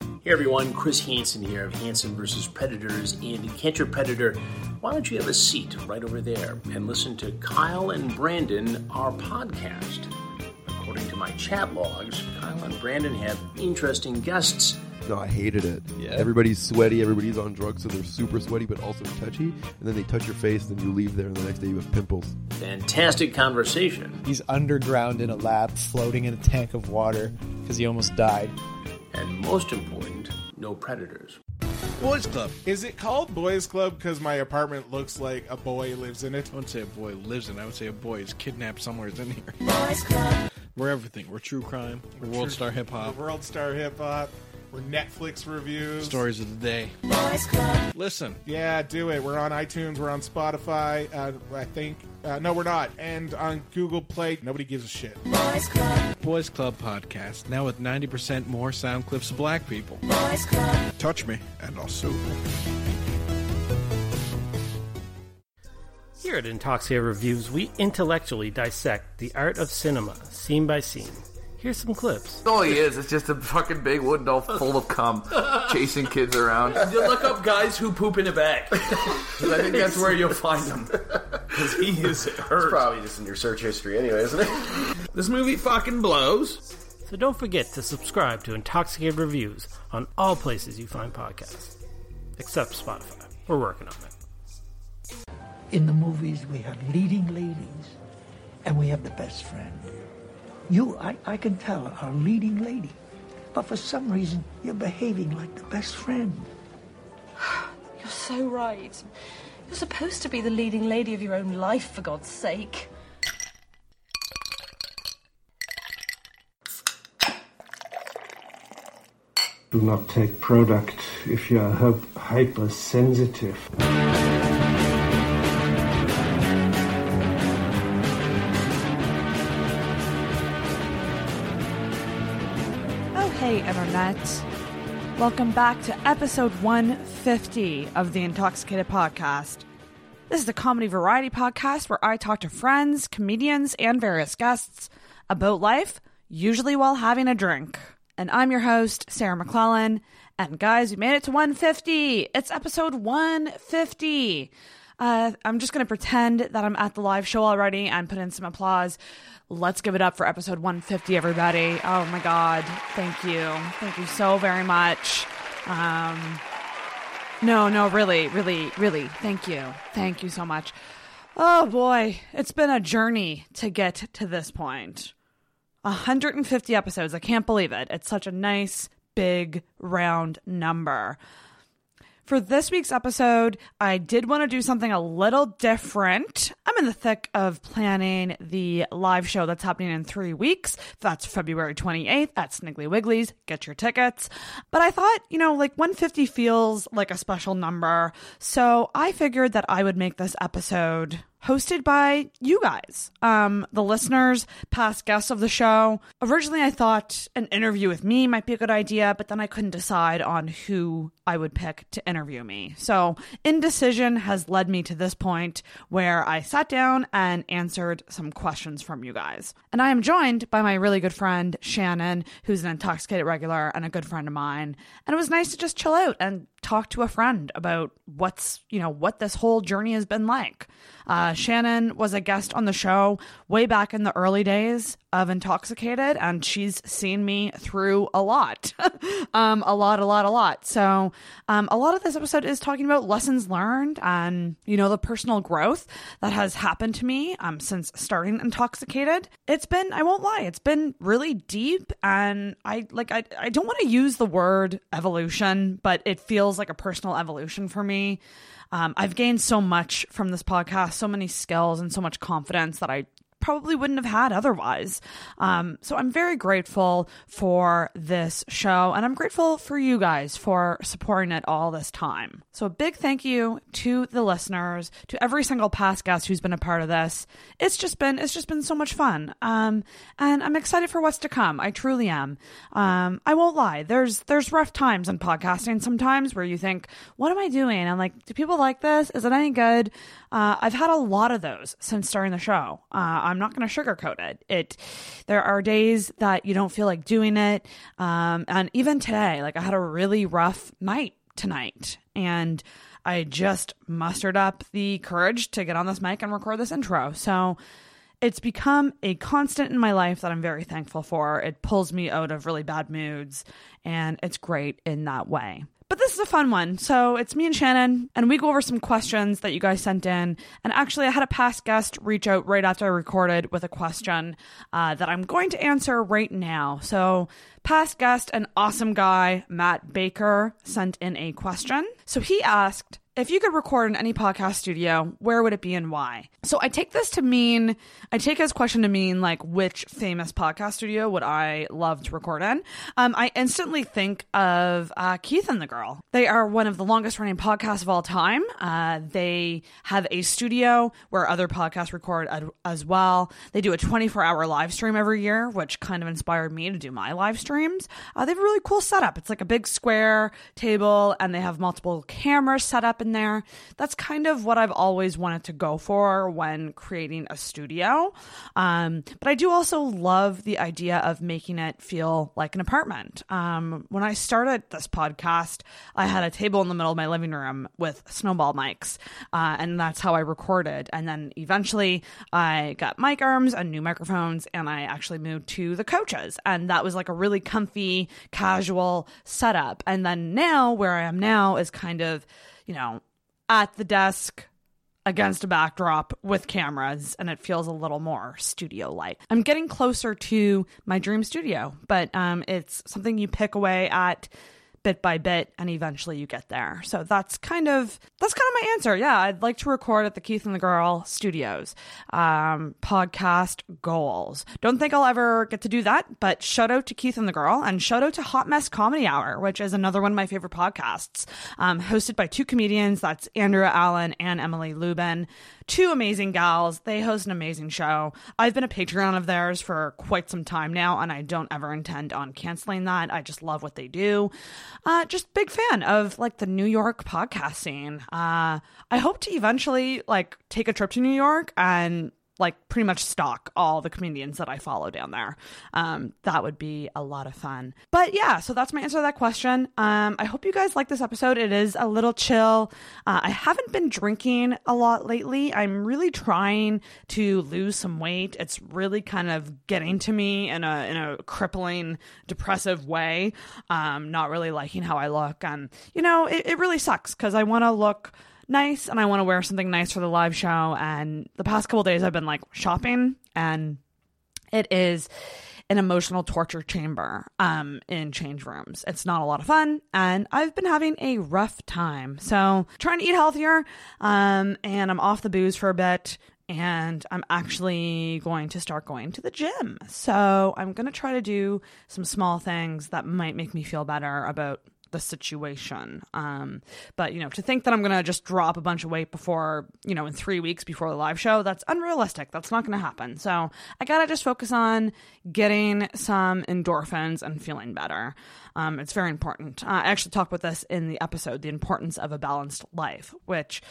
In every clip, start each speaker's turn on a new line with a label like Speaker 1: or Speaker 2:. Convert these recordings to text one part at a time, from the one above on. Speaker 1: Hey everyone, Chris Hansen here of Hansen vs. Predators. And Catch Predator, why don't you have a seat right over there and listen to Kyle and Brandon, our podcast? According to my chat logs, Kyle and Brandon have interesting guests.
Speaker 2: No, I hated it.
Speaker 3: Yeah.
Speaker 2: Everybody's sweaty, everybody's on drugs, so they're super sweaty but also touchy. And then they touch your face, then you leave there, and the next day you have pimples.
Speaker 1: Fantastic conversation.
Speaker 3: He's underground in a lab, floating in a tank of water because he almost died.
Speaker 1: And most important, no predators.
Speaker 4: Boys Club.
Speaker 5: Is it called Boys Club because my apartment looks like a boy lives in it?
Speaker 4: I wouldn't say a boy lives in. it. I would say a boy is kidnapped somewhere in here. We're everything. We're true crime. We're world star hip hop.
Speaker 5: World Star Hip Hop, or Netflix reviews.
Speaker 4: Stories of the day. Listen,
Speaker 5: Yeah, do it. We're on iTunes. We're on Spotify. Uh, I think. Uh, no, we're not. And on Google Play. Nobody gives a shit.
Speaker 4: Boys Club podcast now with ninety percent more sound clips of black people. Touch me, and I'll sue.
Speaker 6: Here at Intoxia Reviews, we intellectually dissect the art of cinema, scene by scene. Here's some clips.
Speaker 7: all he is. It's just a fucking big wooden doll full of cum chasing kids around.
Speaker 8: You look up guys who poop in a bag. 'Cause I think that's where you'll find them. Because he is hurt.
Speaker 9: probably just in your search history anyway, isn't it?
Speaker 8: This movie fucking blows.
Speaker 6: So don't forget to subscribe to Intoxicated Reviews on all places you find podcasts, except Spotify. We're working on it.
Speaker 10: In the movies, we have leading ladies, and we have the best friend. You, I, I can tell, are a leading lady, but for some reason, you're behaving like the best friend.
Speaker 11: You're so right. You're supposed to be the leading lady of your own life, for God's sake.
Speaker 10: Do not take product if you are hypersensitive.
Speaker 11: Oh, hey, Internet. Welcome back to episode 150 of the Intoxicated Podcast. This is a comedy variety podcast where I talk to friends, comedians, and various guests about life, usually while having a drink. And I'm your host, Sarah McClellan. And guys, we made it to 150. It's episode 150. Uh, I'm just going to pretend that I'm at the live show already and put in some applause. Let's give it up for episode 150, everybody. Oh my God. Thank you. Thank you so very much. Um, no, no, really, really, really. Thank you. Thank you so much. Oh boy, it's been a journey to get to this point. 150 episodes. I can't believe it. It's such a nice, big, round number. For this week's episode, I did want to do something a little different. I'm in the thick of planning the live show that's happening in three weeks. That's February 28th at Sniggly Wiggly's. Get your tickets. But I thought, you know, like 150 feels like a special number. So I figured that I would make this episode hosted by you guys, um, the listeners, past guests of the show. Originally, I thought an interview with me might be a good idea, but then I couldn't decide on who I would pick to interview me. So, indecision has led me to this point where I sat down and answered some questions from you guys. And I am joined by my really good friend, Shannon, who's an intoxicated regular and a good friend of mine. And it was nice to just chill out and talk to a friend about what's you know what this whole journey has been like uh, shannon was a guest on the show way back in the early days of intoxicated and she's seen me through a lot um, a lot a lot a lot so um, a lot of this episode is talking about lessons learned and you know the personal growth that has happened to me um, since starting intoxicated it's been i won't lie it's been really deep and i like i, I don't want to use the word evolution but it feels like a personal evolution for me um, i've gained so much from this podcast so many skills and so much confidence that i probably wouldn't have had otherwise. Um, so I'm very grateful for this show, and I'm grateful for you guys for supporting it all this time. So a big thank you to the listeners, to every single past guest who's been a part of this. It's just been it's just been so much fun, um, and I'm excited for what's to come. I truly am. Um, I won't lie. There's there's rough times in podcasting sometimes where you think, what am I doing? I'm like, do people like this? Is it any good? Uh, I've had a lot of those since starting the show. Uh, I'm I'm not going to sugarcoat it. It there are days that you don't feel like doing it, um, and even today, like I had a really rough night tonight, and I just mustered up the courage to get on this mic and record this intro. So it's become a constant in my life that I'm very thankful for. It pulls me out of really bad moods, and it's great in that way. But this is a fun one. So it's me and Shannon, and we go over some questions that you guys sent in. And actually, I had a past guest reach out right after I recorded with a question uh, that I'm going to answer right now. So, past guest, an awesome guy, Matt Baker, sent in a question. So he asked, if you could record in any podcast studio, where would it be and why? So I take this to mean, I take his question to mean, like, which famous podcast studio would I love to record in? Um, I instantly think of uh, Keith and the Girl. They are one of the longest running podcasts of all time. Uh, they have a studio where other podcasts record ad- as well. They do a 24 hour live stream every year, which kind of inspired me to do my live streams. Uh, they have a really cool setup. It's like a big square table, and they have multiple cameras set up in there. That's kind of what I've always wanted to go for when creating a studio. Um, but I do also love the idea of making it feel like an apartment. Um, when I started this podcast, I had a table in the middle of my living room with snowball mics, uh, and that's how I recorded. And then eventually, I got mic arms and new microphones, and I actually moved to the coaches, and that was like a really comfy, casual setup. And then now, where I am now, is kind of you know, at the desk against a backdrop with cameras and it feels a little more studio like. I'm getting closer to my dream studio, but um it's something you pick away at bit by bit and eventually you get there. So that's kind of that's kind of my answer. Yeah, I'd like to record at the Keith and the Girl Studios. Um podcast goals. Don't think I'll ever get to do that, but shout out to Keith and the Girl and shout out to Hot Mess Comedy Hour, which is another one of my favorite podcasts. Um hosted by two comedians, that's Andrea Allen and Emily Lubin. Two amazing gals. They host an amazing show. I've been a Patreon of theirs for quite some time now and I don't ever intend on canceling that. I just love what they do uh, just big fan of like the New York podcast scene. Uh, I hope to eventually like take a trip to New York and like pretty much stalk all the comedians that I follow down there. Um, that would be a lot of fun. But yeah, so that's my answer to that question. Um, I hope you guys like this episode. It is a little chill. Uh, I haven't been drinking a lot lately. I'm really trying to lose some weight. It's really kind of getting to me in a in a crippling, depressive way. Um, not really liking how I look, and you know, it, it really sucks because I want to look nice and I want to wear something nice for the live show. And the past couple days I've been like shopping and it is an emotional torture chamber um, in change rooms. It's not a lot of fun, and I've been having a rough time. So, trying to eat healthier, um, and I'm off the booze for a bit, and I'm actually going to start going to the gym. So, I'm going to try to do some small things that might make me feel better about the situation. Um, but you know, to think that I'm gonna just drop a bunch of weight before you know in three weeks before the live show, that's unrealistic. That's not gonna happen. So I gotta just focus on getting some endorphins and feeling better. Um, it's very important. Uh, I actually talked with this in the episode, the importance of a balanced life, which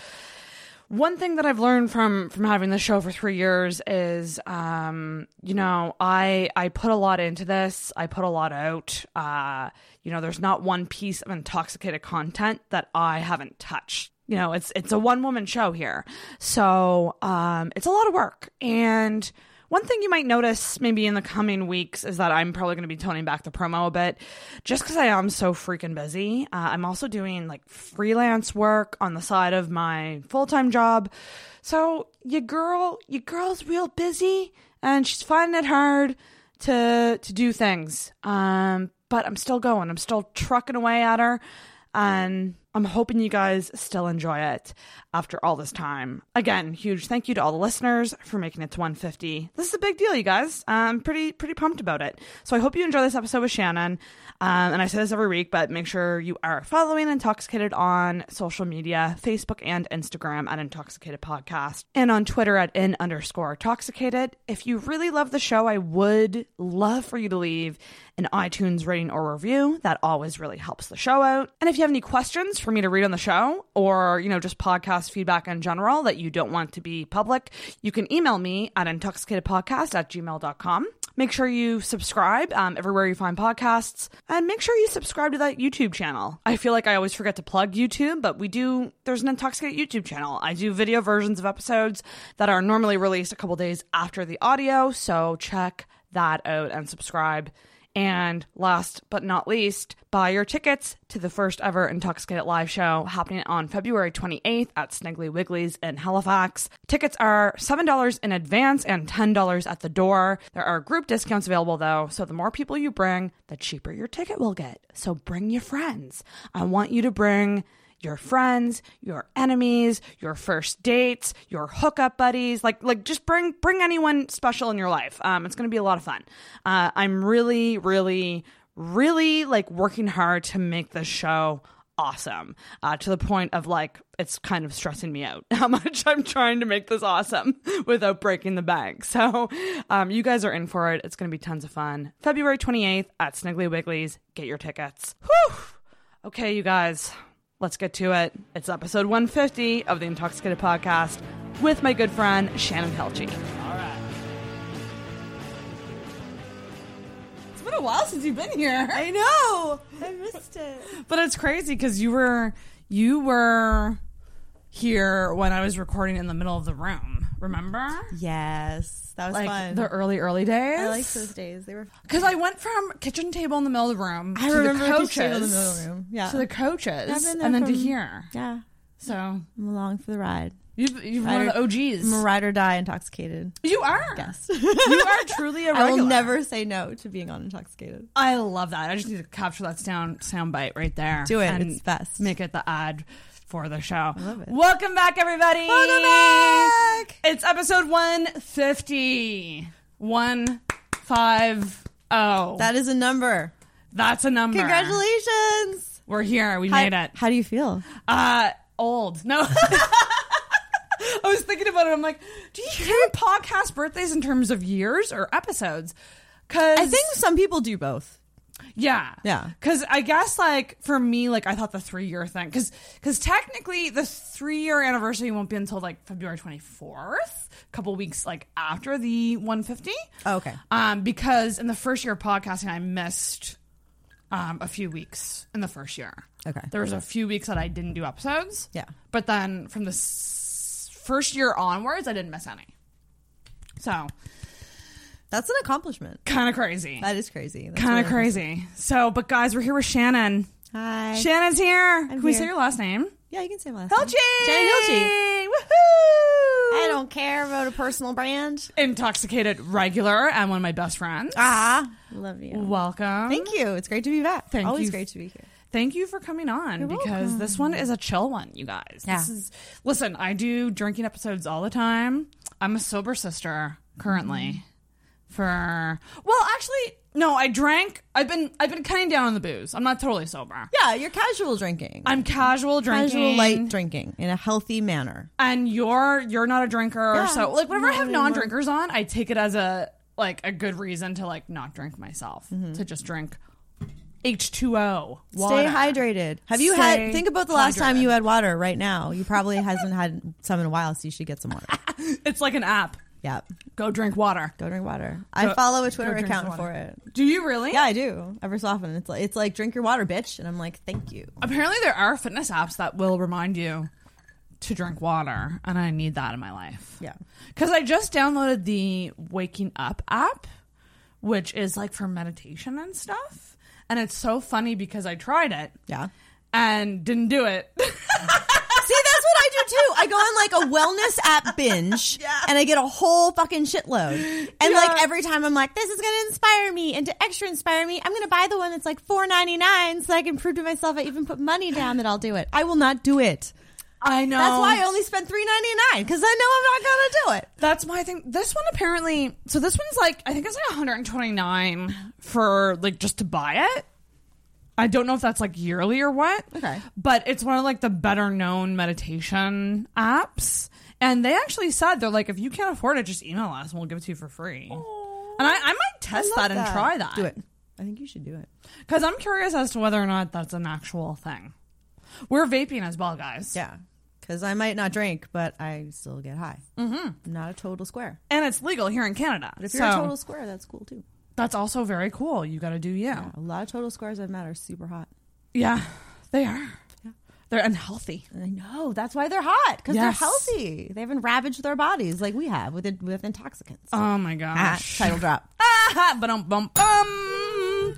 Speaker 11: one thing that I've learned from from having this show for three years is, um, you know, I I put a lot into this. I put a lot out. Uh, you know, there's not one piece of intoxicated content that I haven't touched. You know, it's it's a one woman show here, so um, it's a lot of work. And one thing you might notice maybe in the coming weeks is that I'm probably going to be toning back the promo a bit, just because I am so freaking busy. Uh, I'm also doing like freelance work on the side of my full time job, so your girl, your girl's real busy, and she's finding it hard to to do things. Um, but I'm still going. I'm still trucking away at her, and I'm hoping you guys still enjoy it after all this time. Again, huge thank you to all the listeners for making it to 150. This is a big deal, you guys. I'm pretty pretty pumped about it. So I hope you enjoy this episode with Shannon. Um, and I say this every week, but make sure you are following Intoxicated on social media, Facebook and Instagram at Intoxicated Podcast, and on Twitter at in underscore Intoxicated. If you really love the show, I would love for you to leave an iTunes rating or review. That always really helps the show out. And if you have any questions for me to read on the show or, you know, just podcast feedback in general that you don't want to be public, you can email me at intoxicatedpodcast at gmail.com. Make sure you subscribe um, everywhere you find podcasts and make sure you subscribe to that YouTube channel. I feel like I always forget to plug YouTube, but we do, there's an Intoxicated YouTube channel. I do video versions of episodes that are normally released a couple days after the audio, so check that out and subscribe. And last but not least, buy your tickets to the first ever Intoxicated Live show happening on February 28th at Sniggly Wiggly's in Halifax. Tickets are $7 in advance and $10 at the door. There are group discounts available though, so the more people you bring, the cheaper your ticket will get. So bring your friends. I want you to bring your friends, your enemies, your first dates, your hookup buddies. Like like just bring bring anyone special in your life. Um, it's gonna be a lot of fun. Uh, I'm really really really like working hard to make this show awesome uh, to the point of like it's kind of stressing me out how much i'm trying to make this awesome without breaking the bank so um, you guys are in for it it's going to be tons of fun february 28th at sniggly wiggly's get your tickets Whew! okay you guys let's get to it it's episode 150 of the intoxicated podcast with my good friend shannon pelchy it's been a while since you've been here
Speaker 12: I know. I missed it.
Speaker 11: But it's crazy because you were you were here when I was recording in the middle of the room. Remember?
Speaker 12: Yes, that was
Speaker 11: like
Speaker 12: fun.
Speaker 11: the early early days.
Speaker 12: I liked those days. They were.
Speaker 11: because I went from kitchen table in the middle of the room.
Speaker 12: I
Speaker 11: to
Speaker 12: remember
Speaker 11: the
Speaker 12: kitchen
Speaker 11: coaches
Speaker 12: table in the middle of the room, yeah.
Speaker 11: to the coaches,
Speaker 12: I've been there
Speaker 11: and then to
Speaker 12: from-
Speaker 11: here.
Speaker 12: Yeah,
Speaker 11: So
Speaker 12: I'm along for the ride.
Speaker 11: you've you've
Speaker 12: Ride
Speaker 11: one of
Speaker 12: or-
Speaker 11: the OGs.
Speaker 12: I'm a ride or die intoxicated.
Speaker 11: you are.
Speaker 12: Yes.
Speaker 11: you are truly a
Speaker 12: I
Speaker 11: regular.
Speaker 12: will never say no to being on intoxicated.
Speaker 11: I love that. I just need to capture that sound sound bite right there.
Speaker 12: Do it.
Speaker 11: And
Speaker 12: It's best.
Speaker 11: Make it the ad for the show.
Speaker 12: love it.
Speaker 11: Welcome back, everybody.
Speaker 12: Welcome back.
Speaker 11: It's episode one fifty. One five oh.
Speaker 12: That is a number.
Speaker 11: That's a number.
Speaker 12: Congratulations.
Speaker 11: We're here. We
Speaker 12: How,
Speaker 11: made it.
Speaker 12: how do you feel?
Speaker 11: Uh, old. No. I was thinking about it. I'm like, do you hear podcast birthdays in terms of years or episodes? Because
Speaker 12: I think some people do both.
Speaker 11: Yeah.
Speaker 12: Yeah.
Speaker 11: Cause I guess like for me, like I thought the three year thing, cause, cause technically the three year anniversary won't be until like February 24th, a couple weeks like after the 150.
Speaker 12: Oh, okay.
Speaker 11: Um, because in the first year of podcasting, I missed, um, a few weeks in the first year.
Speaker 12: Okay.
Speaker 11: There was a few weeks that I didn't do episodes.
Speaker 12: Yeah.
Speaker 11: But then from the s- first year onwards, I didn't miss any. So
Speaker 12: That's an accomplishment.
Speaker 11: kind of crazy.
Speaker 12: That is crazy. That's
Speaker 11: Kind
Speaker 12: really
Speaker 11: of crazy. So, but guys, we're here with Shannon.
Speaker 12: Hi.
Speaker 11: Shannon's here. Can we
Speaker 12: here.
Speaker 11: say your last name?
Speaker 12: yeah, you can say my last name.
Speaker 11: Hilchi!
Speaker 12: Jenny Hilchi.
Speaker 11: Woohoo!
Speaker 12: I don't care about a personal brand.
Speaker 11: Intoxicated regular and one of my best friends.
Speaker 12: Ah, love you.
Speaker 11: Welcome.
Speaker 12: Thank you. It's great to be back.
Speaker 11: Thank
Speaker 12: Always
Speaker 11: you.
Speaker 12: great to be here.
Speaker 11: Thank you for coming on because this one is a chill one, you guys.
Speaker 12: Yeah.
Speaker 11: This is listen, I do drinking episodes all the time. I'm a sober sister currently.
Speaker 12: Mm-hmm.
Speaker 11: For well, actually, no, I drank. I've been I've been cutting down on the booze. I'm not totally sober.
Speaker 12: Yeah, you're casual drinking.
Speaker 11: I'm casual drinking.
Speaker 12: casual light drinking in a healthy manner.
Speaker 11: and you're you're not a drinker
Speaker 12: Yeah,
Speaker 11: so like whenever i
Speaker 12: not
Speaker 11: have
Speaker 12: anymore.
Speaker 11: non-drinkers on i take it as a like a good reason to like not drink myself to just drink h2o water.
Speaker 12: Mm-hmm. Stay hydrated. Have you
Speaker 11: Stay
Speaker 12: had? Think about the last time
Speaker 11: hydrated.
Speaker 12: you had water. Right now, you probably hasn't had some in a while, so you should get some water.
Speaker 11: it's like an app
Speaker 12: yep.
Speaker 11: go drink water
Speaker 12: Go drink water.
Speaker 11: Go-
Speaker 12: I follow a
Speaker 11: go
Speaker 12: Twitter
Speaker 11: drink
Speaker 12: account
Speaker 11: water.
Speaker 12: for it.
Speaker 11: do you really
Speaker 12: Yeah, I do. Every so often, it's like it's like drink your water, bitch, and I'm like, thank you.
Speaker 11: apparently there are fitness apps that will remind you to drink water and i need that in my life
Speaker 12: Yeah.
Speaker 11: because i just downloaded the waking up app which is like for meditation and stuff and it's so funny because i tried it
Speaker 12: Yeah.
Speaker 11: and didn't do it
Speaker 12: See, that's what I do too. I go on like a wellness app binge and I get a whole fucking shitload. And like every time I'm like, this is gonna inspire me and to extra inspire me, I'm gonna buy the one that's like four ninety nine so I can prove to myself I even put money down that I'll do it. I will not do it.
Speaker 11: I know.
Speaker 12: That's why I only spend three ninety nine because I know I'm not gonna do it.
Speaker 11: That's my thing. This one apparently. So this one's like I think it's like 129 for like just to buy it. I don't know if that's like yearly or what.
Speaker 12: Okay.
Speaker 11: But it's one of like the better known meditation apps, and they actually said they're like if you can't afford it, just email us and we'll give it to you for free. and I, I might test
Speaker 12: I
Speaker 11: that
Speaker 12: love
Speaker 11: and
Speaker 12: that.
Speaker 11: try that.
Speaker 12: Do it. I think you should do it.
Speaker 11: Because I'm curious as to whether or not that's an actual thing. We're vaping as well, guys.
Speaker 12: Yeah. Because I might not drink, but I still get high.
Speaker 11: Mm-hmm.
Speaker 12: I'm not a total square.
Speaker 11: And it's legal here in Canada.
Speaker 12: But if you're a
Speaker 11: so
Speaker 12: total square, that's cool too.
Speaker 11: that's also very cool. You got to do you. Yeah.
Speaker 12: A lot of total squares I've met are super hot.
Speaker 11: they are. They're unhealthy.
Speaker 12: I know. That's why they're hot because
Speaker 11: Yes.
Speaker 12: they're healthy. They haven't ravaged their bodies like we have with with intoxicants.
Speaker 11: Oh my
Speaker 12: Ah,
Speaker 11: gosh.
Speaker 12: title drop.
Speaker 11: Ah, bum bum bum.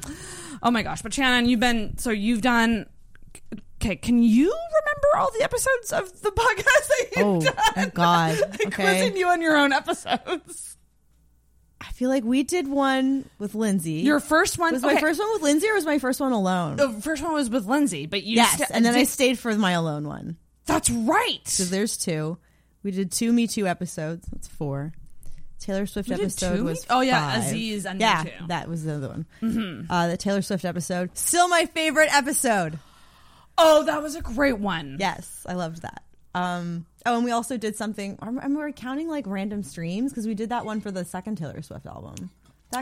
Speaker 11: Oh my gosh! But Shannon, you've been so you've done. Okay, can you remember all the episodes of the podcast that you've
Speaker 12: Oh,
Speaker 11: done?
Speaker 12: oh, God.
Speaker 11: Like,
Speaker 12: Okay.
Speaker 11: quizzing you on your own episodes.
Speaker 12: I feel like we did one with Lindsay.
Speaker 11: Your first one-
Speaker 12: was
Speaker 11: okay.
Speaker 12: my first one Oh, with Lindsay, or was my first one alone?
Speaker 11: The first one was with Lindsay, but you
Speaker 12: yes,
Speaker 11: st-
Speaker 12: and then I
Speaker 11: did-
Speaker 12: stayed for my alone one.
Speaker 11: That's right.
Speaker 12: So there's two. We did two Me Too episodes. That's four. Taylor Swift
Speaker 11: We did
Speaker 12: episode
Speaker 11: two Me-
Speaker 12: was
Speaker 11: Oh, yeah,
Speaker 12: five.
Speaker 11: Aziz and Me
Speaker 12: yeah,
Speaker 11: Too.
Speaker 12: that was the other one.
Speaker 11: Mhm.
Speaker 12: Uh, the Taylor Swift episode, still my favorite episode.
Speaker 11: Oh, that was a great one.
Speaker 12: Yes, I loved that. Um, oh, and we also did something. I remember we were counting like random streams because we did that one for the second Taylor Swift album.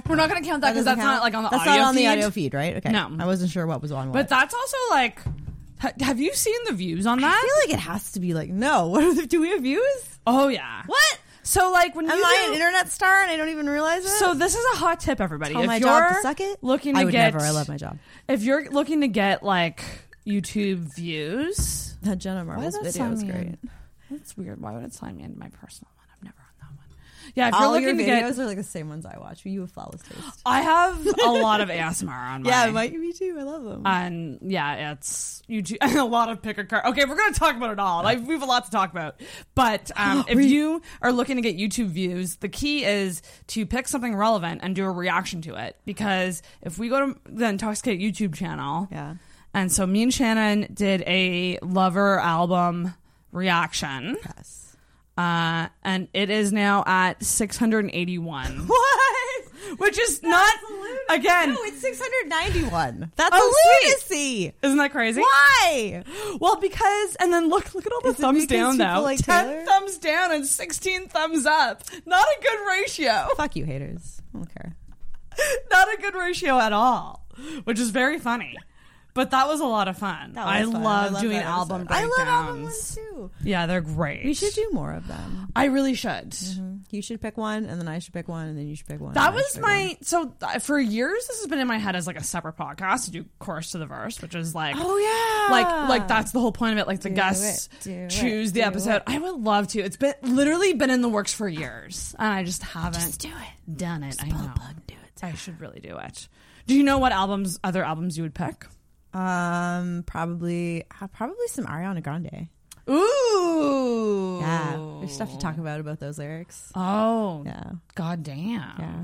Speaker 11: We're not going to count that because
Speaker 12: doesn't
Speaker 11: that's
Speaker 12: count?
Speaker 11: not like on the
Speaker 12: that's
Speaker 11: audio
Speaker 12: not on
Speaker 11: feed.
Speaker 12: the audio feed, right? Okay,
Speaker 11: No.
Speaker 12: I wasn't sure what was on.
Speaker 11: But
Speaker 12: What.
Speaker 11: that's also like, ha- have you seen the views on that?
Speaker 12: I feel like it has to be like no. What are the, do we have views?
Speaker 11: Oh yeah.
Speaker 12: What?
Speaker 11: So like when
Speaker 12: am
Speaker 11: you
Speaker 12: I
Speaker 11: do-
Speaker 12: an internet star and I don't even realize it?
Speaker 11: So this is a hot tip, everybody.
Speaker 12: Tell
Speaker 11: if
Speaker 12: my
Speaker 11: you're
Speaker 12: job to suck it?
Speaker 11: looking to
Speaker 12: I would
Speaker 11: get,
Speaker 12: never. I love my job.
Speaker 11: If you're looking to get like YouTube views,
Speaker 12: that Jenna Marbles
Speaker 11: that
Speaker 12: video
Speaker 11: sign
Speaker 12: is
Speaker 11: me
Speaker 12: great.
Speaker 11: in? That's weird. Why would it sign me into my personal one? I'm never on that one. Yeah, if
Speaker 12: All
Speaker 11: you're looking
Speaker 12: your
Speaker 11: to
Speaker 12: videos
Speaker 11: get,
Speaker 12: are like the same ones I watch. You have flawless taste.
Speaker 11: I have a lot of ASMR on my.
Speaker 12: Yeah, my, me too. I love them.
Speaker 11: And yeah, it's YouTube and a lot of pick a card. Okay, we're gonna talk about it all. Like, we have a lot to talk about. But um, if you are looking to get YouTube views, the key is to pick something relevant and do a reaction to it. Because if we go to the Intoxicate YouTube channel,
Speaker 12: yeah,
Speaker 11: and so me and Shannon did a Lover album reaction.
Speaker 12: Yes.
Speaker 11: Uh, and it is now at 681.
Speaker 12: What?
Speaker 11: Which is not again.
Speaker 12: No, it's 691. That's
Speaker 11: Oh,
Speaker 12: a
Speaker 11: sweet.
Speaker 12: lunacy.
Speaker 11: Isn't that crazy?
Speaker 12: Why?
Speaker 11: Well, because and then look look at all the
Speaker 12: Is it
Speaker 11: thumbs
Speaker 12: because
Speaker 11: down
Speaker 12: people
Speaker 11: though.
Speaker 12: like
Speaker 11: Ten
Speaker 12: Taylor?
Speaker 11: thumbs down and sixteen thumbs up. Not a good ratio.
Speaker 12: Fuck you, haters. I don't care.
Speaker 11: Not a good ratio at all. Which is very funny. But that was a lot of fun.
Speaker 12: That was
Speaker 11: I
Speaker 12: fun.
Speaker 11: love
Speaker 12: I love
Speaker 11: doing
Speaker 12: that
Speaker 11: album
Speaker 12: episode. I
Speaker 11: breakdowns.
Speaker 12: love album ones, too.
Speaker 11: Yeah, they're great.
Speaker 12: We should Mm-hmm. do more of them.
Speaker 11: I really should.
Speaker 12: You should pick one, and then I should pick one, and then you should pick one.
Speaker 11: That
Speaker 12: and I
Speaker 11: was
Speaker 12: should pick one.
Speaker 11: my so uh, for years this has been in my head as like a separate podcast to do chorus to the verse, which is like
Speaker 12: Oh, yeah.
Speaker 11: like like that's the whole point of it. Like the
Speaker 12: Do
Speaker 11: guests
Speaker 12: it, do it,
Speaker 11: choose the
Speaker 12: do
Speaker 11: episode.
Speaker 12: it.
Speaker 11: I would love to. It's been literally been in the works for years, and I just haven't done it. I know. do it. I should really do it. Do you know what albums other albums you would pick?
Speaker 12: Um, probably, uh, probably some Ariana Grande.
Speaker 11: Ooh,
Speaker 12: Yeah, there's stuff to talk about about those lyrics.
Speaker 11: Oh,
Speaker 12: yeah.
Speaker 11: God damn.
Speaker 12: Yeah.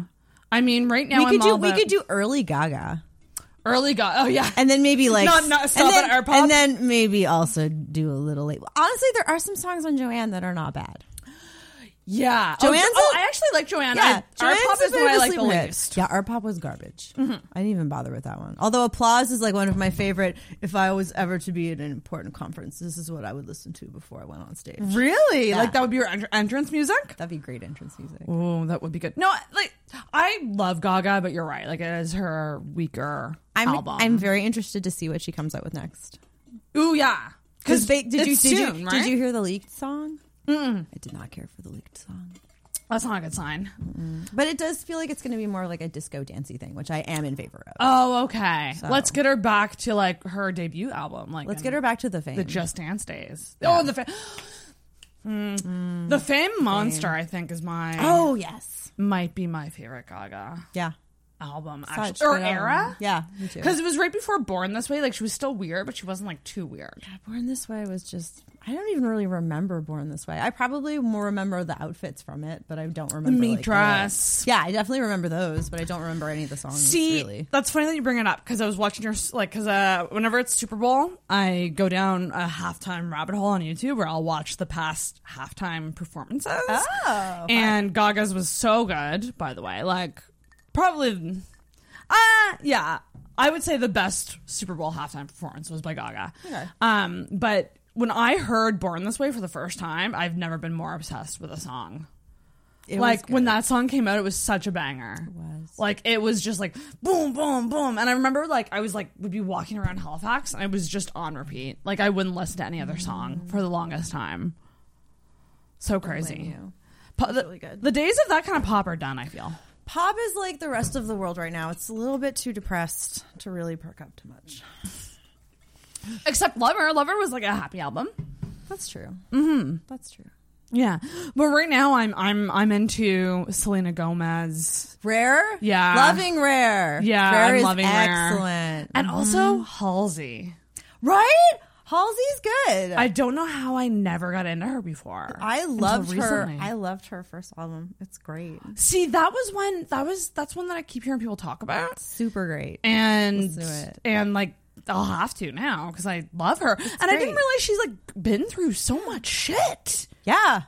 Speaker 11: I mean, right now
Speaker 12: we could
Speaker 11: I'm
Speaker 12: do
Speaker 11: all
Speaker 12: we
Speaker 11: about-
Speaker 12: could do early Gaga.
Speaker 11: early God. Oh yeah,
Speaker 12: and then maybe like
Speaker 11: Not- not- stop
Speaker 12: and then,
Speaker 11: at our pop?
Speaker 12: and then maybe also do a little late. Honestly, there are some songs on Joanne that are not bad.
Speaker 11: Yeah,
Speaker 12: Joanne's
Speaker 11: Oh, jo-
Speaker 12: a-
Speaker 11: oh, I actually like Joanne.
Speaker 12: yeah,
Speaker 11: I, our
Speaker 12: Joanne's
Speaker 11: pop
Speaker 12: a
Speaker 11: is the
Speaker 12: bit
Speaker 11: one
Speaker 12: of
Speaker 11: I
Speaker 12: a
Speaker 11: like the
Speaker 12: sleeper hit.
Speaker 11: least. Mm-hmm.
Speaker 12: Yeah, our pop was garbage. I didn't even bother with that one. Although applause is like one of my favorite. If I was ever to be at an important conference, this is what I would listen to before I went on stage.
Speaker 11: Really?
Speaker 12: Yeah.
Speaker 11: Like that would be your en- entrance music?
Speaker 12: That'd be great entrance music.
Speaker 11: Oh, that would be good. No, like I love Gaga, but you're right. Like it is her weaker
Speaker 12: I'm
Speaker 11: album.
Speaker 12: I'm very interested to see what she comes out with next.
Speaker 11: Ooh yeah,
Speaker 12: Because did you,
Speaker 11: it's
Speaker 12: did, you-
Speaker 11: soon,
Speaker 12: did you
Speaker 11: right?
Speaker 12: hear the leaked song?
Speaker 11: Mm-mm.
Speaker 12: I did not care for the leaked song.
Speaker 11: That's not a good sign.
Speaker 12: But it does feel like it's going to be more like a disco dancey thing, which I am in favor of.
Speaker 11: Oh okay.
Speaker 12: So-
Speaker 11: Let's get her back to like her debut album. Like
Speaker 12: Let's
Speaker 11: in
Speaker 12: get her back to the fame.
Speaker 11: The Just Dance days. Oh the. Fa- Mm. The Fame Monster, I think, is my
Speaker 12: Oh, yes.
Speaker 11: might be my favorite Gaga
Speaker 12: yeah
Speaker 11: album
Speaker 12: Such
Speaker 11: actually or
Speaker 12: good album.
Speaker 11: era.
Speaker 12: Yeah, me too.
Speaker 11: because it was right before Born This Way. Like she was still weird, but she wasn't like too weird.
Speaker 12: Born This Way was just. I don't even really remember Born This Way. I probably more remember the outfits from it, but I don't remember
Speaker 11: meat
Speaker 12: like, the-
Speaker 11: dress.
Speaker 12: Yeah, I definitely remember those, but I don't remember any of the songs.
Speaker 11: See,
Speaker 12: really.
Speaker 11: that's funny that you bring it up because I was watching your like because uh, whenever it's Super Bowl, I go down a halftime rabbit hole on YouTube where I'll watch the past halftime performances.
Speaker 12: Oh,
Speaker 11: and Gaga's was so good, by the way. Like probably, uh yeah, I would say the best Super Bowl halftime performance was by Gaga.
Speaker 12: Okay.
Speaker 11: Um, but when I heard "Born This Way" for the first time, I've never been more obsessed with a song.
Speaker 12: It
Speaker 11: like
Speaker 12: was
Speaker 11: when that song came out, it was such a banger. It was. Like it was just like boom, boom, boom. And I remember like I was like would be walking around Halifax and I was just on repeat. Like I wouldn't listen to any other song for the longest time. So crazy. Po- the, the days of that kind of pop are done. I feel.
Speaker 12: Pop is like the rest of the world right now. It's a little bit too depressed to really perk up too much.
Speaker 11: Except Lover. Lover was like a happy album.
Speaker 12: That's true.
Speaker 11: Mm-hmm.
Speaker 12: That's true.
Speaker 11: Yeah, but right now I'm I'm I'm into Selena Gomez.
Speaker 12: Rare,
Speaker 11: yeah,
Speaker 12: Loving Rare.
Speaker 11: Yeah,
Speaker 12: Rare
Speaker 11: I'm
Speaker 12: is
Speaker 11: loving Rare.
Speaker 12: excellent.
Speaker 11: and
Speaker 12: Mhm.
Speaker 11: also Mm-hmm. Halsey.
Speaker 12: Right? Halsey's good.
Speaker 11: I don't know how I never got into her before.
Speaker 12: I
Speaker 11: Until
Speaker 12: loved her.
Speaker 11: recently.
Speaker 12: I loved her first album. It's great.
Speaker 11: See, that was one that was that's one that I keep hearing people talk about.
Speaker 12: Super great.
Speaker 11: And
Speaker 12: Let's do it.
Speaker 11: and like I'll have to now because I love her. and I didn't
Speaker 12: great.
Speaker 11: realize she's like been through so much shit.
Speaker 12: Yeah.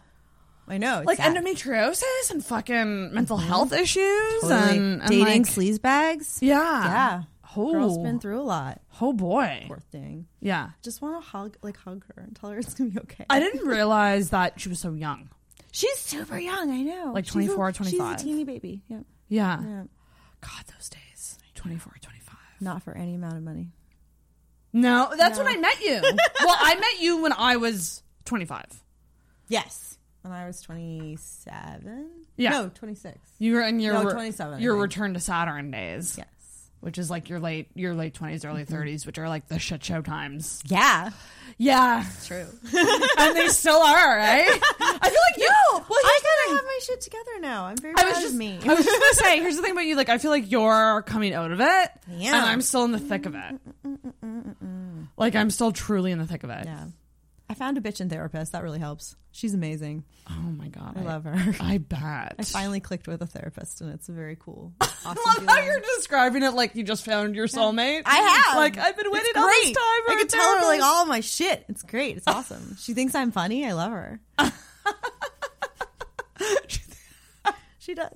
Speaker 12: I know. it's
Speaker 11: Like
Speaker 12: sad.
Speaker 11: endometriosis and fucking mental health issues
Speaker 12: Mm-hmm. Totally.
Speaker 11: and, and
Speaker 12: dating
Speaker 11: like,
Speaker 12: sleaze bags.
Speaker 11: Yeah.
Speaker 12: Yeah.
Speaker 11: Oh.
Speaker 12: Girl's been through a lot.
Speaker 11: Oh boy.
Speaker 12: Poor thing.
Speaker 11: Yeah.
Speaker 12: Just want to hug like hug her and tell her it's gonna be okay.
Speaker 11: I didn't realize that she was so young.
Speaker 12: She's super young, I know.
Speaker 11: Like
Speaker 12: She's a-
Speaker 11: 24, 25.
Speaker 12: She's a teeny baby. Yeah.
Speaker 11: Yeah.
Speaker 12: God,
Speaker 11: those days. 24, 25.
Speaker 12: Not for any amount of money.
Speaker 11: No, that's
Speaker 12: No.
Speaker 11: when I met you. well, I met you when I was 25.
Speaker 12: Yes. When I was 27?
Speaker 11: Yeah.
Speaker 12: No, 26.
Speaker 11: You were in your
Speaker 12: No, 27, I
Speaker 11: Your
Speaker 12: think.
Speaker 11: return to Saturn days. Yes. Which is like your late your late 20s, early
Speaker 12: Mm-hmm.
Speaker 11: 30s, which are like the shit show times.
Speaker 12: Yeah.
Speaker 11: Yeah.
Speaker 12: True.
Speaker 11: and they still are, right? I feel like you Well,
Speaker 12: I
Speaker 11: here's the
Speaker 12: gotta
Speaker 11: thing.
Speaker 12: have my shit together now. I'm very
Speaker 11: I
Speaker 12: proud
Speaker 11: was just
Speaker 12: of me.
Speaker 11: I was just gonna say, here's the thing about you. Like, I feel like you're coming out of it,
Speaker 12: Yeah.
Speaker 11: and I'm still in the thick of it. Like, I'm still truly in the thick of it.
Speaker 12: Yeah. I found a bitchin' therapist. That really helps. She's amazing.
Speaker 11: Oh my god,
Speaker 12: I, love her.
Speaker 11: I bet.
Speaker 12: I finally clicked with a therapist, and it's very cool. Awesome
Speaker 11: I love how
Speaker 12: feeling.
Speaker 11: you're describing it like you just found your soulmate.
Speaker 12: I have.
Speaker 11: Like, I've been
Speaker 12: It's
Speaker 11: waiting all this
Speaker 12: great.
Speaker 11: time. for
Speaker 12: I
Speaker 11: a
Speaker 12: could tell her like
Speaker 11: therapist.
Speaker 12: all my shit. It's great. It's awesome. she thinks I'm funny. I love her. she does.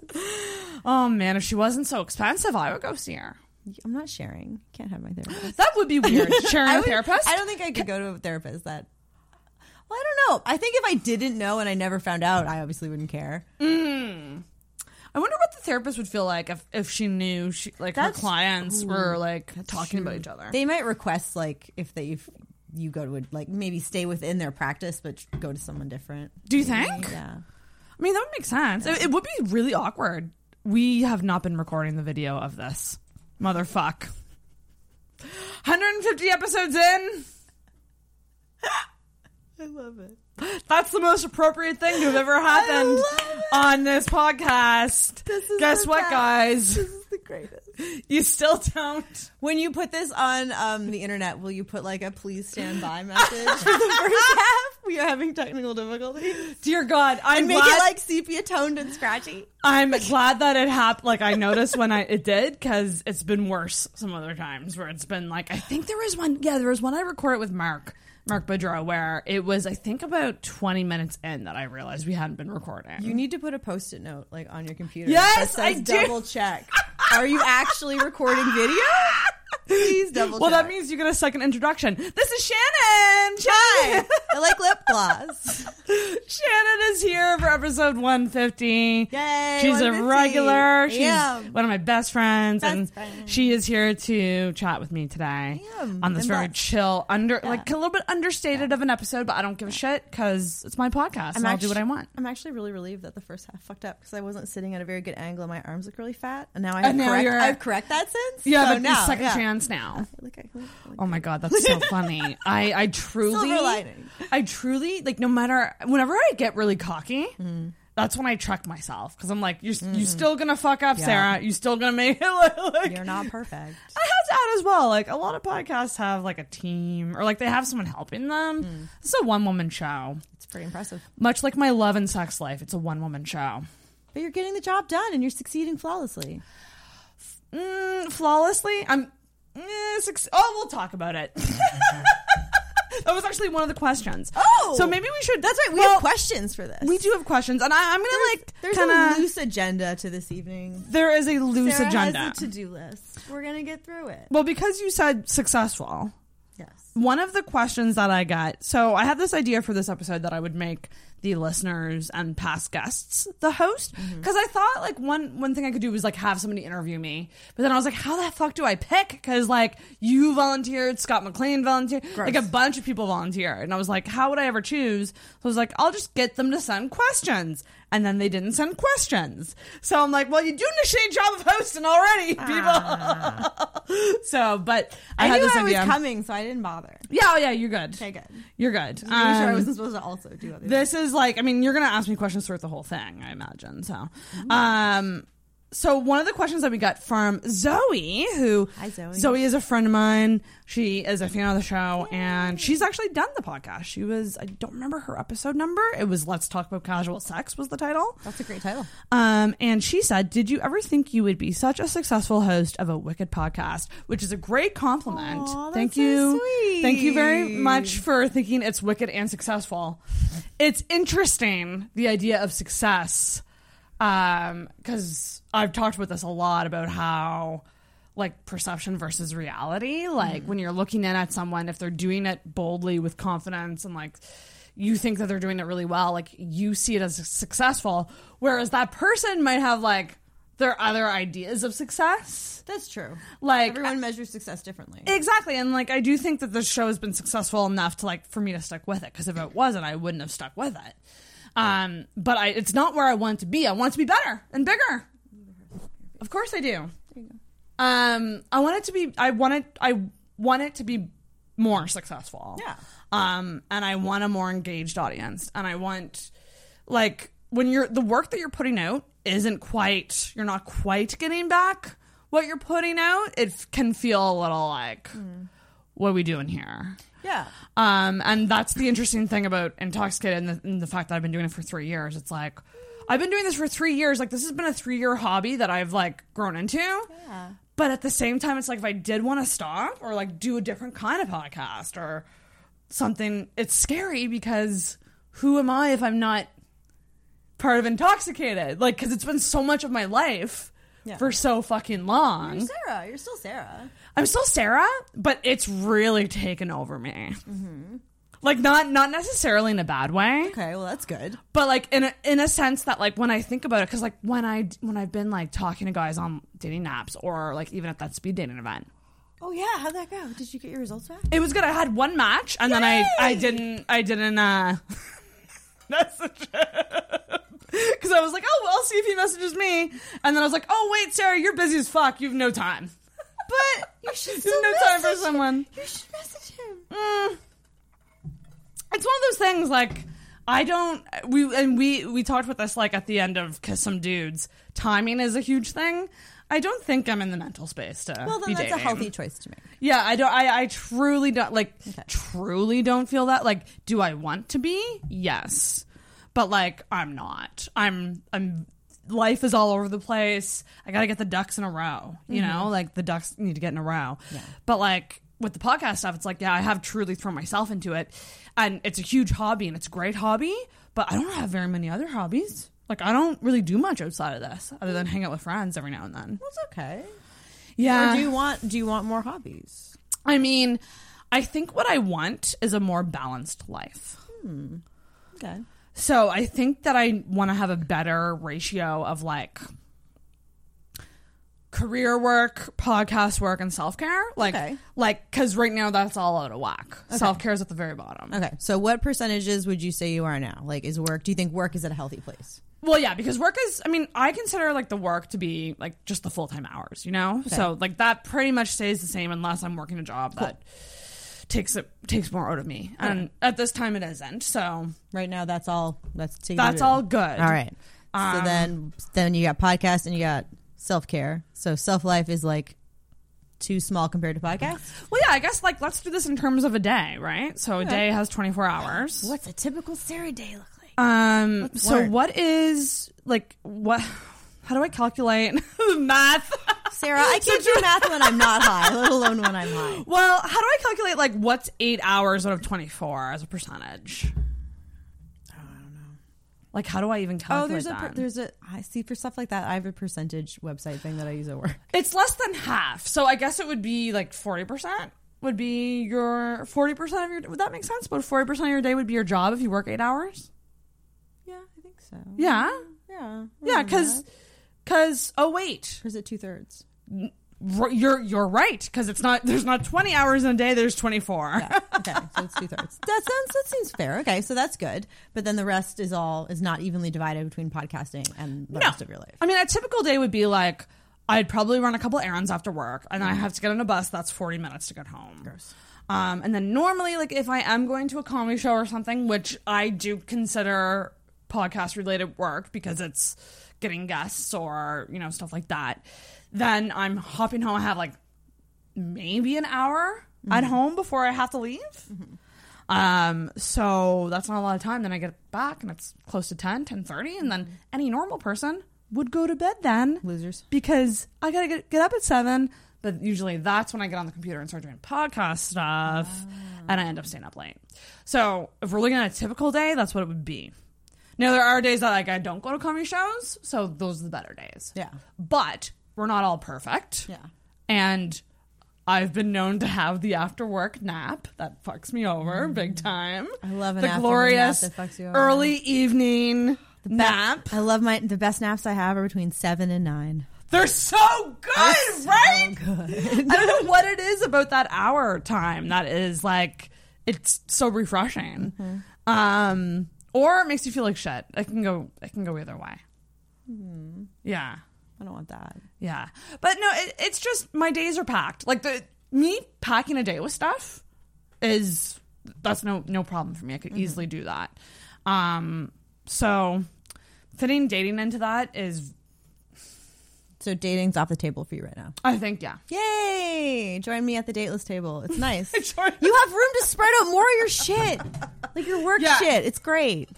Speaker 11: Oh man, if she wasn't so expensive, I would go see her.
Speaker 12: I'm not sharing. Can't have my therapist.
Speaker 11: That would be weird. Sharing
Speaker 12: I
Speaker 11: a
Speaker 12: would-
Speaker 11: therapist.
Speaker 12: I don't think I could go to a therapist that. Well, I don't know. I think if I didn't know and I never found out, I obviously wouldn't care.
Speaker 11: Mm. I wonder what the therapist would feel like if, if she knew she like her
Speaker 12: That's-
Speaker 11: clients
Speaker 12: ooh,
Speaker 11: were like talking about each other.
Speaker 12: They might request like if they if you go to a, like maybe stay within their practice, but go to someone different.
Speaker 11: Do you think?
Speaker 12: Yeah.
Speaker 11: I mean, that would make sense. It, it would be really awkward. We have not been recording the video of this. Motherfuck. 150 episodes in.
Speaker 12: I love it.
Speaker 11: That's the most appropriate thing to have ever happened on this podcast. Guess
Speaker 12: the
Speaker 11: what,
Speaker 12: best.
Speaker 11: guys?
Speaker 12: This is the greatest.
Speaker 11: You still don't.
Speaker 12: When you put this on um, the internet, will you put like a please stand by message for the first half? We are having technical difficulties.
Speaker 11: Dear God, I'm
Speaker 12: And make
Speaker 11: glad-
Speaker 12: it like sepia toned and scratchy.
Speaker 11: I'm glad that it happened. Like I noticed when I it did because it's been worse some other times where it's been like I think there was one. Yeah, there was one I recorded with Mark Mark Boudreau where it was I think about 20 minutes in that I realized we hadn't been recording.
Speaker 12: You need to put a post-it note like on your computer.
Speaker 11: Yes,
Speaker 12: that says
Speaker 11: I do.
Speaker 12: double check. Are you actually recording video? Please double.
Speaker 11: well,
Speaker 12: check.
Speaker 11: that means you get a second introduction. This is Shannon.
Speaker 12: Hi, I like lip gloss.
Speaker 11: Shannon is here for episode 150.
Speaker 12: Yay,
Speaker 11: She's a
Speaker 12: 150.
Speaker 11: regular. She's
Speaker 12: Yeah.
Speaker 11: one of my best friends, and
Speaker 12: friend.
Speaker 11: she is here to chat with me today
Speaker 12: am.
Speaker 11: on this
Speaker 12: I'm
Speaker 11: very
Speaker 12: blessed.
Speaker 11: chill, under like a little bit understated of an episode, but I don't give a shit because it's my podcast, and I'll do what I want.
Speaker 12: I'm actually really relieved that the first half fucked up because I wasn't sitting at a very good angle and my arms look really fat. And now I have
Speaker 11: And now
Speaker 12: correct.
Speaker 11: you're-
Speaker 12: I've correct that since.
Speaker 11: You have
Speaker 12: so
Speaker 11: a
Speaker 12: now,
Speaker 11: second
Speaker 12: yeah.
Speaker 11: chance now.
Speaker 12: Look, I- look, look.
Speaker 11: Oh my god, that's so funny. I I truly,
Speaker 12: Silver lining.
Speaker 11: I truly like no matter whenever I get really cocky. That's when I check myself because I'm like, you're, you're still gonna fuck up,
Speaker 12: Yeah.
Speaker 11: Sarah. You're still gonna make it look like
Speaker 12: You're not perfect.
Speaker 11: I have to add as well. Like a lot of podcasts have like a team or like they have someone helping them. It's a one woman show,
Speaker 12: It's pretty impressive.
Speaker 11: much like my love and sex life. It's a one woman show.
Speaker 12: But you're getting the job done and you're succeeding flawlessly.
Speaker 11: Mm, flawlessly, I'm. eh, suc- oh, we'll talk about it. that was actually one of the questions.
Speaker 12: Oh!
Speaker 11: so maybe we should.
Speaker 12: That's right. We
Speaker 11: well,
Speaker 12: have questions for this.
Speaker 11: We do have questions, and I, I'm gonna
Speaker 12: There's
Speaker 11: like kind
Speaker 12: a
Speaker 11: of.
Speaker 12: loose agenda to this evening.
Speaker 11: There is a loose
Speaker 12: Sarah
Speaker 11: agenda.
Speaker 12: has a to-do list. We're gonna get through it.
Speaker 11: well, because you said successful,
Speaker 12: Yes.
Speaker 11: one of the questions that I got. So I had this idea for this episode that I would make the listeners and past guests the host because I thought like one one thing I could do was like have somebody interview me, but then I was like, how the fuck do I pick? Because like you volunteered, Scott McLean volunteered, like a bunch of people volunteered, and I was like, how would I ever choose? So I was like, I'll just get them to send questions. And then they didn't send questions. So I'm like, well, you're doing a shitty job of hosting already, people. so, but Ah. I,
Speaker 13: I,
Speaker 11: had
Speaker 13: knew
Speaker 11: this
Speaker 13: I was
Speaker 11: idea.
Speaker 13: coming, so I didn't bother.
Speaker 11: Yeah, oh yeah, you're good.
Speaker 13: Okay, good.
Speaker 11: You're good.
Speaker 13: Just making sure I
Speaker 11: Um,
Speaker 13: wasn't supposed to also do other.
Speaker 11: this is like, I mean, you're gonna ask me questions throughout the whole thing, I imagine. So,
Speaker 13: Mm-hmm.
Speaker 11: um, so one of the questions that we got from Zoe, who
Speaker 13: Hi, Zoe.
Speaker 11: is a friend of mine. She is a fan of the show, and she's actually done the podcast. She was, I don't remember her episode number. It was "Let's Talk About Casual Sex" was the title.
Speaker 13: That's a great title.
Speaker 11: Um, and she said, "Did you ever think you would be such a successful host of a wicked podcast?" Which is a great compliment. Thank you, thank you very much for thinking it's wicked and successful. It's interesting the idea of success, because Um, I've talked about this a lot about how like perception versus reality. Like when you're looking in at someone, if they're doing it boldly with confidence and like you think that they're doing it really well, like you see it as successful, whereas that person might have like their other ideas of success.
Speaker 13: That's true.
Speaker 11: Like
Speaker 13: Everyone measures success differently.
Speaker 11: Exactly, and like I do think that the show has been successful enough to like for me to stick with it because if it wasn't, I wouldn't have stuck with it. Um, but I, it's not where I want to be. I want it to be better and bigger. Of course, I do. Um, I want it to be. I want it. I want it to be more successful.
Speaker 13: Yeah.
Speaker 11: Um, and I want a more engaged audience, and I want like when you're the work that you're putting out isn't quite you're not quite getting back what you're putting out it f- can feel a little like what are we doing here
Speaker 13: Yeah.
Speaker 11: um and that's the interesting thing about intoxicated and the, and the fact that i've been doing it for three years it's like i've been doing this for three years like this has been a three year hobby that i've like grown into
Speaker 13: Yeah.
Speaker 11: but at the same time it's like if i did want to stop or like do a different kind of podcast or something it's scary because who am i if i'm not part of intoxicated like because it's been so much of my life
Speaker 13: Yeah.
Speaker 11: for so fucking long
Speaker 13: You're Sarah. You're still Sarah.
Speaker 11: i'm still sarah but it's really taken over me
Speaker 13: Mm-hmm.
Speaker 11: like not not necessarily in a bad way
Speaker 13: Okay, well that's good.
Speaker 11: but like in a, in a sense that like when I think about it, because like when I when I've been like talking to guys on dating apps or like even at that speed dating event,
Speaker 13: Oh yeah, how'd that go? Did you get your results back?
Speaker 11: it was good. I had one match and then I I didn't I didn't uh message because I was like, oh well, I'll see if he messages me, and then I was like, oh wait, Sarah, you're busy as fuck. You have no time.
Speaker 13: But you should
Speaker 11: There's
Speaker 13: still
Speaker 11: no time for
Speaker 13: message-
Speaker 11: someone.
Speaker 13: You should message him.
Speaker 11: Mm. it's one of those things like I don't we and we we talked about this like at the end of Kiss Some Dudes. Timing is a huge thing. I don't think I'm in the mental space to
Speaker 13: Well, then
Speaker 11: be
Speaker 13: that's a
Speaker 11: dating.
Speaker 13: healthy choice to make.
Speaker 11: Yeah, I don't. I, I truly don't like. Truly don't feel that. Like, do I want to be? Yes, but like, I'm not. I'm. I'm. Life is all over the place. I gotta get the ducks in a row. You know,
Speaker 13: Mhm.
Speaker 11: like the ducks need to get in a row. But like with the podcast stuff, it's like, yeah, I have truly thrown myself into it, and it's a huge hobby and it's a great hobby. But I don't have very many other hobbies. Like, I don't really do much outside of this other than hang out with friends every now and then.
Speaker 13: That's okay.
Speaker 11: Yeah.
Speaker 13: Or do you want do you want more hobbies?
Speaker 11: I mean, I think what I want is a more balanced life.
Speaker 13: Hmm. Okay.
Speaker 11: So I think that I want to have a better ratio of like career work, podcast work, and self care. Like,
Speaker 13: Okay.
Speaker 11: like because right now that's all out of whack. Self care is at the very bottom.
Speaker 13: Okay. So what percentages would you say you are now? Like is work do you think work is at a healthy place?
Speaker 11: Well, yeah, because work is. I mean, I consider like the work to be like just the full time hours. You know,
Speaker 13: Okay.
Speaker 11: so like that pretty much stays the same unless I'm working a job
Speaker 13: Cool.
Speaker 11: that takes it takes more out of me.
Speaker 13: Okay.
Speaker 11: And at this time, it isn't. So
Speaker 13: Right now that's all that's taken
Speaker 11: That's
Speaker 13: care of.
Speaker 11: all good.
Speaker 13: All right. so
Speaker 11: Um,
Speaker 13: then then you got podcast and you got self care. So self life is like too small compared to podcast.
Speaker 11: Well, yeah, I guess like let's do this in terms of a day, right? So a
Speaker 13: Yeah.
Speaker 11: day has 24 hours.
Speaker 13: What's a typical Sarah day look like?
Speaker 11: Um
Speaker 13: What's
Speaker 11: so
Speaker 13: work?
Speaker 11: what is like what how do I calculate math?
Speaker 13: Sarah, I can't do math when I'm not high, let alone when I'm high.
Speaker 11: Well, how do I calculate like what's 8 hours out of 24 as a percentage? Oh, I don't know. Like how do I even calculate
Speaker 13: Oh, there's a per-
Speaker 11: that?
Speaker 13: there's a I see for stuff like that. I have a percentage website thing that I use at work.
Speaker 11: It's less than half. So I guess it would be like 40%. would be your 40% of your would that make sense? But 40% of your day would be your job if you work 8 hours?
Speaker 12: Yeah, I think so.
Speaker 11: Yeah.
Speaker 12: Yeah.
Speaker 11: Yeah, cuz cuz oh wait.
Speaker 12: Or is it 2/3?
Speaker 11: You're you're right cuz it's not there's not 20 hours in a day, there's 24.
Speaker 12: okay, so it's two thirds. That sounds that seems fair. Okay, so that's good. But then the rest is all is not evenly divided between podcasting and the rest of your life.
Speaker 11: I mean, a typical day would be like I'd probably run a couple errands after work, and I have to get on a bus. That's forty minutes to get home. Um, and then normally, like if I am going to a comedy show or something, which I do consider podcast related work because it's getting guests or you know stuff like that, then I'm hopping home. I have like maybe an hour at home before I have to leave. Um, so that's not a lot of time. Then I get back and it's close to 10, 10.30. And then any normal person would go to bed then.
Speaker 12: Losers.
Speaker 11: Because I got to get, get up at 7. But usually that's when I get on the computer and start doing podcast stuff.
Speaker 12: Ah.
Speaker 11: And I end up staying up late. So if we're looking at a typical day, that's what it would be. Now there are days that like I don't go to comedy shows, so those are the better days.
Speaker 12: Yeah.
Speaker 11: But we're not all perfect.
Speaker 12: Yeah.
Speaker 11: And I've been known to have the after work nap that fucks me over big time. I
Speaker 12: Mm. love an
Speaker 11: the
Speaker 12: afternoon nap
Speaker 11: glorious
Speaker 12: that fucks you over.
Speaker 11: early evening nap.
Speaker 12: I love my the best naps I have are between seven and nine.
Speaker 11: They're so good, right? I don't know what it is about that hour time that is like it's so refreshing.
Speaker 12: Mm-hmm.
Speaker 11: Um or it makes you feel like shit. I can go I can go either way.
Speaker 12: Hmm.
Speaker 11: Yeah.
Speaker 12: I don't want that.
Speaker 11: Yeah. But no, it, it's just my days are packed. Like the me packing a day with stuff is that's no no problem for me. I could
Speaker 12: Mm-hmm.
Speaker 11: easily do that. Um so fitting dating into that is
Speaker 12: So dating's off the table for you right now.
Speaker 11: I think yeah.
Speaker 12: Yay! Join me at the dateless table. It's nice. you have room to spread out more of your shit, like your work
Speaker 11: Yeah.
Speaker 12: shit. It's great.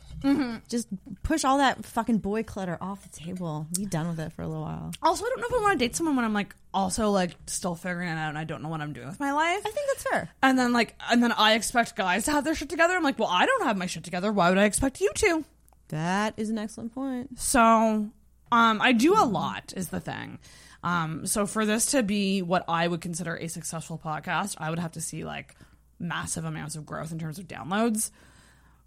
Speaker 12: Just push all that fucking boy clutter off the table. Be done with it for a little while.
Speaker 11: Also, I don't know if I want to date someone when I'm like also like still figuring it out and I don't know what I'm doing with my life.
Speaker 12: I think that's fair.
Speaker 11: And then like and then I expect guys to have their shit together. I'm like, well, I don't have my shit together. Why would I expect you to?
Speaker 12: That is an excellent point.
Speaker 11: So, um, I do a lot is the thing. Um, so for this to be what I would consider a successful podcast, I would have to see like massive amounts of growth in terms of downloads,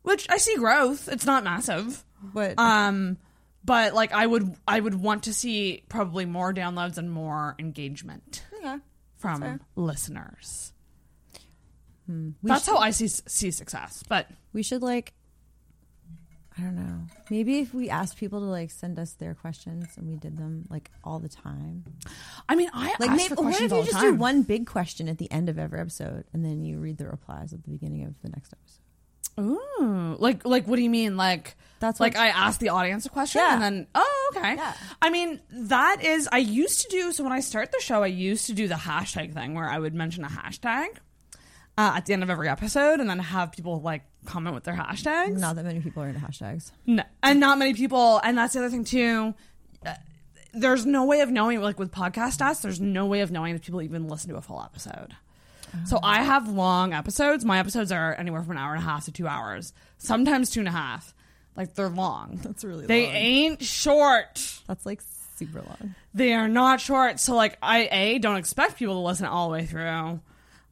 Speaker 11: which I see growth. It's not massive,
Speaker 12: But
Speaker 11: um, but like I would I would want to see probably more downloads and more engagement
Speaker 12: okay.
Speaker 11: from
Speaker 12: Fair.
Speaker 11: listeners.
Speaker 12: Hmm. We
Speaker 11: That's
Speaker 12: should-
Speaker 11: how I see see success. But
Speaker 12: we should like. I don't know. Maybe if we asked people to like send us their questions and we did them like all the time.
Speaker 11: I mean, I
Speaker 12: Like,
Speaker 11: ask
Speaker 12: maybe,
Speaker 11: for
Speaker 12: what
Speaker 11: questions
Speaker 12: if
Speaker 11: all
Speaker 12: you
Speaker 11: the
Speaker 12: just
Speaker 11: time.
Speaker 12: do one big question at the end of every episode, and then you read the replies at the beginning of the next episode?
Speaker 11: Ooh, Mm, like like what do you mean? Like
Speaker 12: That's
Speaker 11: like
Speaker 12: what-
Speaker 11: I asked the audience a question
Speaker 12: Yeah.
Speaker 11: and then oh okay.
Speaker 12: Yeah.
Speaker 11: I mean that is I used to do so when I start the show I used to do the hashtag thing where I would mention a hashtag uh, at the end of every episode and then have people like comment with their hashtags.
Speaker 12: Not that many people are into hashtags.
Speaker 11: No, and not many people. And that's the other thing too. Uh, There's no way of knowing, like with podcast stats, there's no way of knowing if people even listen to a full episode. So
Speaker 12: Oh.
Speaker 11: I have long episodes. My episodes are anywhere from an hour and a half to two hours, sometimes two and a half. Like they're long.
Speaker 12: That's really
Speaker 11: They
Speaker 12: long.
Speaker 11: ain't short.
Speaker 12: That's like super long.
Speaker 11: They are not short. So like I a don't expect people to listen all the way through.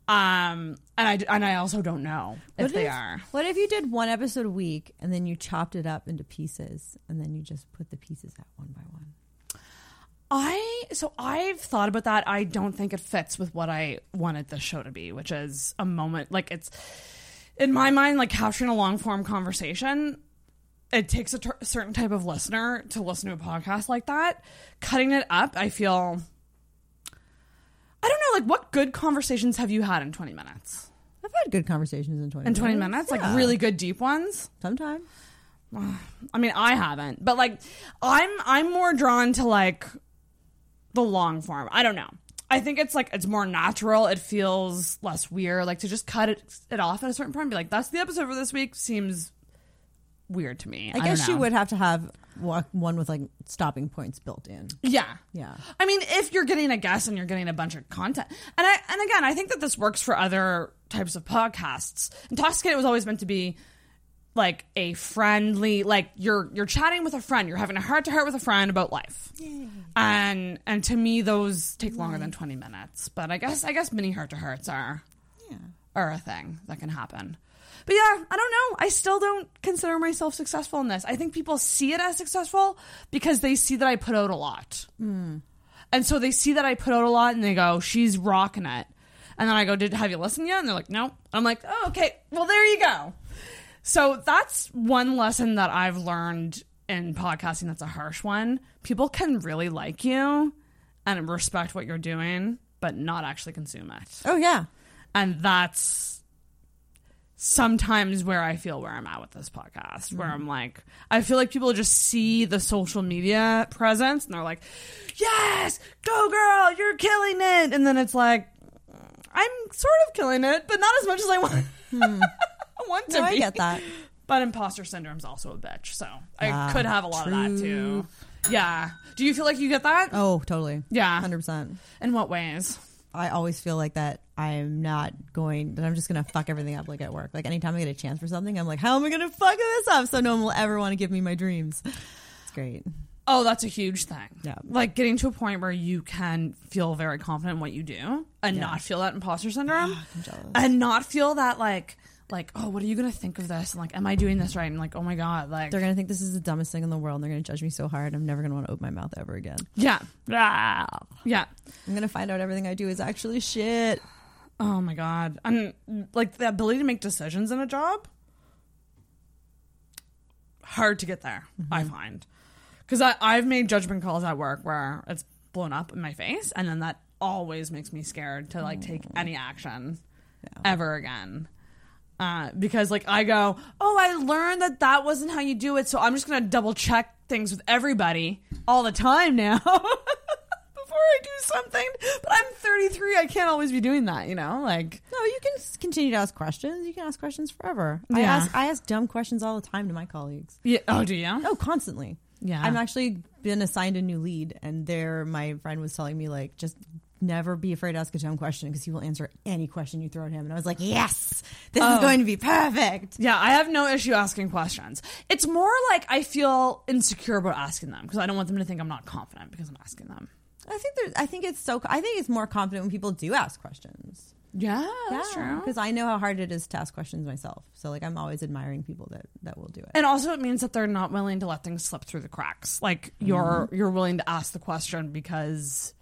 Speaker 11: Um, and I and I also don't know if they are.
Speaker 12: What if you did one episode a week and then you chopped it up into pieces and then you just put the pieces out one by one?
Speaker 11: I so I've thought about that. I don't think it fits with what I wanted the show to be, which is a moment like it's in my mind like capturing a long form conversation. It takes a ter- certain type of listener to listen to a podcast like that. Cutting it up, I feel. I don't know, like what good conversations have you had in twenty minutes?
Speaker 12: I've had good conversations in 20
Speaker 11: In twenty
Speaker 12: minutes.
Speaker 11: minutes,
Speaker 12: Yeah.
Speaker 11: like really good deep ones.
Speaker 12: Sometime.
Speaker 11: I mean, I haven't, but like, I'm I'm more drawn to like the long form. I don't know. I think it's like it's more natural. It feels less weird. Like to just cut it, it off at a certain point and be like, "That's the episode for this week." Seems weird to me.
Speaker 12: I,
Speaker 11: don't
Speaker 12: guess you
Speaker 11: know.
Speaker 12: would have to have wa- one with like stopping points built in.
Speaker 11: Yeah.
Speaker 12: Yeah.
Speaker 11: I mean, if you're getting a guest and you're getting a bunch of content, and I and again, I think that this works for other types of podcasts. Intoxicated was always meant to be like a friendly, like you're you're chatting with a friend, you're having a heart to heart with a friend about life, and and to me, those take longer than twenty minutes. But I guess I guess mini heart to hearts are are a thing that can happen. But yeah, I don't know. I still don't consider myself successful in this. I think people see it as successful because they see that I put out a lot.
Speaker 12: Mm.
Speaker 11: And so they see that I put out a lot and they go, she's rocking it. And then I go, did have you listened yet? And they're like, no. I'm like, oh, okay. Well, there you go. So that's one lesson that I've learned in podcasting that's a harsh one. People can really like you and respect what you're doing, but not actually consume it.
Speaker 12: Oh, yeah.
Speaker 11: And that's sometimes where I feel where I'm at with this podcast, where
Speaker 12: Mhm.
Speaker 11: I'm like, I feel like people just see the social media presence and they're like, yes, go girl, you're killing it. And then it's like, I'm sort of killing it, but not as much as I want, I want to
Speaker 12: Hmm. No, I
Speaker 11: be.
Speaker 12: get that.
Speaker 11: But imposter syndrome's also a bitch, so I
Speaker 12: Ah,
Speaker 11: could have a lot of that too. Yeah. Do you feel like you get that?
Speaker 12: Oh, totally.
Speaker 11: Yeah.
Speaker 12: 100%.
Speaker 11: In what ways?
Speaker 12: I always feel like that I'm not going, that I'm just going to fuck everything up like at work. Like anytime I get a chance for something, I'm like, how am I going to fuck this up so no one will ever want to give me my dreams? It's great.
Speaker 11: Oh, that's a huge thing.
Speaker 12: Yeah.
Speaker 11: Like getting to a point where you can feel very confident in what you do and
Speaker 12: Yeah. Ah,
Speaker 11: not feel that imposter syndrome and not feel that like like oh what are you going to think of this and like am I doing this right and like oh my god like
Speaker 12: They're going to think this is the dumbest thing in the world and they're going to judge me so hard. I'm never going to want to open my mouth ever again.
Speaker 11: Yeah.
Speaker 12: Ah.
Speaker 11: Yeah.
Speaker 12: I'm going to find out everything I do is actually shit.
Speaker 11: Oh my god. And like the ability to make decisions in a job hard to get there, I find. Cuz I I've made judgment calls at work where it's blown up in my face and then that always makes me scared to like take any action ever again. Uh, because like I go, oh, I learned that that wasn't how you do it, so I'm just gonna double check things with everybody all the time now before I do something. But I'm 33. I can't always be doing that, you know? Like,
Speaker 12: No, you can s- continue to ask questions. You can ask questions forever. I
Speaker 11: Yeah.
Speaker 12: ask I ask dumb questions all the time to my colleagues.
Speaker 11: Yeah. Oh, do you?
Speaker 12: Oh, constantly.
Speaker 11: Yeah.
Speaker 12: I'm actually been assigned a new lead, and there my friend was telling me like just never be afraid to ask a dumb question because he will answer any question you throw at him. And I was like, yes, this
Speaker 11: Oh.
Speaker 12: is going to be perfect.
Speaker 11: Yeah, I have no issue asking questions. It's more like I feel insecure about asking them because I don't want them to think I'm not confident because I'm asking them.
Speaker 12: I think there's. I think it's so. I think it's more confident when people do ask questions.
Speaker 11: Yeah,
Speaker 12: Oh,
Speaker 11: that's true.
Speaker 12: Because I know how hard it is to ask questions myself. So like, I'm always admiring people that that will do it.
Speaker 11: And also, it means that they're not willing to let things slip through the cracks. Like you're you're willing to ask the question because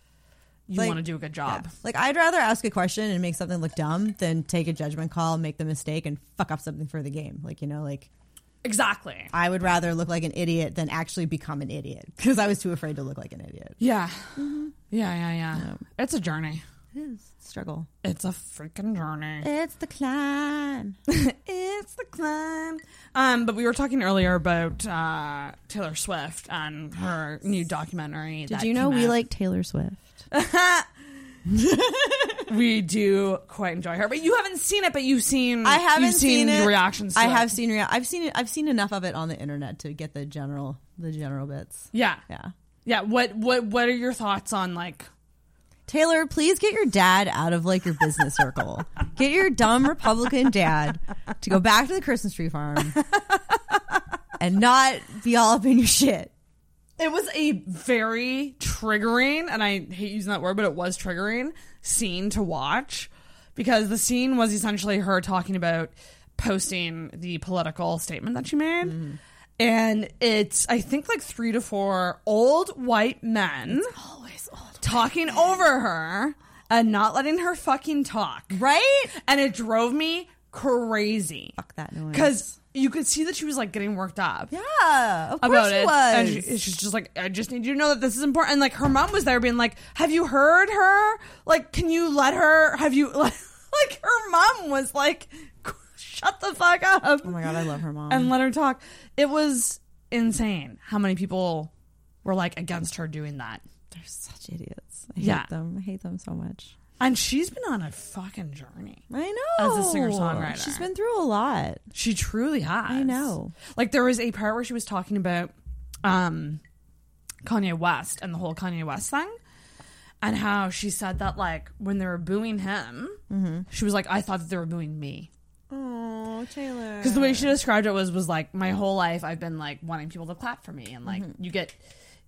Speaker 11: you
Speaker 12: Like-
Speaker 11: want to do a good job.
Speaker 12: Like I'd rather ask a question and make something look dumb than take a judgment call, make the mistake, and fuck up something for the game. Like you know, like
Speaker 11: Exactly.
Speaker 12: I would rather look like an idiot than actually become an idiot because I was too afraid to look like an idiot.
Speaker 11: Yeah. yeah. Yeah. Mm-hmm. Yeah. It's a journey.
Speaker 12: It is struggle.
Speaker 11: It's a freaking journey.
Speaker 12: It's the climb.
Speaker 11: it's the climb. Um, but we were talking earlier about uh, Taylor Swift and her new documentary.
Speaker 12: Did
Speaker 11: that
Speaker 12: you know
Speaker 11: came
Speaker 12: we
Speaker 11: out.
Speaker 12: like Taylor Swift?
Speaker 11: we do quite enjoy her, but you haven't seen it. But you've seen.
Speaker 12: I haven't
Speaker 11: you've seen,
Speaker 12: it.
Speaker 11: reactions. To
Speaker 12: I
Speaker 11: it.
Speaker 12: have seen. Rea- I've seen it. I've seen enough of it on the internet to get the general the general bits.
Speaker 11: Yeah.
Speaker 12: Yeah.
Speaker 11: Yeah. What? What? What are your thoughts on like?
Speaker 12: Taylor, please get your dad out of like your business circle. Get your dumb Republican dad to go back to the Christmas tree farm and not be all up in your shit.
Speaker 11: It was a very triggering, and I hate using that word, but it was triggering scene to watch because the scene was essentially her talking about posting the political statement that she made. And it's, I think, like three to four old white men always old talking over her and not letting her fucking talk.
Speaker 12: Right?
Speaker 11: And it drove me crazy.
Speaker 12: Fuck that noise.
Speaker 11: Because you could see that she was like getting worked up
Speaker 12: yeah, of course
Speaker 11: about
Speaker 12: he
Speaker 11: it. And
Speaker 12: was.
Speaker 11: she- she's just like, I just need you to know that this is important. And like her mom was there being like, Have you heard her? Like, can you let her? Have you like, her mom was like, Shut the fuck up.
Speaker 12: oh my god, I love her mom.
Speaker 11: And let her talk. It was insane how many people were like against her doing that.
Speaker 12: They're such idiots. I hate
Speaker 11: Yeah.
Speaker 12: them. I hate them so much.
Speaker 11: And she's been on a fucking journey.
Speaker 12: I know.
Speaker 11: As a singer-songwriter.
Speaker 12: she's been through a lot.
Speaker 11: She truly has.
Speaker 12: I know.
Speaker 11: Like there was a part where she was talking about um Kanye West and the whole Kanye West thing and how she said that like when they were booing him,
Speaker 12: Mm-hmm.
Speaker 11: she was like I thought that they were booing me.
Speaker 12: Oh, Taylor.
Speaker 11: Cuz the
Speaker 12: Mm-hmm.
Speaker 11: way she described it was was like my whole life I've been like wanting people to clap for me and like you get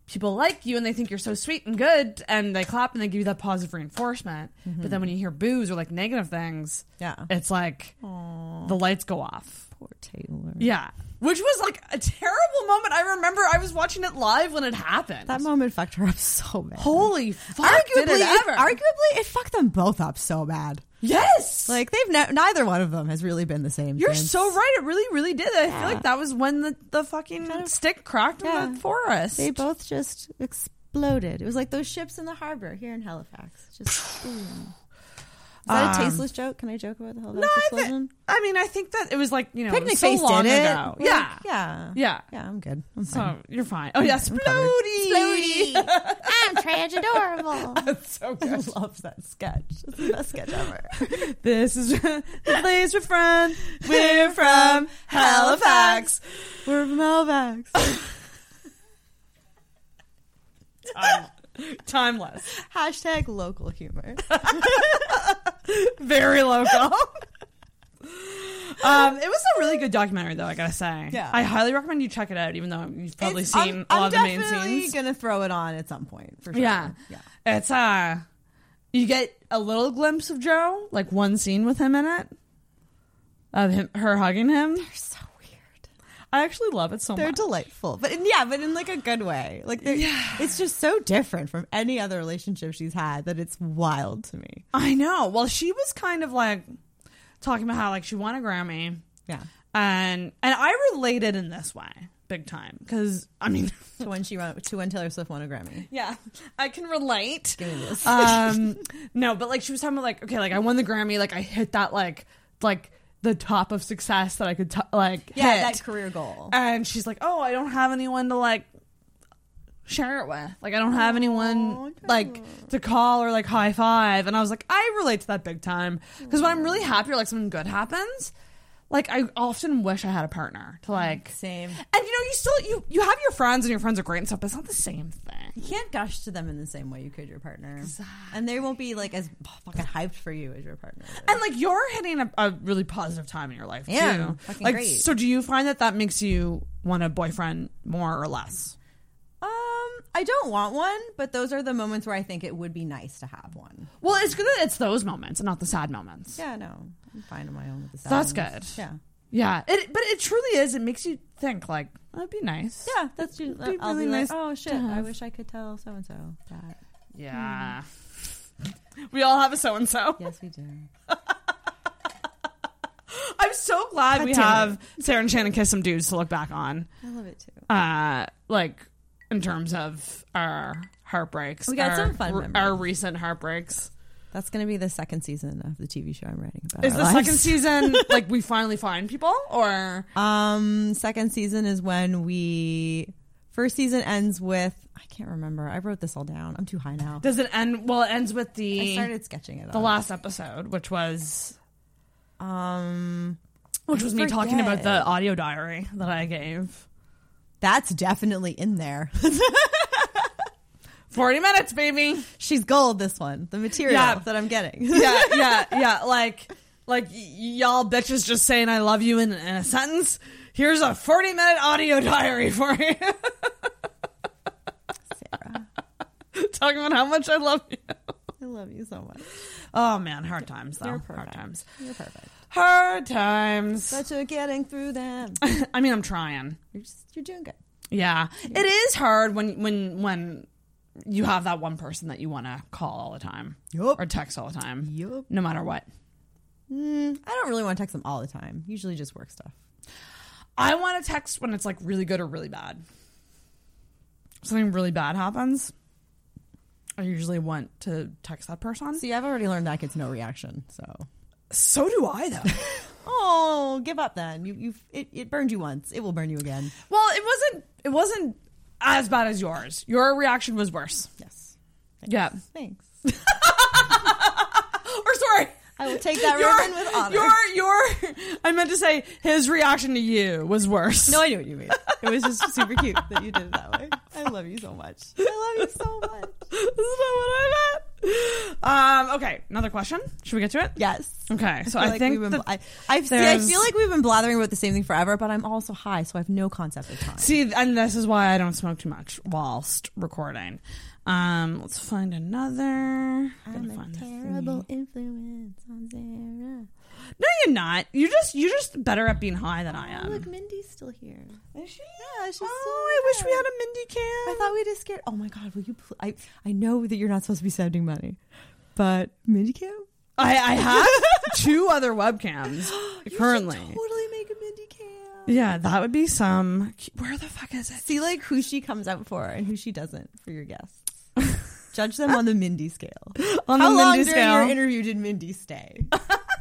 Speaker 11: people like you and they think you're so sweet and good and they clap and they give you that positive reinforcement. But then when you hear boos or like negative things,
Speaker 12: Mm-hmm. yeah,
Speaker 11: it's like the lights go off.
Speaker 12: Poor Taylor.
Speaker 11: Yeah. Which was like a terrible moment. I remember I was watching it live when it happened.
Speaker 12: That moment fucked her up so bad.
Speaker 11: Holy fuck!
Speaker 12: Arguably,
Speaker 11: did it
Speaker 12: it-
Speaker 11: ever.
Speaker 12: arguably, it fucked them both up so bad.
Speaker 11: Yes.
Speaker 12: like they've ne- neither one of them has really been the same.
Speaker 11: You're
Speaker 12: since.
Speaker 11: so right. It really, really did. I feel like that was when the, the fucking stick cracked in
Speaker 12: Yeah.
Speaker 11: the forest.
Speaker 12: They both just exploded. It was like those ships in the harbor here in Halifax. Just. boom. Is that a
Speaker 11: Um,
Speaker 12: tasteless joke? Can I joke about the Halifax
Speaker 11: No, I,
Speaker 12: explosion?
Speaker 11: thi- I mean, I think that it was like you know,
Speaker 12: Picnic
Speaker 11: so
Speaker 12: Face
Speaker 11: long
Speaker 12: did it.
Speaker 11: ago.
Speaker 12: We're
Speaker 11: Yeah,
Speaker 12: like, yeah.
Speaker 11: yeah,
Speaker 12: yeah. I'm good. I'm
Speaker 11: so
Speaker 12: fine.
Speaker 11: you're fine. Oh yeah,
Speaker 12: I'm covered.
Speaker 11: Splody, Splody.
Speaker 12: I'm tragedorable.
Speaker 11: That's so good.
Speaker 12: I love that sketch. It's the best sketch ever.
Speaker 11: this is the place we're from. We're from Halifax.
Speaker 12: We're from Halifax.
Speaker 11: Timeless,
Speaker 12: Hashtag local humor.
Speaker 11: very local. Um, it was a really good documentary, though. I gotta say,
Speaker 12: Yeah.
Speaker 11: I highly recommend you check it out. Even though you've probably
Speaker 12: It's-
Speaker 11: seen
Speaker 12: I'm,
Speaker 11: all
Speaker 12: I'm
Speaker 11: of the main
Speaker 12: definitely
Speaker 11: scenes,
Speaker 12: gonna throw it on at some point for sure.
Speaker 11: Yeah.
Speaker 12: yeah.
Speaker 11: it's uh, you get a little glimpse of Joe, like one scene with him in it, of him, her hugging him. They're so weird. I actually love it so
Speaker 12: They're
Speaker 11: much.
Speaker 12: delightful, but in, yeah, but in like a good way. Like, they're- it's just so different from any other relationship she's had that it's wild to me.
Speaker 11: I know. Well, she was kind of like talking about how like she won a Grammy,
Speaker 12: Yeah.
Speaker 11: and and I related in this way big time because I mean,
Speaker 12: to when she won, to when Taylor Swift won a Grammy.
Speaker 11: yeah, I can relate.
Speaker 12: Give me this.
Speaker 11: um no but like she was talking about like okay like i won the grammy like i hit that like like the top of success that i could t- like
Speaker 12: yeah,
Speaker 11: hit.
Speaker 12: that career goal.
Speaker 11: and she's like oh i don't have anyone to like share it with like i don't have anyone like to call or like high five and i was like i relate to that big time because when i'm really happy or like something good happens like i often wish i had a partner to like
Speaker 12: Same.
Speaker 11: and you know you still you you have your friends and your friends are great and stuff but it's not the same thing
Speaker 12: You can't gush to them in the same way you could your partner, and they won't be like as fucking hyped for you as your partner.
Speaker 11: And like you're hitting a, a really positive time in your life
Speaker 12: Yeah,
Speaker 11: too.
Speaker 12: fucking
Speaker 11: Like,
Speaker 12: great.
Speaker 11: so do you find that that makes you want a boyfriend more or less?
Speaker 12: Um, I don't want one, but those are the moments where I think it would be nice to have one.
Speaker 11: Well, it's good that it's those moments and not the sad moments.
Speaker 12: Yeah, no, I'm fine on my own with the sad
Speaker 11: That's
Speaker 12: ones.
Speaker 11: good.
Speaker 12: Yeah,
Speaker 11: Yeah, it, but it truly is. It makes you think like that'd be nice.
Speaker 12: yeah, that's you.
Speaker 11: It'd be
Speaker 12: I'll
Speaker 11: really
Speaker 12: be
Speaker 11: nice
Speaker 12: like, oh shit,
Speaker 11: to
Speaker 12: I
Speaker 11: have."
Speaker 12: wish I could tell so and so that.
Speaker 11: yeah. we all have a so and so.
Speaker 12: Yes, we do.
Speaker 11: I'm so glad
Speaker 12: God
Speaker 11: we
Speaker 12: damn it.
Speaker 11: have Sarah and Shannon kiss some dudes to look back on.
Speaker 12: I love it too.
Speaker 11: Uh, like in terms of our heartbreaks,
Speaker 12: We got
Speaker 11: our-
Speaker 12: some fun memories.
Speaker 11: our recent heartbreaks.
Speaker 12: That's going to be the second season of the TV show I'm writing about.
Speaker 11: Is
Speaker 12: our
Speaker 11: the
Speaker 12: lives.
Speaker 11: second season like we finally find people or
Speaker 12: Um, second season is when we. First season ends with I can't remember. I wrote this all down. I'm too high now.
Speaker 11: does it end? Well, it ends with
Speaker 12: I
Speaker 11: the
Speaker 12: started sketching it.
Speaker 11: the
Speaker 12: out.
Speaker 11: last episode, which was
Speaker 12: Um,
Speaker 11: which was me talking about
Speaker 12: forget.
Speaker 11: the audio diary that I gave.
Speaker 12: that's definitely in there.
Speaker 11: Forty minutes, baby.
Speaker 12: She's gold. This one, the material
Speaker 11: Yeah.
Speaker 12: that I'm getting.
Speaker 11: Yeah, yeah, yeah. Like, like y- y'all bitches just saying "I love you" in, in a sentence. Here's a forty-minute audio diary for you. talking about how much I love you.
Speaker 12: I love you so much.
Speaker 11: Oh man, hard times though.
Speaker 12: You're
Speaker 11: Hard
Speaker 12: perfect.
Speaker 11: times.
Speaker 12: You're perfect.
Speaker 11: Hard times.
Speaker 12: But you're getting through them.
Speaker 11: I mean, I'm trying.
Speaker 12: You're just you're doing good.
Speaker 11: Yeah. It is hard when when when you have that one person that you want to call all the time
Speaker 12: Yup.
Speaker 11: or text all the time.
Speaker 12: Yup.
Speaker 11: No matter what.
Speaker 12: Mm, I don't really want to text them all the time. Usually just work stuff.
Speaker 11: I want to text when it's like really good or really bad. Something really bad happens. I usually want to text that person.
Speaker 12: See, I've already learned that gets no reaction. So
Speaker 11: So do I though.
Speaker 12: oh, give up then. You you it, it burned you once. It will burn you again.
Speaker 11: well, it wasn't it wasn't as bad as yours. Your reaction was worse.
Speaker 12: Yes.
Speaker 11: Yeah.
Speaker 12: Thanks.
Speaker 11: Or sorry.
Speaker 12: I will take that
Speaker 11: Your-
Speaker 12: ribbon with honor.
Speaker 11: Your your I meant to say his reaction to you was worse.
Speaker 12: no, I knew what you mean. It was just super cute that you did it that way. I love you so much. I love you so much.
Speaker 11: This is not what I meant. Um, okay, another question. Should we get to it?
Speaker 12: Yes.
Speaker 11: Okay, so
Speaker 12: I
Speaker 11: I,
Speaker 12: feel like
Speaker 11: think
Speaker 12: we've been-
Speaker 11: that
Speaker 12: I, I, see, I
Speaker 11: there's-
Speaker 12: feel like we've been blathering about the same thing forever, but I'm also high, so I have no concept of time.
Speaker 11: See, and this is why I don't smoke too much whilst recording. Um, let's find another.
Speaker 12: I'm a terrible influence on Sarah.
Speaker 11: No, you're not. You're just you're just better at being high than I am.
Speaker 12: Look, Mindy's still here.
Speaker 11: Um, Is she?
Speaker 12: Yeah, she's still
Speaker 11: Oh, I wish we
Speaker 12: here.
Speaker 11: had a Mindy cam.
Speaker 12: I thought we just scared. Oh my god, will you? Pl- I I know that you're not supposed to be sending money, but Mindy Cam.
Speaker 11: I, I have two other webcams currently.
Speaker 12: totally make a Mindy Cam.
Speaker 11: Yeah, that would be some. Where the fuck is it?
Speaker 12: See, like who she comes out for and who she doesn't for your guests. Judge them on the Mindy scale.
Speaker 11: On
Speaker 12: How
Speaker 11: the
Speaker 12: long
Speaker 11: Mindy
Speaker 12: during
Speaker 11: scale.
Speaker 12: your interview did Mindy stay?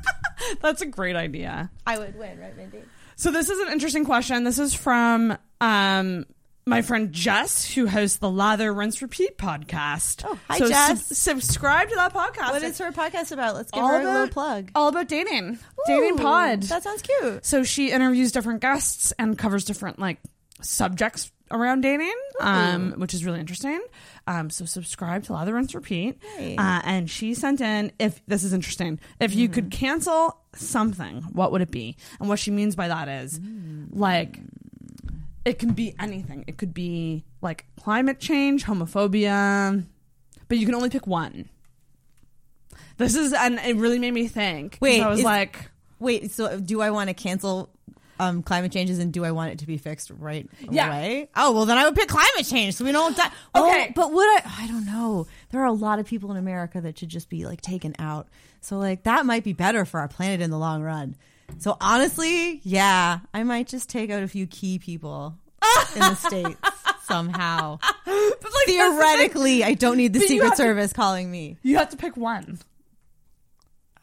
Speaker 11: That's a great idea.
Speaker 12: I would win, right, Mindy?
Speaker 11: So this is an interesting question. This is from um my friend Jess, who hosts the Lather Rinse Repeat podcast. Oh,
Speaker 12: hi,
Speaker 11: so
Speaker 12: Jess.
Speaker 11: subscribe to that podcast.
Speaker 12: What is
Speaker 11: It's
Speaker 12: her podcast about? Let's give
Speaker 11: all
Speaker 12: her a little
Speaker 11: about-
Speaker 12: plug.
Speaker 11: all about dating, dating
Speaker 12: Ooh,
Speaker 11: pod.
Speaker 12: That sounds cute.
Speaker 11: so she interviews different guests and covers different like subjects around dating, um, which is really interesting. Um, so subscribe to Lather Rinse Repeat.
Speaker 12: Hey.
Speaker 11: Uh, and she sent in if this is interesting, if you
Speaker 12: Mm.
Speaker 11: could cancel something, what would it be? And what she means by that is
Speaker 12: Mm.
Speaker 11: like it can be anything. It could be like climate change, homophobia, but you can only pick one. This is and it really made me think. 'cause
Speaker 12: Wait,
Speaker 11: I was
Speaker 12: is-
Speaker 11: like,
Speaker 12: Wait, so do I want to cancel um, climate changes and do I want it to be fixed right
Speaker 11: Yeah.
Speaker 12: away? Oh well, then I would pick climate change so we don't die. Oh,
Speaker 11: Okay.
Speaker 12: but would I? I don't know. There are a lot of people in America that should just be like taken out. So like that might be better for our planet in the long run. So honestly, yeah, I might just take out a few key people in the states somehow.
Speaker 11: but like that's the thing.
Speaker 12: Theoretically, I don't need the
Speaker 11: But you have
Speaker 12: Secret
Speaker 11: to-
Speaker 12: Service calling me.
Speaker 11: You have to pick one.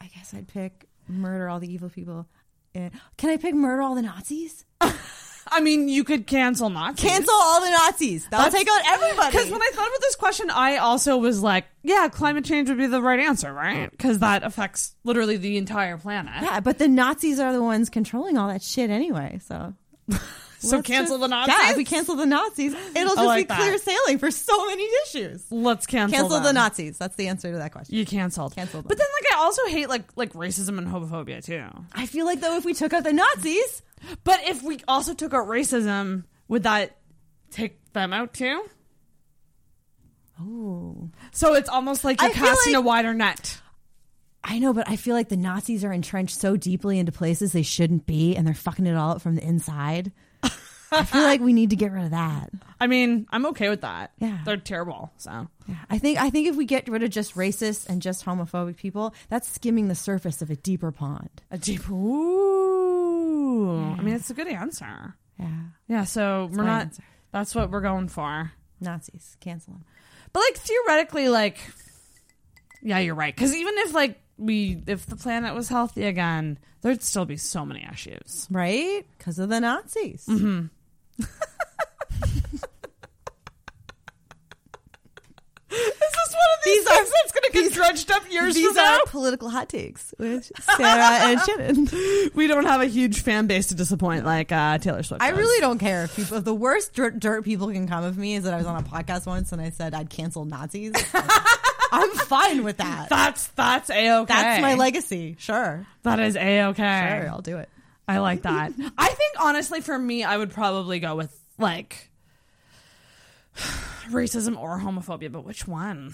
Speaker 12: I guess I'd pick murder all the evil people. Eh, Can I pick murder all the Nazis?
Speaker 11: I mean, you could cancel not
Speaker 12: Cancel all the Nazis. That'll take out everybody.
Speaker 11: Because when I thought about this question, I also was like, yeah, climate change would be the right answer, right? Because that affects literally the entire planet.
Speaker 12: yeah, but the Nazis are the ones controlling all that shit anyway. So,
Speaker 11: so
Speaker 12: Let's
Speaker 11: cancel
Speaker 12: just-
Speaker 11: the Nazis.
Speaker 12: Yeah, if we cancel the Nazis, it'll just
Speaker 11: like
Speaker 12: be clear
Speaker 11: that.
Speaker 12: sailing for so many issues.
Speaker 11: Let's cancel.
Speaker 12: Cancel the
Speaker 11: them.
Speaker 12: Nazis. That's the answer to that question.
Speaker 11: You canceled.
Speaker 12: Cancel them.
Speaker 11: But then, like, I also hate like like racism and homophobia too.
Speaker 12: I feel like though, if we took out the Nazis,
Speaker 11: But if we also took out racism, would that take them out too?
Speaker 12: oh,
Speaker 11: So it's almost like you're
Speaker 12: I feel
Speaker 11: casting
Speaker 12: like-
Speaker 11: a wider net.
Speaker 12: I know, but I feel like the Nazis are entrenched so deeply into places they shouldn't be, and they're fucking it all up from the inside. I feel like we need to get rid of that.
Speaker 11: I mean, I'm okay with that.
Speaker 12: Yeah.
Speaker 11: they're terrible. So
Speaker 12: Yeah, I think I think if we get rid of just racist and just homophobic people, that's skimming the surface of a deeper pond.
Speaker 11: a deep. Ooh. I mean, it's a good answer.
Speaker 12: Yeah,
Speaker 11: Yeah, so we're
Speaker 12: my
Speaker 11: not.
Speaker 12: answer.
Speaker 11: That's what we're going for.
Speaker 12: Nazis, cancel them.
Speaker 11: But like theoretically, like, yeah, you're right. Because even if like we, if the planet was healthy again, there'd still be so many issues.
Speaker 12: right? Because of the Nazis.
Speaker 11: Mm-hmm. Is this one of these,
Speaker 12: These are-
Speaker 11: things that's going to get dredged up years
Speaker 12: These
Speaker 11: from now?
Speaker 12: are political hot takes with Sarah and Shannon.
Speaker 11: we don't have a huge fan base to disappoint like uh, Taylor Swift.
Speaker 12: I
Speaker 11: does.
Speaker 12: really don't care if people. If the worst dirt, dirt people can come of me is that I was on a podcast once and I said I'd cancel Nazis. I'm fine with that.
Speaker 11: That's that's a okay.
Speaker 12: That's my legacy. Sure,
Speaker 11: That is a okay.
Speaker 12: sure, I'll do it.
Speaker 11: I like that. I think honestly, for me, I would probably go with like racism or homophobia, but which one?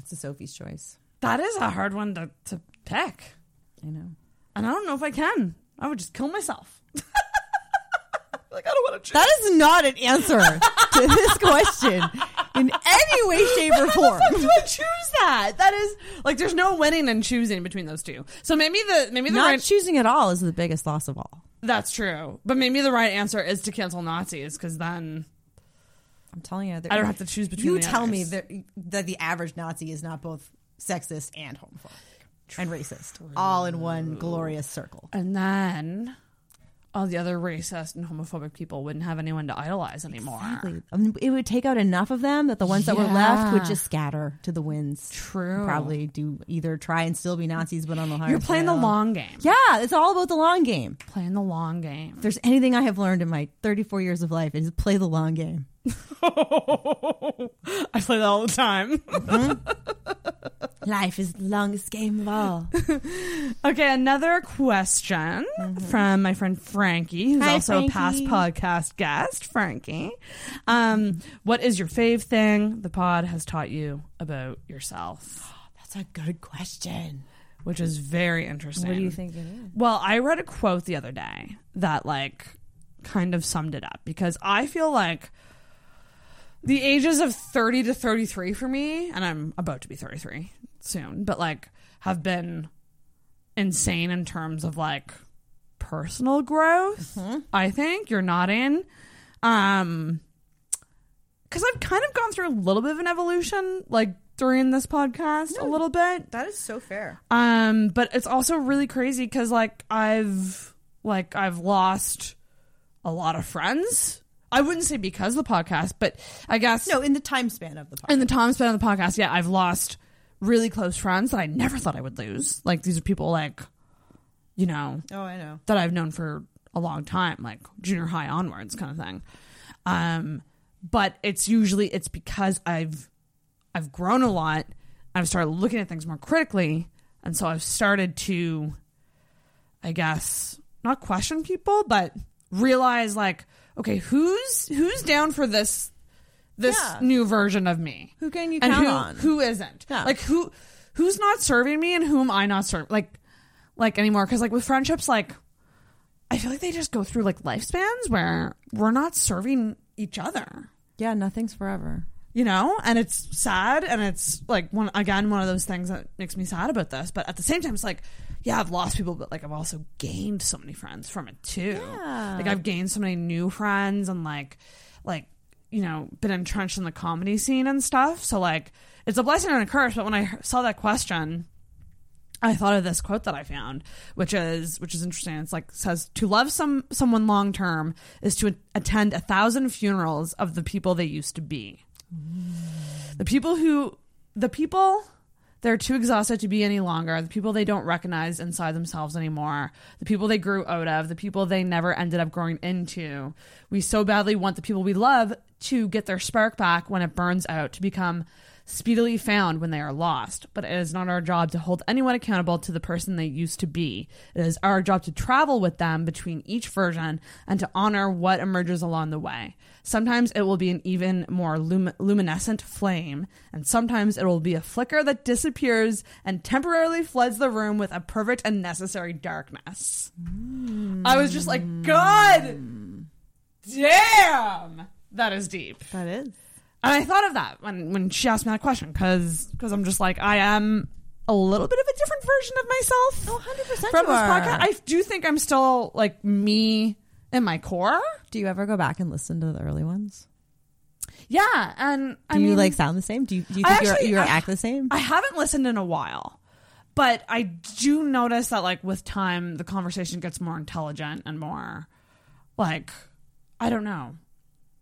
Speaker 12: It's a Sophie's choice.
Speaker 11: That is a hard one to, to pick.
Speaker 12: I know.
Speaker 11: And I don't know if I can. I would just kill myself. like, I don't want to
Speaker 12: That is not an answer to this question in any way, shape, or form.
Speaker 11: Do I choose that? That is like there's no winning and choosing between those two. So maybe the maybe the
Speaker 12: Not
Speaker 11: right
Speaker 12: choosing at all is the biggest loss of all.
Speaker 11: that's true. But maybe the right answer is to cancel Nazis because then
Speaker 12: I'm telling you,
Speaker 11: I don't have to choose between.
Speaker 12: You
Speaker 11: the
Speaker 12: tell me
Speaker 11: others.
Speaker 12: that, that the average Nazi is not both sexist and homophobic and racist, all in one glorious circle.
Speaker 11: and then all the other racist and homophobic people wouldn't have anyone to idolize anymore.
Speaker 12: I mean, Um, it would take out enough of them that the ones that were left would just scatter to the winds.
Speaker 11: True.
Speaker 12: Probably do either try and still be Nazis, but on the higher
Speaker 11: You're playing the
Speaker 12: scale.
Speaker 11: long game.
Speaker 12: Yeah, it's all about the long game.
Speaker 11: Playing the long game.
Speaker 12: If there's anything I have learned in my 34 years of life, it is play the long game.
Speaker 11: I play that all the time.
Speaker 13: Life is the longest game of all.
Speaker 11: Okay, another question from my friend Frankie, who's
Speaker 13: Mm-hmm. Hi,
Speaker 11: also a past
Speaker 13: Frankie.
Speaker 11: podcast guest. Frankie, um, what is your fave thing the pod has taught you about yourself?
Speaker 13: That's a good question.
Speaker 11: Which is very interesting.
Speaker 13: What do you think it is?
Speaker 11: Well, I read a quote the other day that like kind of summed it up because I feel like the ages of 30 to 33 for me, and I'm about to be 33 soon, but like have been insane in terms of like personal growth.
Speaker 13: Mm-hmm.
Speaker 11: I think you're not in. Um, because I've kind of gone through a little bit of an evolution, like during this podcast, a little bit.
Speaker 12: That is so fair.
Speaker 11: Um, but it's also really crazy because like I've like I've lost a lot of friends. I wouldn't say because of the podcast, but I guess no.
Speaker 12: In the time span of the podcast.
Speaker 11: in the time spent on the podcast, yeah, I've lost really close friends that I never thought I would lose. Like these are people like you know
Speaker 12: Oh, I know.
Speaker 11: that I've known for a long time, like junior high onwards kind of thing. Um, but it's usually it's because I've I've grown a lot. I've started looking at things more critically, and so I've started to, I guess, not question people, but realize like, okay, who's who's down for this this
Speaker 12: Yeah.
Speaker 11: new version of me?
Speaker 12: Who can you
Speaker 11: and
Speaker 12: count
Speaker 11: who,
Speaker 12: on?
Speaker 11: Who isn't? Like who who's not serving me and who am I not serving? Like like anymore because like with friendships, like I feel like they just go through like lifespans where we're not serving each other.
Speaker 12: Yeah, nothing's forever.
Speaker 11: You know, and it's sad, and it's like one again one of those things that makes me sad about this. But at the same time, it's like, yeah, I've lost people, but like I've also gained so many friends from it too.
Speaker 12: Yeah.
Speaker 11: Like I've gained so many new friends, and like, like you know, been entrenched in the comedy scene and stuff. So like, it's a blessing and a curse. But when I saw that question, I thought of this quote that I found, which is which is interesting. It's like says to love some someone long term is to attend a thousand funerals of the people they used to be. The people who the people they're too exhausted to be any longer. The people they don't recognize inside themselves anymore. The people they grew out of. The people they never ended up growing into. We so badly want the people we love to get their spark back when it burns out, to become speedily found when they are lost. But it is not our job to hold anyone accountable to the person they used to be. It is our job to travel with them between each version and to honor what emerges along the way. Sometimes it will be an even more lum- luminescent flame, and sometimes it will be a flicker that disappears and temporarily floods the room with a perfect and necessary darkness. I was just like, God damn! That is deep.
Speaker 12: That is.
Speaker 11: And I thought of that when, when she asked me that question because I'm just like, I am a little bit of a different version of myself. Oh, 100% from
Speaker 12: you
Speaker 11: this
Speaker 12: are.
Speaker 11: podcast. I do think I'm still like me in my core.
Speaker 12: Do you ever go back and listen to the early ones?
Speaker 11: Yeah. And
Speaker 12: Do
Speaker 11: I
Speaker 12: you
Speaker 11: mean,
Speaker 12: like sound the same? Do you, do you
Speaker 11: I
Speaker 12: think
Speaker 11: actually-
Speaker 12: you
Speaker 11: I-
Speaker 12: act the same?
Speaker 11: I haven't listened in a while, but I do notice that like with time, the conversation gets more intelligent and more like, I don't know.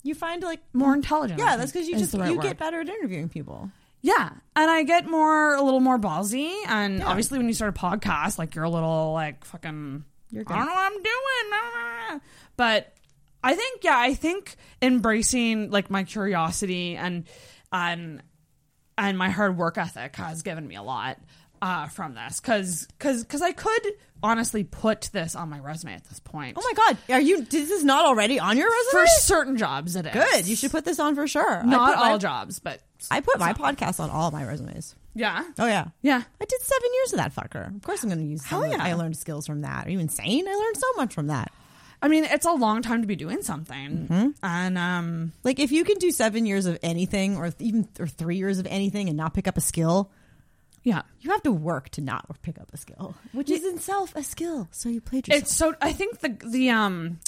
Speaker 12: You find like
Speaker 11: more intelligent. I
Speaker 12: Yeah, that's
Speaker 11: think,
Speaker 12: because you
Speaker 11: is
Speaker 12: just
Speaker 11: the right
Speaker 12: you
Speaker 11: word.
Speaker 12: get better at interviewing people.
Speaker 11: Yeah, and I get more a little more ballsy, and obviously when you start a podcast, like you're a little like fucking.
Speaker 12: You're
Speaker 11: I don't know what I'm doing, but I think yeah, I think embracing like my curiosity and and and my hard work ethic has given me a lot uh, from this because because because I could honestly put this on my resume at this point.
Speaker 12: Oh my god, are you? This is not already on your resume
Speaker 11: For certain jobs, it is
Speaker 12: Good, you should put this on for sure. I
Speaker 11: Not
Speaker 12: put my-
Speaker 11: all jobs, but
Speaker 12: I put my podcast on all my resumes.
Speaker 11: yeah.
Speaker 12: Oh yeah,
Speaker 11: yeah.
Speaker 12: I did seven years of that fucker. Of course, I'm going to use. Hell yeah, I learned skills from that. Are you insane? I learned so much from that.
Speaker 11: I mean, it's a long time to be doing something,
Speaker 12: Mm-hmm.
Speaker 11: and um,
Speaker 12: like if you can do seven years of anything, or th- even or three years of anything, and not pick up a skill,
Speaker 11: yeah,
Speaker 12: you have to work to not pick up a skill, which is in itself a skill. So you played yourself.
Speaker 11: It's so. I think the the um,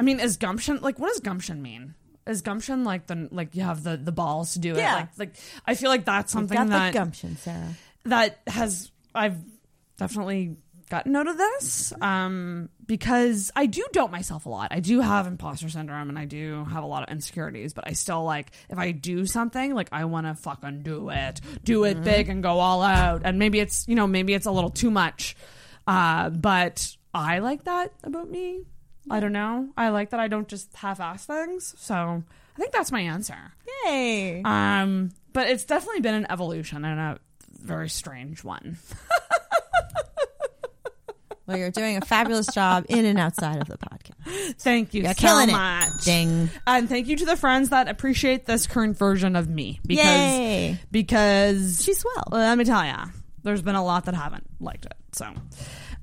Speaker 11: I mean, is gumption like what does gumption mean? Is gumption like the like you have the the balls to do it?
Speaker 12: Yeah.
Speaker 11: Like, like I feel like that's
Speaker 12: You've
Speaker 11: something
Speaker 12: got
Speaker 11: that
Speaker 12: the gumption, Sarah.
Speaker 11: that has I've definitely gotten out of this um, because I do doubt myself a lot. I do have imposter syndrome and I do have a lot of insecurities, but I still like if I do something, like I want to fucking do it, do it big and go all out. And maybe it's you know maybe it's a little too much, uh, but I like that about me. I don't know. I like that I don't just half-ass things. So I think that's my answer.
Speaker 12: Yay!
Speaker 11: Um, but it's definitely been an evolution and a very strange one.
Speaker 12: Well, you're doing a fabulous job in and outside of the podcast.
Speaker 11: Thank you
Speaker 12: You're
Speaker 11: so
Speaker 12: killing it.
Speaker 11: much.
Speaker 12: Ding.
Speaker 11: And thank you to the friends that appreciate this current version of me because Uh,
Speaker 12: Yay.
Speaker 11: because
Speaker 12: she's swell.
Speaker 11: Let me tell ya, there's been a lot that haven't liked it. So,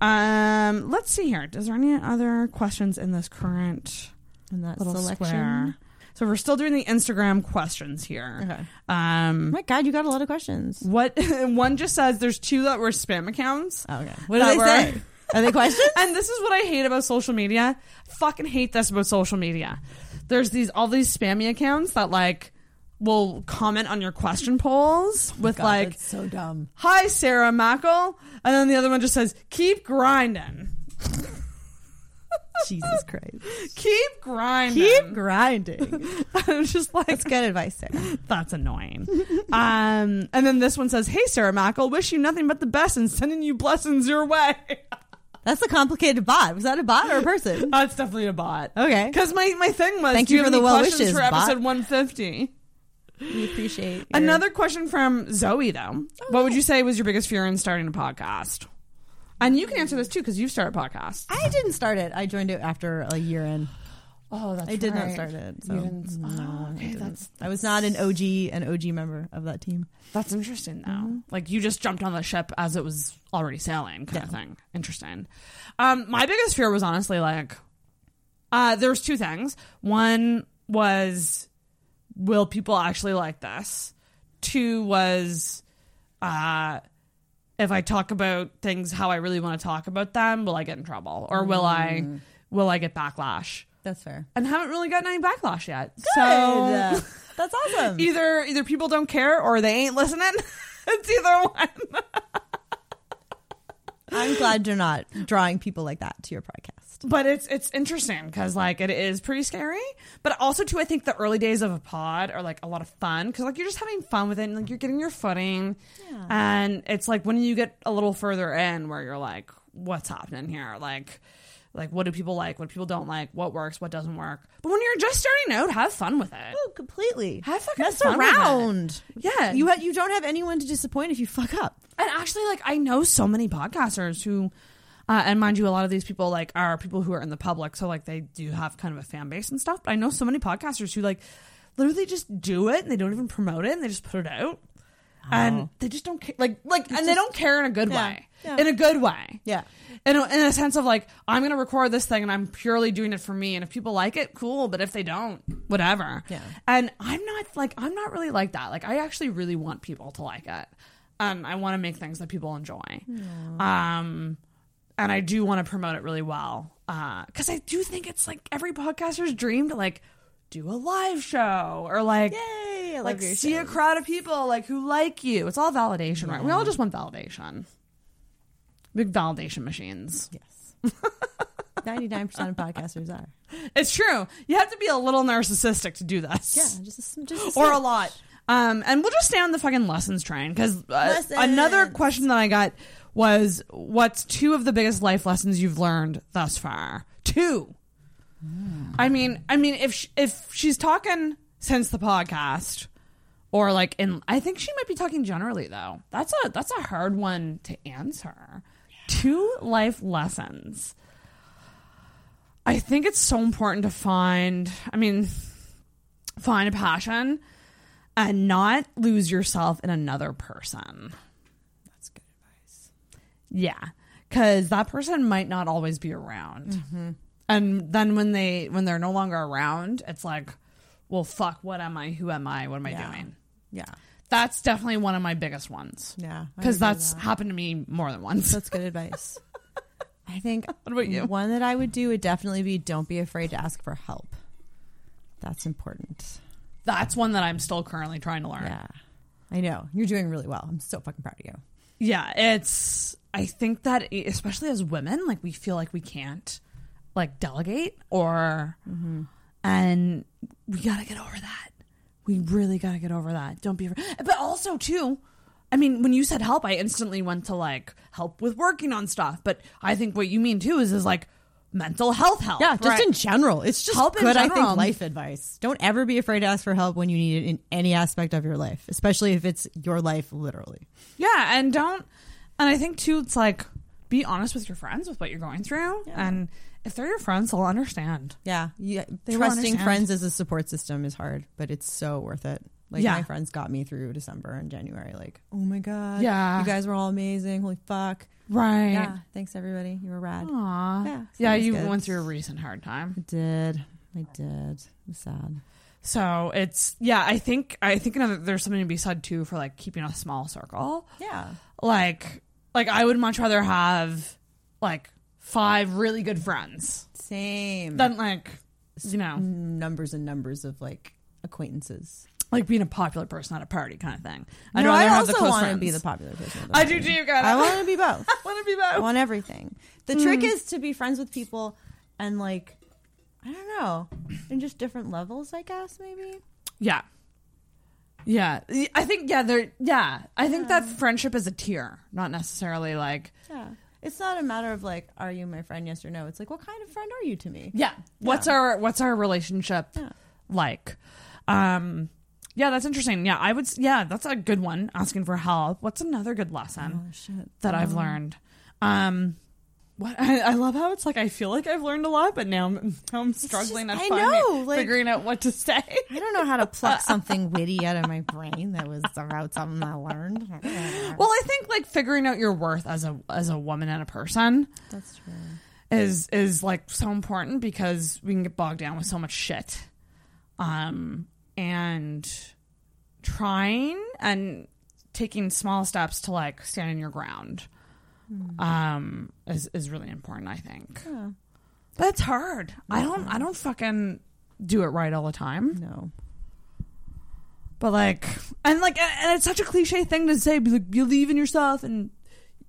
Speaker 11: um, let's see here. Is there any other questions in this current
Speaker 12: In that
Speaker 11: little
Speaker 12: selection?
Speaker 11: square? So we're still doing the Instagram questions here.
Speaker 12: Okay. Oh
Speaker 11: Um,
Speaker 12: my God, you got a lot of questions.
Speaker 11: What one just says there's two that were spam accounts.
Speaker 12: Oh, Okay. What do
Speaker 11: that
Speaker 12: they say? Are they questions?
Speaker 11: and this is what I hate about social media. Fucking hate this about social media. There's these all these spammy accounts that like will comment on your question polls with
Speaker 12: Oh God,
Speaker 11: like
Speaker 12: that's so dumb.
Speaker 11: Hi Sarah Mackle, and then the other one just says keep grinding.
Speaker 12: Jesus Christ.
Speaker 11: Keep grinding.
Speaker 12: Keep grinding.
Speaker 11: I'm just like
Speaker 12: That's good advice, Sarah.
Speaker 11: That's annoying. um, and then this one says, "Hey Sarah Mackle, wish you nothing but the best and sending you blessings your way."
Speaker 12: That's a complicated bot. Was that a bot or a person?
Speaker 11: That's definitely a bot.
Speaker 12: Okay.
Speaker 11: Because my, my thing was,
Speaker 12: Thank
Speaker 11: do you
Speaker 12: you
Speaker 11: have
Speaker 12: for
Speaker 11: any
Speaker 12: the well
Speaker 11: questions
Speaker 12: wishes,
Speaker 11: for
Speaker 12: bot.
Speaker 11: episode 150?
Speaker 12: We appreciate your-
Speaker 11: Another question from Zoe, though. what would you say was your biggest fear in starting a podcast? And you can answer this too, because you've started a podcast.
Speaker 12: I didn't start it. I joined it after a year in.
Speaker 11: Oh, that's
Speaker 12: I did
Speaker 11: right.
Speaker 12: not start it.
Speaker 11: You
Speaker 12: So.
Speaker 11: didn't-
Speaker 12: No,
Speaker 11: oh, okay,
Speaker 12: I, didn't.
Speaker 11: that's-
Speaker 12: I was not an OG an OG member of that team.
Speaker 11: That's interesting, though. Like you just jumped on the ship as it was already sailing, kind of thing. Interesting. Um, my biggest fear was honestly like, uh, there was two things. One was, will people actually like this? Two was, uh, if I talk about things how I really want to talk about them, will I get in trouble or will I will I get backlash?
Speaker 12: That's fair.
Speaker 11: And haven't really gotten any backlash yet.
Speaker 12: Good. uh,
Speaker 11: So
Speaker 12: That's awesome.
Speaker 11: either either people don't care or they ain't listening. it's either one.
Speaker 12: I'm glad you're not drawing people like that to your podcast.
Speaker 11: But it's it's interesting because like it is pretty scary, but also too I think the early days of a pod are like a lot of fun because like you're just having fun with it and like you're getting your footing, and it's like when you get a little further in where you're like, what's happening here? Like, like what do people like? What people don't like? What works? What doesn't work? But when you're just starting out, have fun with it.
Speaker 12: Oh, completely.
Speaker 11: Have fucking
Speaker 12: Mess
Speaker 11: fun with it.
Speaker 12: around.
Speaker 11: Yeah.
Speaker 12: You ha- you don't have anyone to disappoint if you fuck up.
Speaker 11: And actually, like I know so many podcasters who, uh, and mind you, a lot of these people like are people who are in the public, so like they do have kind of a fan base and stuff. But I know so many podcasters who like literally just do it and they don't even promote it and they just put it out, and they just don't care. Like like, and they don't care in a good
Speaker 12: Yeah.
Speaker 11: way.
Speaker 12: Yeah.
Speaker 11: In a good way.
Speaker 12: Yeah.
Speaker 11: In a, in a sense of like, I'm going to record this thing and I'm purely doing it for me. And if people like it, cool. But if they don't, whatever.
Speaker 12: Yeah.
Speaker 11: And I'm not like, I'm not really like that. Like, I actually really want people to like it. And I want to make things that people enjoy. Um, and I do want to promote it really well. Because I do think it's like every podcaster's dream to like do a live show or like,
Speaker 12: Yay, I love
Speaker 11: like
Speaker 12: your
Speaker 11: see a
Speaker 12: shows.
Speaker 11: crowd of people like who like you. It's all validation, right? We all just want validation. Big validation machines.
Speaker 12: Yes. Ninety nine percent of podcasters are.
Speaker 11: It's true. You have to be a little narcissistic to do this.
Speaker 12: Yeah, just a, s- just
Speaker 11: or a
Speaker 12: smidge.
Speaker 11: lot. Um, and we'll just stay on the fucking lessons train because uh, another
Speaker 12: Lessons.
Speaker 11: question that I got was, "What's two of the biggest life lessons you've learned thus far?" Two. I mean, I mean, if sh if she's talking since the podcast, or like in, I think she might be talking generally though. That's a that's a hard one to answer. Two life lessons. I think it's so important to find. I mean, find a passion and not lose yourself in another person.
Speaker 12: That's good advice.
Speaker 11: Yeah, because that person might not always be around,
Speaker 12: Mm-hmm.
Speaker 11: and then when they when they're no longer around, it's like, well, fuck. What am I? Who am I? What am I
Speaker 12: Yeah.
Speaker 11: doing?
Speaker 12: Yeah.
Speaker 11: That's definitely one of my biggest ones.
Speaker 12: Yeah. I
Speaker 11: because
Speaker 12: agree with
Speaker 11: that's
Speaker 12: that.
Speaker 11: happened to me more than once.
Speaker 12: That's good advice. I think
Speaker 11: What about you?
Speaker 12: one that I would do would definitely be don't be afraid to ask for help. That's important.
Speaker 11: That's one that I'm still currently trying to learn.
Speaker 12: Yeah. I know. You're doing really well. I'm so fucking proud of you.
Speaker 11: yeah it's i think that e, especially as women like we feel like we can't like delegate or
Speaker 12: Mm-hmm.
Speaker 11: and we gotta get over that we really gotta get over that don't be but also too i mean when you said help i instantly went to like help with working on stuff but i think what you mean too is is like
Speaker 13: mental health
Speaker 11: Oh,
Speaker 13: help.
Speaker 12: Yeah, just in general. It's just good, I think,
Speaker 13: advice.
Speaker 12: life advice. Don't ever be afraid to ask for help when you need it in any aspect of your life, especially if it's your life, literally.
Speaker 11: Yeah, and don't. And I think too, it's like be honest with your friends with what you're going through, and if they're your friends, they'll understand.
Speaker 12: Yeah, yeah.
Speaker 11: They will
Speaker 12: Trusting
Speaker 11: understand.
Speaker 12: friends as a support system is hard, but it's so worth it. Like
Speaker 11: Yeah.
Speaker 12: my friends got me through December and January. Like, oh my god,
Speaker 11: Yeah.
Speaker 12: you guys were all amazing. Holy fuck,
Speaker 11: Right.
Speaker 12: Yeah, thanks everybody. You were rad.
Speaker 11: Aw.
Speaker 12: yeah, so
Speaker 11: yeah.
Speaker 12: it was
Speaker 11: You
Speaker 12: good.
Speaker 11: went through a recent hard time.
Speaker 12: Did I did? I'm sad.
Speaker 11: So it's yeah. I think I think another, there's something to be said too for like keeping a small circle.
Speaker 12: Yeah.
Speaker 11: Like like I would much rather have like five really good friends
Speaker 12: Same.
Speaker 11: than like you know
Speaker 12: numbers and numbers of like acquaintances.
Speaker 11: like being a popular person at a party kind of thing.
Speaker 12: No, I
Speaker 11: rather have
Speaker 12: also
Speaker 11: close
Speaker 12: wanna
Speaker 11: friends.
Speaker 12: be the popular person at the
Speaker 11: I do
Speaker 12: party.
Speaker 11: too. God,
Speaker 12: I want to be both. Hmm. I
Speaker 11: want to be both.
Speaker 12: I want everything. The trick
Speaker 11: Mm.
Speaker 12: is to be friends with people and like I don't know, in just different levels, I guess maybe.
Speaker 11: Yeah. Yeah. I think yeah, there yeah. I think that friendship is a tier, not necessarily like
Speaker 12: Yeah. It's not a matter of like, are you my friend? Yes or no. It's like, what kind of friend are you to me?
Speaker 11: yeah, what's our what's our relationship like? Um yeah, that's interesting. Yeah, I would s- yeah, that's a good one asking for help. What's another good lesson that I've
Speaker 12: Um,
Speaker 11: learned? Um what I, I love how it's like I feel like I've learned a lot, but now I'm, now I'm struggling
Speaker 12: just-
Speaker 11: at
Speaker 12: I
Speaker 11: finding-
Speaker 12: know, like-
Speaker 11: figuring out what to say. I
Speaker 12: don't know how to pluck something witty out of my brain that was about something I learned.
Speaker 11: Well, I think like figuring out your worth as a as a woman and a person
Speaker 12: That's true.
Speaker 11: is is like so important because we can get bogged down with so much shit. Um and trying and taking small steps to like stand in your ground
Speaker 12: Hmm.
Speaker 11: um is is really important, I think.
Speaker 12: Yeah.
Speaker 11: But it's hard. I don't I don't fucking do it right all the time.
Speaker 12: No.
Speaker 11: But like and like and and it's such a cliche thing to say, be like believe in yourself and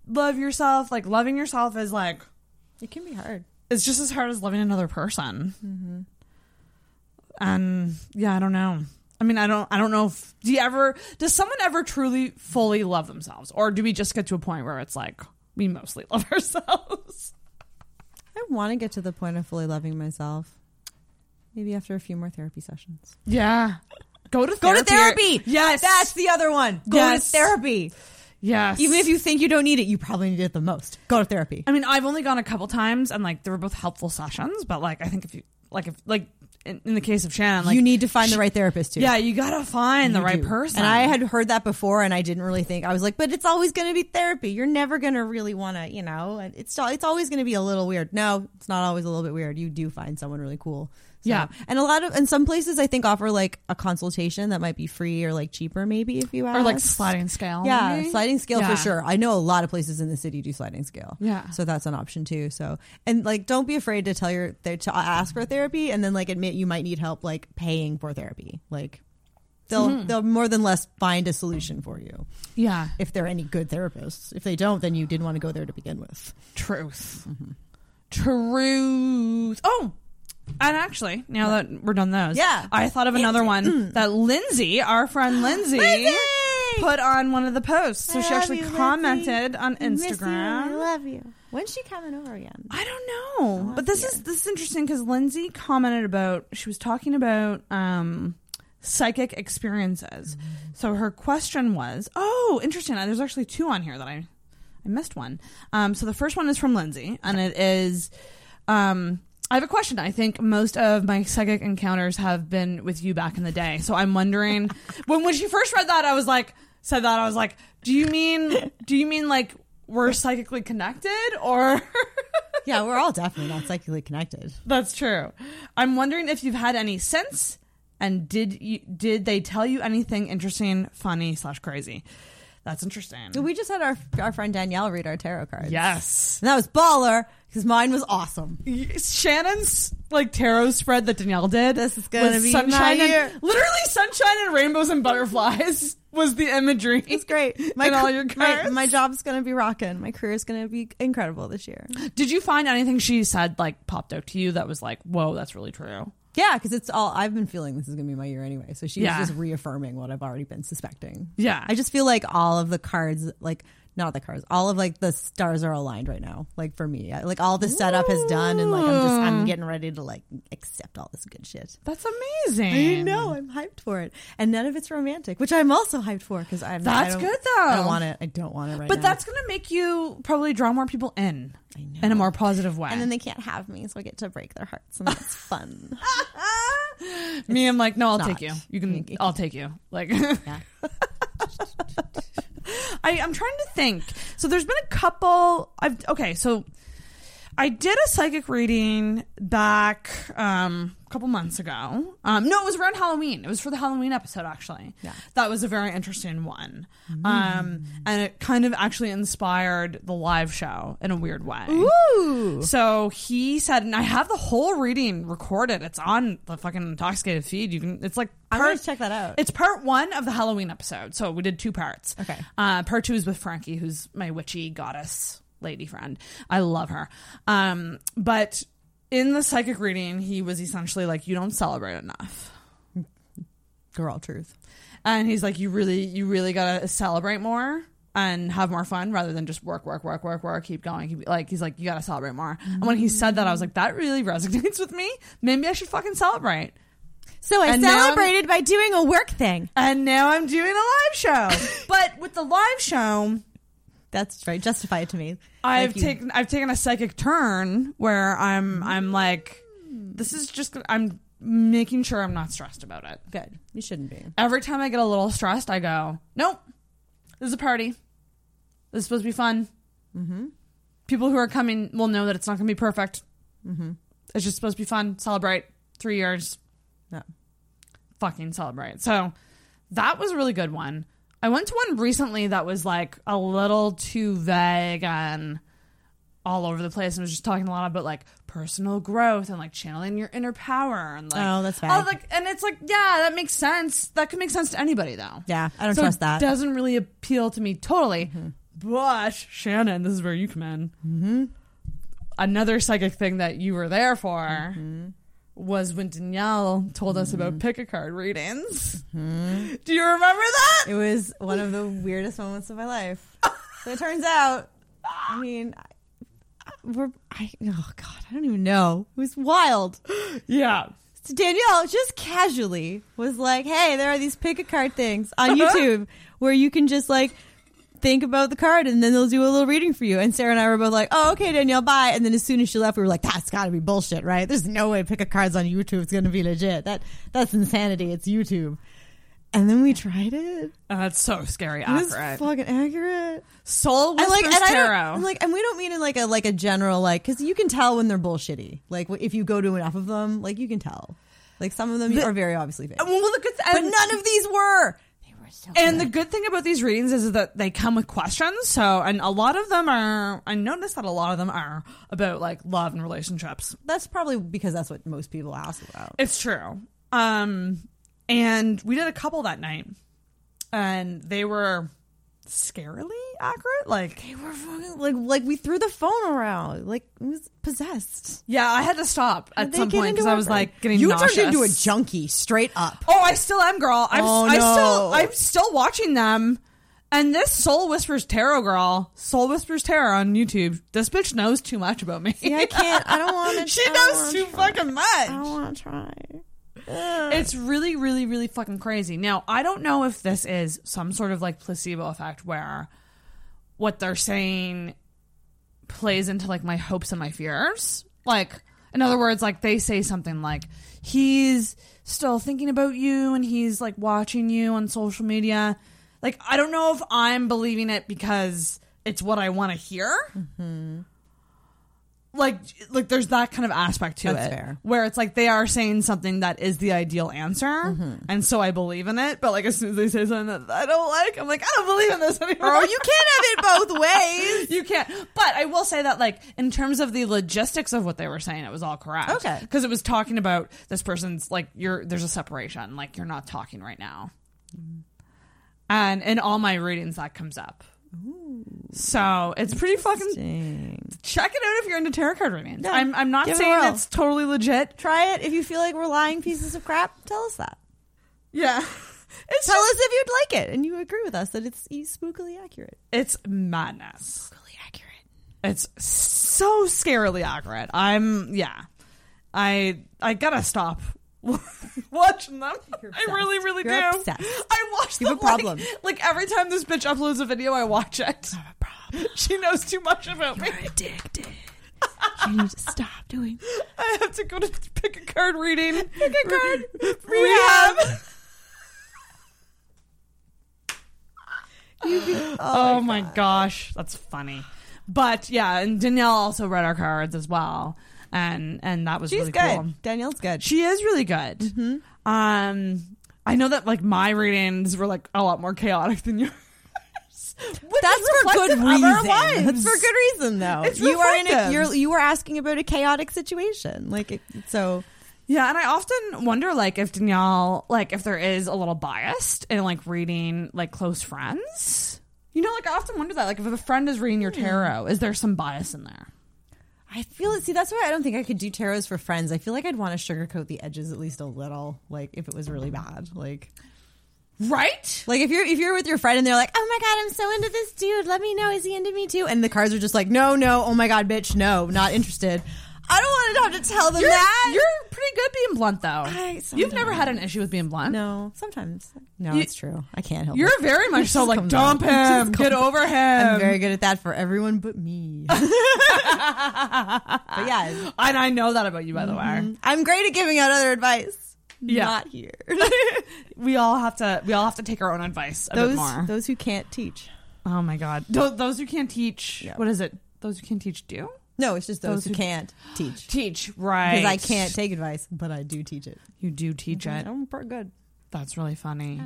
Speaker 11: love yourself. Like loving yourself is like
Speaker 12: It can be hard.
Speaker 11: it's just as hard as loving another person.
Speaker 12: Mm-hmm.
Speaker 11: And yeah, I don't know. I mean, I don't I don't know if do you ever does someone ever truly fully love themselves or do we just get to a point where it's like we mostly love ourselves?
Speaker 12: I want to get to the point of fully loving myself. Maybe after a few more therapy sessions.
Speaker 11: Yeah. Go to
Speaker 12: Go to
Speaker 11: therapy.
Speaker 12: therapy.
Speaker 11: Yes.
Speaker 12: That's the other one. Go
Speaker 11: Yes.
Speaker 12: to therapy.
Speaker 11: Yes.
Speaker 12: Even if you think you don't need it, you probably need it the most. Go to therapy.
Speaker 11: I mean, I've only gone a couple times, and like they were both helpful sessions. But like, I think if you like, if like in, in the case of Shannon, like
Speaker 12: you need to find the right therapist too.
Speaker 11: Yeah, you gotta find the
Speaker 12: You
Speaker 11: right
Speaker 12: do.
Speaker 11: person.
Speaker 12: And I had heard that before, and I didn't really think I was like, but it's always going to be therapy. You're never going to really want to, you know. and It's it's always going to be a little weird. No, it's not always a little bit weird. You do find someone really cool. So-
Speaker 11: Yeah.
Speaker 12: and a lot of and some places I think offer like a consultation that might be free or like cheaper maybe if you ask
Speaker 11: or like sliding scale.
Speaker 12: Yeah,
Speaker 11: maybe?
Speaker 12: sliding scale
Speaker 11: Yeah.
Speaker 12: for sure. I know a lot of places in the city do sliding scale.
Speaker 11: Yeah.
Speaker 12: so that's an option too. So and like, don't be afraid to tell your th- to ask for therapy, and then like admit you might need help like paying for therapy. Like they'll
Speaker 11: Mhm.
Speaker 12: they'll more than less find a solution for you.
Speaker 11: Yeah.
Speaker 12: if they're any good therapists. If they don't, then you didn't want to go there to begin with.
Speaker 11: Truth. Truth. Oh, and actually, now that we're done those,
Speaker 12: Yeah. Mm.
Speaker 11: I thought of another one that Lindsay, our friend Lindsay, put on one of the posts. So
Speaker 12: I
Speaker 11: she
Speaker 12: love
Speaker 11: actually
Speaker 12: you, Lindsay.
Speaker 11: commented on
Speaker 12: I miss you.
Speaker 11: Instagram.
Speaker 12: I love you. When's she coming over again?
Speaker 11: I don't know, but this is this is interesting because Lindsay commented about she was talking about um, psychic experiences. So her question was, oh, interesting. Uh, There's actually two on here that I I missed one. Um, so the first one is from Lindsay, and it is. Um, I have a question. I think most of my psychic encounters have been with you back in the day. So I'm wondering when when she first read that, I was like, said that I was like, do you mean do you mean like we're psychically connected or?
Speaker 12: yeah, we're all definitely not psychically connected.
Speaker 11: That's true. I'm wondering if you've had any since, and did you did they tell you anything interesting, funny slash crazy? That's interesting.
Speaker 12: We just had our our friend Danielle read our tarot cards.
Speaker 11: Yes,
Speaker 12: and that was baller because mine was awesome.
Speaker 11: Shannon's like tarot spread that Danielle did. This is
Speaker 12: gonna be my
Speaker 11: sunshine
Speaker 12: year.
Speaker 11: And, literally sunshine and rainbows and butterflies was the imagery. It's
Speaker 12: great.
Speaker 11: My,
Speaker 12: My
Speaker 11: and all
Speaker 12: cr-
Speaker 11: your
Speaker 12: my-
Speaker 11: cards.
Speaker 12: my job's gonna be rocking. My career's gonna be incredible this year.
Speaker 11: did you find anything she said like popped out to you that was like, whoa, that's really true?
Speaker 12: Yeah, because it's all I've been feeling this is going to be my year anyway. So she
Speaker 11: Yeah.
Speaker 12: was just reaffirming what I've already been suspecting.
Speaker 11: Yeah.
Speaker 12: I just feel like all of the cards, like, not the cards, all of like the stars are aligned right now, like for me. I- Like all the setup is done and like I'm just, I'm
Speaker 11: Ooh.
Speaker 12: getting ready to like accept all this good shit.
Speaker 11: That's amazing.
Speaker 12: I know. I'm hyped for it. And none of it's romantic, which I'm also hyped for because I'm
Speaker 11: That's
Speaker 12: I don't-
Speaker 11: good, though.
Speaker 12: I don't want it. I don't want it right
Speaker 11: but
Speaker 12: now.
Speaker 11: that's going to make you probably draw more people in in a more positive way.
Speaker 12: And then they can't have me, so I get to break their hearts, and that's fun.
Speaker 11: me, I'm like, no, I'll
Speaker 12: It's
Speaker 11: take you.
Speaker 12: not.
Speaker 11: You can, I'll take you. Like, I, I'm trying to think. So there's been a couple. I've okay. So I did a psychic reading back um, a couple months ago. Um, no, it was around Halloween. It was for the Halloween episode, actually. Yeah. That was a very interesting one.
Speaker 12: Mm.
Speaker 11: Um, and it kind of actually inspired the live show in a weird way.
Speaker 12: Ooh.
Speaker 11: So he said, and I have the whole reading recorded. It's on the fucking intoxicated feed. You can. It's like
Speaker 12: I'm gonna
Speaker 11: part-
Speaker 12: check that out.
Speaker 11: It's part one of the Halloween episode. So we did two parts.
Speaker 12: Okay.
Speaker 11: Uh, part two is with Frankie, who's my witchy goddess lady friend. I love her. Um, but in the psychic reading, he was essentially like, "You don't celebrate enough."
Speaker 12: Girl, truth.
Speaker 11: and he's like you really you really gotta celebrate more and have more fun rather than just work work work work work keep going keep, like he's like you gotta celebrate more and when he said that i was like that really resonates with me maybe i should fucking celebrate
Speaker 12: So I
Speaker 11: And now I'm-
Speaker 12: celebrated by doing a work thing.
Speaker 11: and now i'm doing a live show but with the live show
Speaker 12: That's right. Justify it to me.
Speaker 11: I've
Speaker 12: Like you-
Speaker 11: taken I've taken a psychic turn where I'm I'm like this is just gonna- I'm making sure I'm not stressed about it.
Speaker 12: Good. You shouldn't be.
Speaker 11: Every time I get a little stressed, I go, "Nope, this is a party. This is supposed to be fun.
Speaker 12: Mhm.
Speaker 11: People who are coming will know that it's not going to be perfect.
Speaker 12: Mhm.
Speaker 11: It's just supposed to be fun. Celebrate three years.
Speaker 12: Yeah.
Speaker 11: Fucking celebrate. So that was a really good one. I went to one recently that was like a little too vague and all over the place and was just talking a lot about like personal growth and like channeling your inner power and like
Speaker 12: Oh, that's vague.
Speaker 11: I was like and it's like yeah that makes sense that could make sense to anybody though
Speaker 12: Yeah, I don't
Speaker 11: so
Speaker 12: trust
Speaker 11: it
Speaker 12: that. Mm-hmm.
Speaker 11: doesn't really appeal to me totally but Shannon this is where you come in mm-hmm. another psychic thing that you were there for
Speaker 12: Mm-hmm.
Speaker 11: was when Danielle told us about pick a card readings do you remember that
Speaker 12: Mm-hmm. It was one of the weirdest moments of my life. So it turns out, I mean, I- we're, I, oh God, I don't even know. It was wild.
Speaker 11: Yeah.
Speaker 12: So Danielle just casually was like, hey, there are these pick a card things on YouTube where you can just like think about the card and then they'll do a little reading for you. And Sarah and I were both like, oh, okay, Danielle, bye. And then as soon as she left, we were like, that's got to be bullshit, right? There's no way pick a cards on YouTube is going to be legit. That That's insanity. It's YouTube. And then we tried it.
Speaker 11: Oh, that's so scary
Speaker 12: It was
Speaker 11: accurate
Speaker 12: fucking accurate.
Speaker 11: soul
Speaker 12: I like, and
Speaker 11: whispers
Speaker 12: I don't,
Speaker 11: tarot
Speaker 12: and like, and we don't mean in like a like a general like because you can tell when they're bullshitty. Like if you go to enough of them, like you can tell. Like some of them
Speaker 11: The-
Speaker 12: are very obviously fake.
Speaker 11: And well, look at
Speaker 12: But none of these were.
Speaker 11: and the good thing about these readings is that they come with questions. So, and a lot of them are. I noticed that a lot of them are about like love and relationships.
Speaker 12: That's probably because that's what most people ask about.
Speaker 11: It's true. Um, and we did a couple that night, and they were scarily accurate. Like they were fucking
Speaker 12: Like like we threw the phone around. Like it was possessed.
Speaker 11: Yeah, I had to stop
Speaker 12: How'd
Speaker 11: at
Speaker 12: they
Speaker 11: some
Speaker 12: get
Speaker 11: point
Speaker 12: into
Speaker 11: because I
Speaker 12: it?
Speaker 11: was like getting
Speaker 12: You
Speaker 11: nauseous.
Speaker 12: turned into a junkie straight up.
Speaker 11: Oh, I still am, girl. I'm,
Speaker 12: Oh,
Speaker 11: I
Speaker 12: no.
Speaker 11: still, I'm still watching them. And this Soul Whispers Tarot girl, Soul Whispers Tarot on YouTube, this bitch knows too much about me.
Speaker 12: Yeah, I can't. I don't want to.
Speaker 11: she knows too fucking much.
Speaker 12: I don't want to try.
Speaker 11: It's really, really, really fucking crazy. Now, I don't know if this is some sort of like placebo effect where what they're saying plays into like my hopes and my fears. Like, in other words, like they say something like, he's still thinking about you and he's like watching you on social media. Like, I don't know if I'm believing it because it's what I want to hear
Speaker 12: Mm-hmm.
Speaker 11: like like there's that kind of aspect to
Speaker 12: That's
Speaker 11: it
Speaker 12: fair.
Speaker 11: where it's like they are saying something that is the ideal answer
Speaker 12: Mm-hmm.
Speaker 11: and so i believe in it but like as soon as they say something that i don't like i'm like i don't believe in this anymore
Speaker 12: Girl, "Oh, you can't have it both ways.
Speaker 11: you can't but i will say that like in terms of the logistics of what they were saying it was all correct
Speaker 12: Okay.
Speaker 11: because it was talking about this person's like you're there's a separation like you're not talking right now and in all my readings that comes up So it's pretty fucking. Check it out if you're into tarot card readings.
Speaker 12: Yeah.
Speaker 11: I'm, I'm not
Speaker 12: Give it a
Speaker 11: saying
Speaker 12: whirl.
Speaker 11: it's totally legit.
Speaker 12: Try it if you feel like we're lying pieces of crap. Tell us that.
Speaker 11: Yeah.
Speaker 12: Tell us if you'd like it and you agree with us that it's e-, spookily accurate.
Speaker 11: It's madness. It's so scarily accurate. I'm yeah. I I gotta stop watching them. I really really
Speaker 12: You're
Speaker 11: do. I watch
Speaker 12: You have
Speaker 11: them
Speaker 12: a problem.
Speaker 11: Like, like every time this bitch uploads a video, I watch it. She knows too much about me. addicted.
Speaker 12: you need to stop doing.
Speaker 11: I have to go to pick a card reading. Pick
Speaker 12: a card
Speaker 11: rehab.
Speaker 12: oh,
Speaker 11: oh my gosh, that's funny. But yeah, and Danielle also read our cards as well, and and that was
Speaker 12: She's
Speaker 11: really
Speaker 12: good. Mm-hmm.
Speaker 11: cool.
Speaker 12: Danielle's good.
Speaker 11: She is really good. Um, I know that like my readings were like a lot more chaotic than yours.
Speaker 12: That's for good
Speaker 11: reflective of our
Speaker 12: reason. That's
Speaker 11: lives.
Speaker 12: for good reason, though.
Speaker 11: It's
Speaker 12: you are in a
Speaker 11: reflective.
Speaker 12: you're, you were asking about a chaotic situation, like it, so.
Speaker 11: Yeah, and I often wonder like if Danielle like if there is a little biased in like reading like close friends. You know, like I often wonder that like if a friend is reading your tarot, is there some bias in there?
Speaker 12: I feel it. See, that's why I don't think I could do tarots for friends. I feel like I'd want to sugarcoat the edges at least a little, like if it was really bad, like
Speaker 11: right.
Speaker 12: Like if you're if you're with your friend and they're like, "Oh my god, I'm so into this dude. Let me know, is he into me too?" And the cards are just like, "No, no. Oh my god, bitch, no, not interested." I don't want to have to tell them
Speaker 11: You're-
Speaker 12: that.
Speaker 11: You're pretty good being blunt, though. You've never had an
Speaker 12: sometimes.
Speaker 11: issue with being blunt.
Speaker 12: No, sometimes. No,
Speaker 11: You-
Speaker 12: it's true. I can't help.
Speaker 11: You're
Speaker 12: it.
Speaker 11: very much
Speaker 12: It
Speaker 11: so
Speaker 12: just
Speaker 11: like,
Speaker 12: comes
Speaker 11: dump
Speaker 12: out. It just
Speaker 11: him, get
Speaker 12: comes-
Speaker 11: over him.
Speaker 12: I'm very good at that for everyone but me. but yeah,
Speaker 11: and I know that about you, by the way.
Speaker 12: I'm great at giving out other advice.
Speaker 11: Yeah.
Speaker 12: Not here.
Speaker 11: we all have to. We all have to take our own advice a bit
Speaker 12: those
Speaker 11: more.
Speaker 12: those who can't teach.
Speaker 11: Oh my god. Tho- those who can't teach. What is it? Those who can't teach do.
Speaker 12: No, it's just those, who, can't teach.
Speaker 11: Teach right
Speaker 12: Because I can't take advice, but I do teach it.
Speaker 11: You do teach
Speaker 12: Mhm.
Speaker 11: it.
Speaker 12: I'm pretty good.
Speaker 11: That's really funny.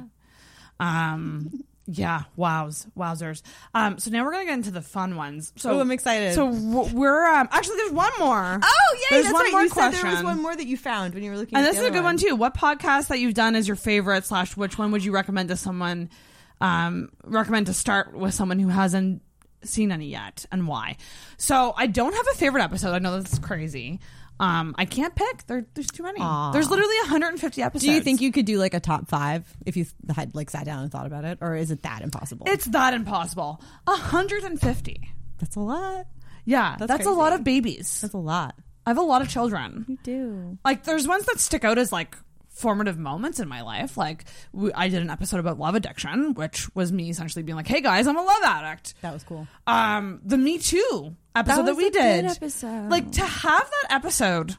Speaker 11: Um. Yeah. Wows. Wowzers. Um. So now we're gonna get into the fun ones. So
Speaker 12: Ooh, I'm excited.
Speaker 11: So w- we're um. Actually, there's one more.
Speaker 12: Oh yeah,
Speaker 11: There's
Speaker 12: that's
Speaker 11: one
Speaker 12: right.
Speaker 11: more
Speaker 12: you
Speaker 11: question.
Speaker 12: said there was one more that you found when you were looking.
Speaker 11: and
Speaker 12: at
Speaker 11: this
Speaker 12: the
Speaker 11: is a
Speaker 12: other
Speaker 11: good one. too. What podcast that you've done is your favorite? Slash, which one would you recommend to someone? Um, recommend to start with someone who hasn't seen any yet, and why? So I don't have a favorite episode. I know that's crazy. Um, I can't pick. There, there's too many.
Speaker 12: Aw.
Speaker 11: There's literally 150 episodes.
Speaker 12: Do you think you could do like a top five if you had like sat down and thought about it, or is it that impossible?
Speaker 11: it's that impossible? 150.
Speaker 12: That's a lot.
Speaker 11: Yeah, that's,
Speaker 12: That's
Speaker 11: a lot
Speaker 12: crazy.
Speaker 11: of babies. That's
Speaker 12: a lot.
Speaker 11: I have a lot of children.
Speaker 12: You do.
Speaker 11: like there's ones that stick out as like formative moments in my life like we, i did an episode about love addiction which was me essentially being like hey guys i'm a love addict
Speaker 12: that was cool
Speaker 11: um the me too episode that,
Speaker 12: was
Speaker 11: we
Speaker 12: a good
Speaker 11: did
Speaker 12: episode.
Speaker 11: like to have that episode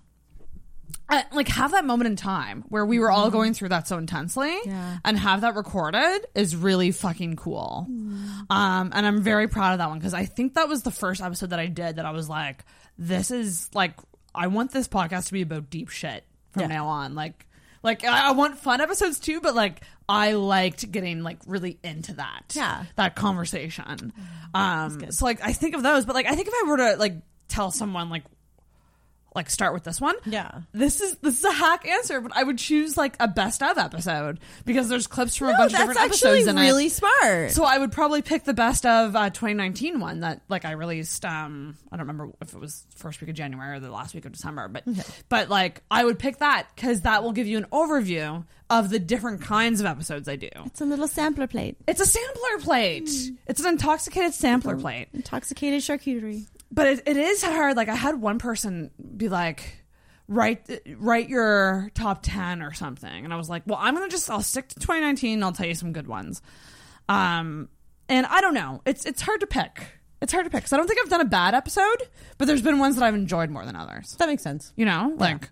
Speaker 11: uh, like have that moment in time where we were all
Speaker 12: Mm-hmm.
Speaker 11: going through that so intensely and have that recorded is really fucking cool
Speaker 12: Mm.
Speaker 11: um and i'm very proud of that one because i think that was the first episode that i did that i was like this is like i want this podcast to be about deep shit from
Speaker 12: Yeah.
Speaker 11: now on like like I I want fun episodes too, but like I liked getting like really into that,
Speaker 12: Yeah. Mm.
Speaker 11: that conversation. Um, so like I think of those, but like I think if I were to like tell someone like like start with this one.
Speaker 12: Yeah.
Speaker 11: This is this is a hack answer, but I would choose like a best of episode because there's clips from a bunch of
Speaker 12: that's
Speaker 11: different episodes
Speaker 12: actually
Speaker 11: in
Speaker 12: really
Speaker 11: it.
Speaker 12: smart.
Speaker 11: So I would probably pick the best of uh, 2019 one that like I released. Um, I don't remember if it was first week of January or the last week of December, but but like I would pick that because that will give you an overview of the different kinds of episodes I do.
Speaker 12: It's a little sampler plate.
Speaker 11: It's a sampler plate.
Speaker 12: Mm.
Speaker 11: It's an intoxicated sampler plate.
Speaker 12: Intoxicated charcuterie.
Speaker 11: But it, it is hard. Like I had one person be like, write write your top ten or something, and I was like, well, I'm gonna just I'll stick to 2019. and I'll tell you some good ones. Um, and I don't know. It's it's hard to pick. It's hard to pick. So I don't think I've done a bad episode, but there's been ones that I've enjoyed more than others.
Speaker 12: That makes sense.
Speaker 11: You know, like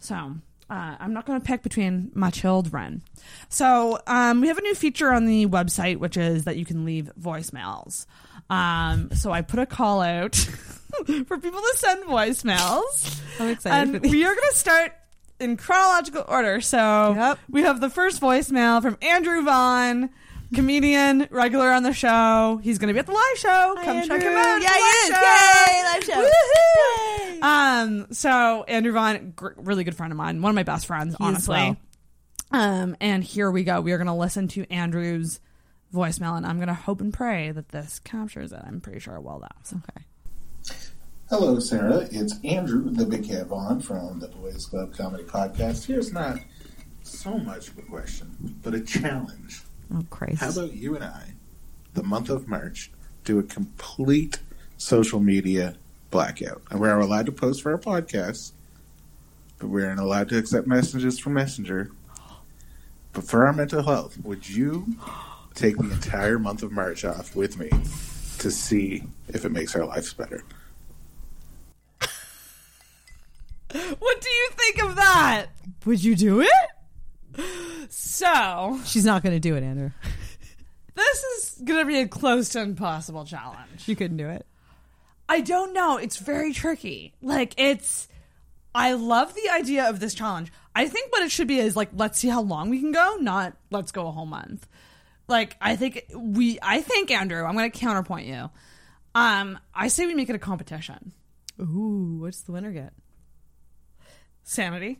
Speaker 11: so. Uh, I'm not going to pick between my children. So um, we have a new feature on the website, which is that you can leave voicemails. Um, so I put a call out for people to send voicemails.
Speaker 12: I'm excited.
Speaker 11: And we are going to start in chronological order. So we have the first voicemail from Andrew Vaughn, comedian, regular on the show. He's going to be at the live show. Come check him
Speaker 12: Andrew.
Speaker 11: out.
Speaker 12: Yeah,
Speaker 11: Live
Speaker 12: he is. Yay, live show.
Speaker 11: Woohoo! Um, so Andrew Vaughn, gr- really good friend of mine, one of my best friends,
Speaker 12: He is
Speaker 11: honestly.
Speaker 12: well.
Speaker 11: Um, and here we go. We are going to listen to Andrew's voicemail, and I'm gonna hope and pray that this captures it. I'm pretty sure it will, though. Okay.
Speaker 14: Hello, Sarah. It's Andrew, the Big Cat Vaughn from the Boys Club Comedy Podcast. Here's not so much of a question, but a challenge.
Speaker 12: Oh, Christ.
Speaker 14: How about you and I, the month of March, do a complete social media blackout? And we're allowed to post for our podcast, but we aren't allowed to accept messages from Messenger. But for our mental health, would you take the entire month of March off with me to see if it makes our lives better?
Speaker 11: What do you think of that?
Speaker 12: Would you do it?
Speaker 11: So
Speaker 12: She's not going to do it, Andrew.
Speaker 11: this is gonna be a close to impossible challenge.
Speaker 12: You couldn't do it.
Speaker 11: I don't know. It's very tricky. Like it's I love the idea of this challenge. I think what it should be is like let's see how long we can go, not let's go a whole month. Like I think we I think Andrew, I'm going to counterpoint you. Um I say we make it a competition.
Speaker 12: Ooh, what's the winner get?
Speaker 11: Sanity.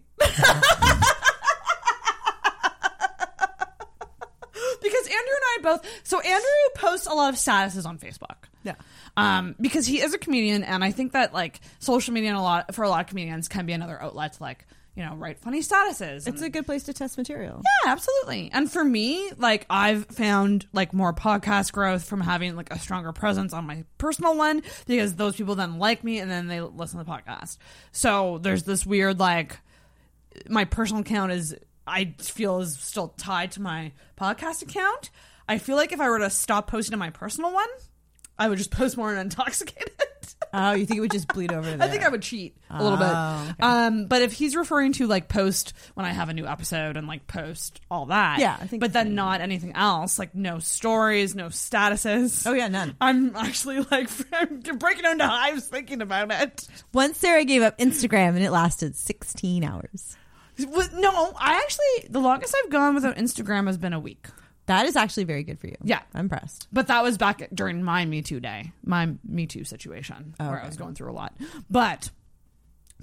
Speaker 11: because Andrew and I both so Andrew posts a lot of statuses on Facebook.
Speaker 12: Yeah.
Speaker 11: Um, because he is a comedian and I think that like social media and a lot for a lot of comedians can be another outlet to like, you know, write funny statuses.
Speaker 12: It's a good place to test material.
Speaker 11: Yeah, absolutely. And for me, like I've found like more podcast growth from having like a stronger presence on my personal one because those people then like me and then they listen to the podcast. So there's this weird like my personal account is I feel is still tied to my podcast account. I feel like if I were to stop posting to my personal one, I would just post more on intoxicated.
Speaker 12: Oh, you think it would just bleed over there?
Speaker 11: I think I would cheat a little
Speaker 12: Oh,
Speaker 11: bit. Um, but if he's referring to like post when I have a new episode and like post all that,
Speaker 12: Yeah, I think
Speaker 11: But then not anything else, like no stories, no statuses. Oh
Speaker 12: yeah, none.
Speaker 11: I'm actually like I'm breaking into hives thinking about it.
Speaker 12: Once Sarah gave up Instagram and it lasted 16 hours.
Speaker 11: Well, No, I actually the longest I've gone without Instagram has been a week.
Speaker 12: That is actually very good for you.
Speaker 11: Yeah,
Speaker 12: I'm impressed.
Speaker 11: But that was back at- during my Me Too day, my Me Too situation,
Speaker 12: Oh,
Speaker 11: where I
Speaker 12: okay.
Speaker 11: was going through a lot. But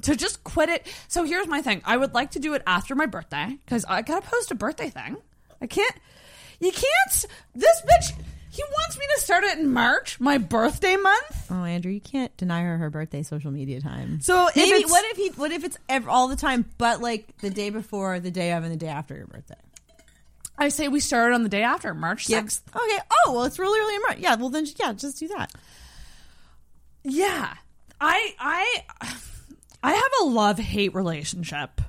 Speaker 11: to just quit it. So here's my thing: I would like to do it after my birthday because I gotta post a birthday thing. I can't. You can't. This bitch. He wants me to start it in March, my birthday month.
Speaker 12: Oh, Andrew, you can't deny her her birthday social media time.
Speaker 11: So if
Speaker 12: maybe
Speaker 11: it's-
Speaker 12: what if he? What if it's ev all the time, but like the day before, the day of, and the day after your birthday?
Speaker 11: I say we started on the day after March sixth.
Speaker 12: Okay. Oh well, it's really early in March. Yeah. Well then, yeah, just do that.
Speaker 11: Yeah. I I I have a love hate relationship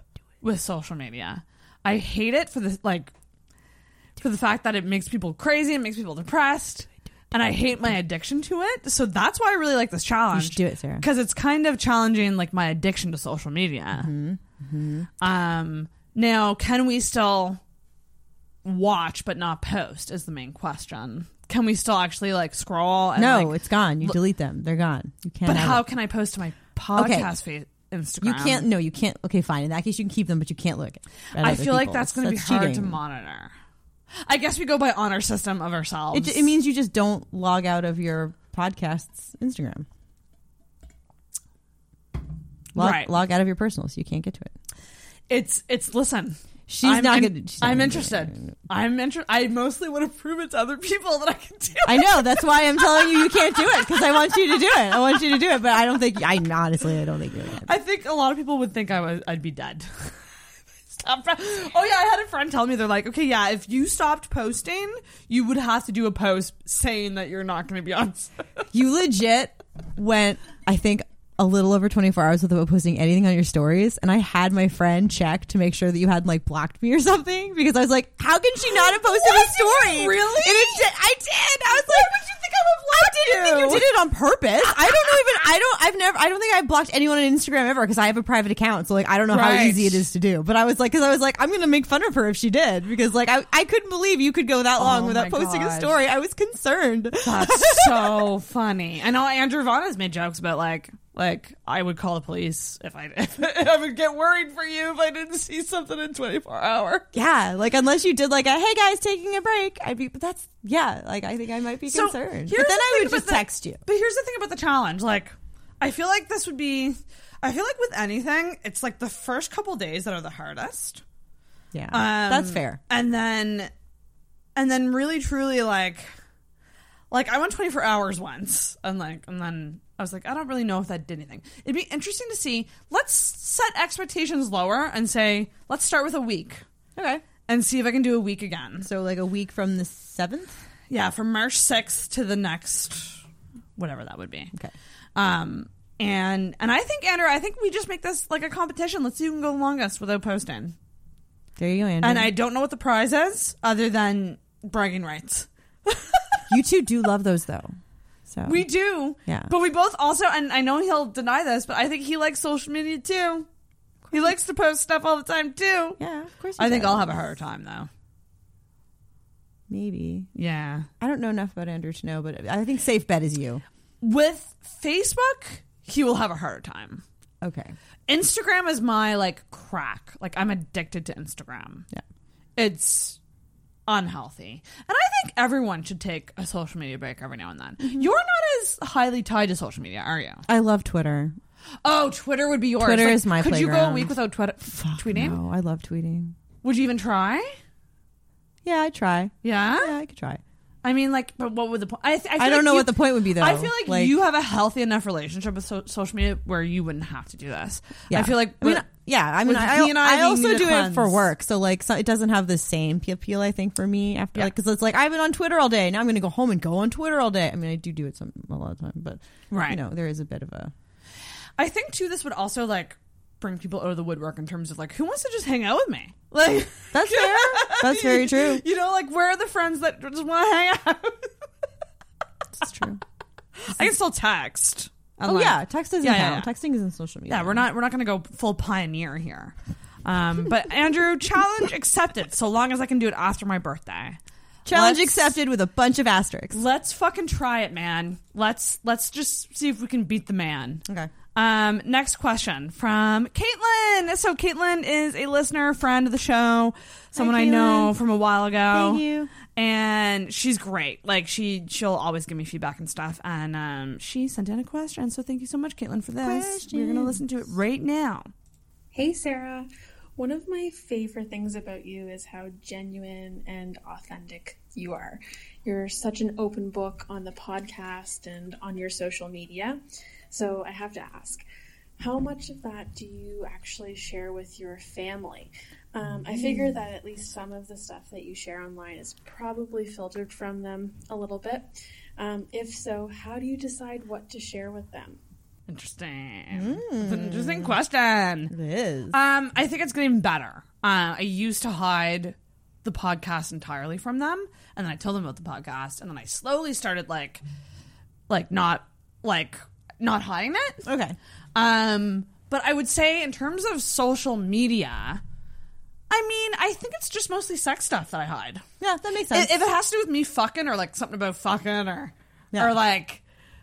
Speaker 11: with social media. I hate it for the like for the fact that it makes people crazy, it makes people depressed, and I hate my addiction to it. So that's why I really like this challenge.
Speaker 12: You should do it, Sarah.
Speaker 11: Because it's kind of challenging, like my addiction to social media.
Speaker 12: Mm-hmm.
Speaker 11: Um, now, can we still watch but not post? Is the main question. Can we still actually like scroll? And,
Speaker 12: no,
Speaker 11: like,
Speaker 12: it's gone. You
Speaker 11: look-
Speaker 12: delete them. They're gone. You can't.
Speaker 11: but
Speaker 12: have
Speaker 11: how
Speaker 12: it.
Speaker 11: can I post to my podcast feed, Instagram?
Speaker 12: You can't. No, you can't. Okay, fine. In that case, you can keep them, but you can't look. At
Speaker 11: I
Speaker 12: other
Speaker 11: feel like
Speaker 12: people's.
Speaker 11: that's going to be
Speaker 12: That's
Speaker 11: hard to
Speaker 12: cheating.
Speaker 11: monitor. I guess we go by honor system of ourselves.
Speaker 12: It, ju- it means you just don't log out of your podcast's Instagram. Log,
Speaker 11: Right.
Speaker 12: log out of your personals. You can't get to it.
Speaker 11: it's it's listen.
Speaker 12: She's
Speaker 11: I'm,
Speaker 12: not
Speaker 11: I'm-
Speaker 12: gonna- she's not
Speaker 11: I'm
Speaker 12: gonna do
Speaker 11: interested. I'm interested. I mostly want to prove it to other people that I can do.
Speaker 12: I know. That's why I'm telling you you can't do it because I want you to do it. I want you to do it, but I don't think. I honestly, I don't think you're. Gonna.
Speaker 11: I think a lot of people would think I was I'd be dead. Stop. fr- Oh yeah, I had a friend tell me they're like, okay, yeah, if you stopped posting, you would have to do a post saying that you're not going to be on.
Speaker 12: You legit went, I think, a little over 24 hours without posting anything on your stories. And I had my friend check to make sure that you hadn't like blocked me or something because I was like, how can she not have posted a story?
Speaker 13: really?
Speaker 12: And it did, I did. I was like, would you think I would I didn't think you did it on purpose. I don't know even, I don't, I've never, I don't think I've blocked anyone on Instagram ever because I have a private account. So like, I don't know how
Speaker 11: Right.
Speaker 12: easy it is to do. But I was like, because I was like, I'm going to make fun of her if she did because like, I, I couldn't believe you could go that long
Speaker 11: Oh
Speaker 12: without
Speaker 11: my
Speaker 12: posting a
Speaker 11: God.
Speaker 12: story. I was concerned.
Speaker 11: That's so funny. I know Andrew Vaughn has made jokes about like like I would call the police if I if I would get worried for you if I didn't see something in 24 hours.
Speaker 12: Yeah, like unless you did like a hey guys taking a break, I'd be. But that's yeah, like I think I might be concerned. But
Speaker 11: here's
Speaker 12: then
Speaker 11: the
Speaker 12: I
Speaker 11: thing
Speaker 12: would
Speaker 11: about
Speaker 12: just
Speaker 11: the-
Speaker 12: text you.
Speaker 11: But here's the thing about the challenge. Like, I feel like this would be. I feel like with anything, it's like the first couple days that are the hardest.
Speaker 12: Yeah,
Speaker 11: Um,
Speaker 12: that's fair.
Speaker 11: And then and then really truly like like I went 24 hours once and like and then I was like I don't really know if that did anything. It'd be interesting to see. Let's set expectations lower and say let's start with a week. Okay. And see if I can do a week again.
Speaker 12: So like a week from the 7th?
Speaker 11: Yeah, from March 6th to the next whatever that would be. Okay. Um and and I think Andrew, I think we just make this like a competition. Let's see who can go longest without posting.
Speaker 12: There you go, Andrew.
Speaker 11: And I don't know what the prize is other than bragging rights.
Speaker 12: you two do love those though. So
Speaker 11: We do.
Speaker 12: Yeah.
Speaker 11: But we both also, and I know he'll deny this, but I think he likes social media too. He likes to post stuff all the time too.
Speaker 12: Yeah, of course.
Speaker 11: I think I'll have a harder time though.
Speaker 12: Maybe.
Speaker 11: Yeah.
Speaker 12: I don't know enough about Andrew to know, but I think safe bet is you.
Speaker 11: With Facebook, he will have a harder time.
Speaker 12: Okay.
Speaker 11: Instagram is my like crack. Like I'm addicted to Instagram.
Speaker 12: Yeah.
Speaker 11: It's unhealthy. And I think everyone should take a social media break every now and then.
Speaker 12: Mm-hmm.
Speaker 11: You're not as highly tied to social media, are you?
Speaker 12: I love Twitter.
Speaker 11: Oh, Twitter would be yours.
Speaker 12: Twitter is my
Speaker 11: Could you go a
Speaker 12: playground.
Speaker 11: week without Twitter tweeting?
Speaker 12: Oh, No, I love tweeting.
Speaker 11: Would you even try?
Speaker 12: Yeah, I try.
Speaker 11: Yeah?
Speaker 12: Yeah, I could try.
Speaker 11: I mean, like, but what would the point? I, th- feel
Speaker 12: I don't
Speaker 11: like
Speaker 12: know
Speaker 11: you-
Speaker 12: what the point would be, though.
Speaker 11: I feel like,
Speaker 12: Like-
Speaker 11: you have a healthy enough relationship with so- social media where you wouldn't have to do this. I feel like,
Speaker 12: I mean,
Speaker 11: with-
Speaker 12: yeah, I mean,
Speaker 11: with he
Speaker 12: I,
Speaker 11: and
Speaker 12: I
Speaker 11: we
Speaker 12: also
Speaker 11: need a
Speaker 12: do it for
Speaker 11: cleanse.
Speaker 12: work, so like, so it doesn't have the same appeal. I think for me after, like, because it's like I've been on Twitter all day. Now I'm going to go home and go on Twitter all day. I mean, I do do it some a lot of time, but
Speaker 11: Right.
Speaker 12: you know, there is a bit of a
Speaker 11: I think too, this would also like bring people out of the woodwork in terms of like, who wants to just hang out with me? Like,
Speaker 12: that's fair. That's very true.
Speaker 11: You know, like, where are the friends that just want to hang out?
Speaker 12: It's true.
Speaker 11: I can still text.
Speaker 12: oh yeah, text isn't yeah, Texting isn't social media.
Speaker 11: Yeah, we're not we're not going to go full pioneer here. Um, but Andrew, challenge accepted. So long as I can do it after my birthday.
Speaker 12: Challenge
Speaker 11: Let's-
Speaker 12: accepted with a bunch of asterisks.
Speaker 11: Let's fucking try it, man. Let's let's just see if we can beat the man.
Speaker 12: Okay.
Speaker 11: Um, next question from Caitlin. So Caitlin is a listener, friend of the show, someone I know
Speaker 12: Caitlin.
Speaker 11: from a while ago.
Speaker 12: Thank you.
Speaker 11: And she's great. Like she she'll always give me feedback and stuff. And um, she sent in a question. So thank you so much, Caitlin, for this. We're gonna listen to it right now.
Speaker 15: Hey, Sarah. One of my favorite things about you is how genuine and authentic you are. You're such an open book on the podcast and on your social media. So I have to ask how much of that do you actually share with your family? Um, I figure that at least some of the stuff that you share online is probably filtered from them a little bit. Um, if so, how do you decide what to share with them?
Speaker 11: Interesting. It's an interesting question. Hmm. It is. Um, I think it's getting better. Uh, I used to hide the podcast entirely from them, and then I told them about the podcast, and then I slowly started like, like not like not hiding it.
Speaker 12: Okay.
Speaker 11: Um, but I would say in terms of social media, I mean, I think it's just mostly sex stuff that I hide.
Speaker 12: Yeah, that makes sense.
Speaker 11: If it has to do with me fucking or like something about fucking or
Speaker 12: Yeah.
Speaker 11: or like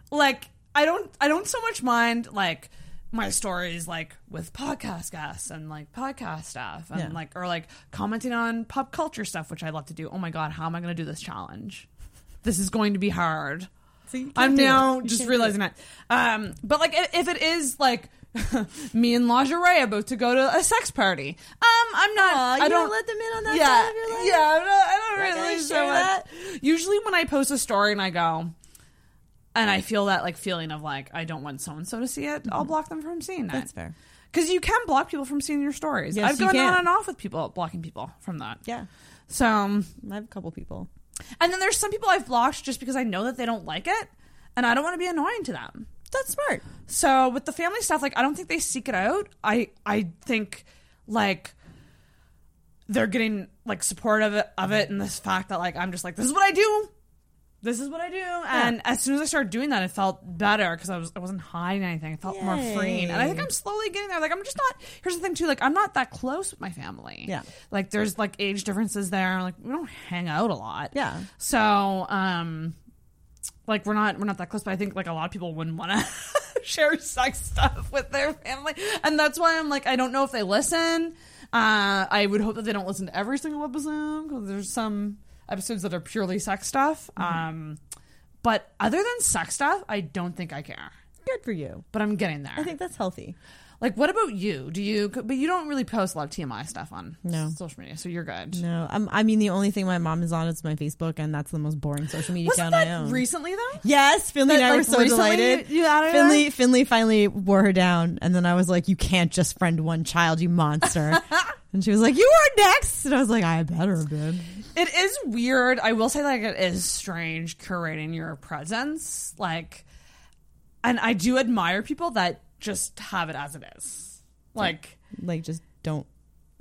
Speaker 11: like I don't I don't so much mind like my stories like with podcast guests and like podcast stuff and
Speaker 12: Yeah.
Speaker 11: like or like commenting on pop culture stuff which I love to do. Oh my god, how am I going to do this challenge? This is going to be hard. I'm
Speaker 12: do
Speaker 11: now
Speaker 12: it. You
Speaker 11: just
Speaker 12: can't do
Speaker 11: realizing that. Um, but like, i- if it is like me and lingerie about to go to a sex party, um, I'm not.
Speaker 12: Aw,
Speaker 11: I
Speaker 12: you
Speaker 11: don't,
Speaker 12: don't let them in on that
Speaker 11: yeah,
Speaker 12: side of your life?
Speaker 11: Yeah, I don't,
Speaker 12: You're
Speaker 11: I
Speaker 12: not
Speaker 11: don't
Speaker 12: gonna
Speaker 11: really so
Speaker 12: share
Speaker 11: much. Usually, when I post a story and I go, and I feel that like feeling of like I don't want so and so to see it, I'll block them from seeing that.
Speaker 12: Mm-hmm. That's fair.
Speaker 11: Because you can block people from seeing your stories.
Speaker 12: Yes,
Speaker 11: I've
Speaker 12: you
Speaker 11: gone
Speaker 12: can.
Speaker 11: on and off with people blocking people from that.
Speaker 12: Yeah.
Speaker 11: So um,
Speaker 12: I have a couple people.
Speaker 11: and then there's some people I've blocked just because I know that they don't like it, and I don't want to be annoying to them.
Speaker 12: That's smart.
Speaker 11: So with the family stuff, like I don't think they seek it out. I I think like they're getting like support of it, of it, and this fact that like I'm just like this is what I do. This is what I do, and as soon as I started doing that, it felt better because I was I wasn't hiding anything. It felt more freeing, and I think
Speaker 12: Yay.
Speaker 11: I'm slowly getting there. Like I'm just not. Here's the thing too. Like I'm not that close with my family.
Speaker 12: Yeah.
Speaker 11: Like there's like age differences there. Like we don't hang out a lot.
Speaker 12: Yeah.
Speaker 11: So um, like we're not we're not that close. But I think like a lot of people wouldn't want to share sex stuff with their family, and that's why I'm like I don't know if they listen. Uh, I would hope that they don't listen to every single episode because there's some episodes that are purely sex stuff.
Speaker 12: Mm-hmm.
Speaker 11: Um, but other than sex stuff, I don't think I care.
Speaker 12: Good for you.
Speaker 11: But I'm getting there.
Speaker 12: I think that's healthy.
Speaker 11: Like, what about you? Do you? But you don't really post a lot of TMI stuff on
Speaker 12: No.
Speaker 11: social media, so you're good.
Speaker 12: No, I'm, I mean the only thing my mom is on is my Facebook, and that's the most boring social media
Speaker 11: Wasn't
Speaker 12: account I
Speaker 11: that
Speaker 12: own.
Speaker 11: recently though?
Speaker 12: yes, Finley and
Speaker 11: That,
Speaker 12: I were
Speaker 11: like,
Speaker 12: so
Speaker 11: recently
Speaker 12: delighted.
Speaker 11: you- you added
Speaker 12: Finley,
Speaker 11: that?
Speaker 12: Finley finally wore her down, and then I was like, "You can't just friend one child, you monster." and she was like, "You are next," and I was like, "I better have been."
Speaker 11: It is weird. I will say, like, it is strange curating your presence. Like, and I do admire people that just have it as it is. Like,
Speaker 12: like just don't.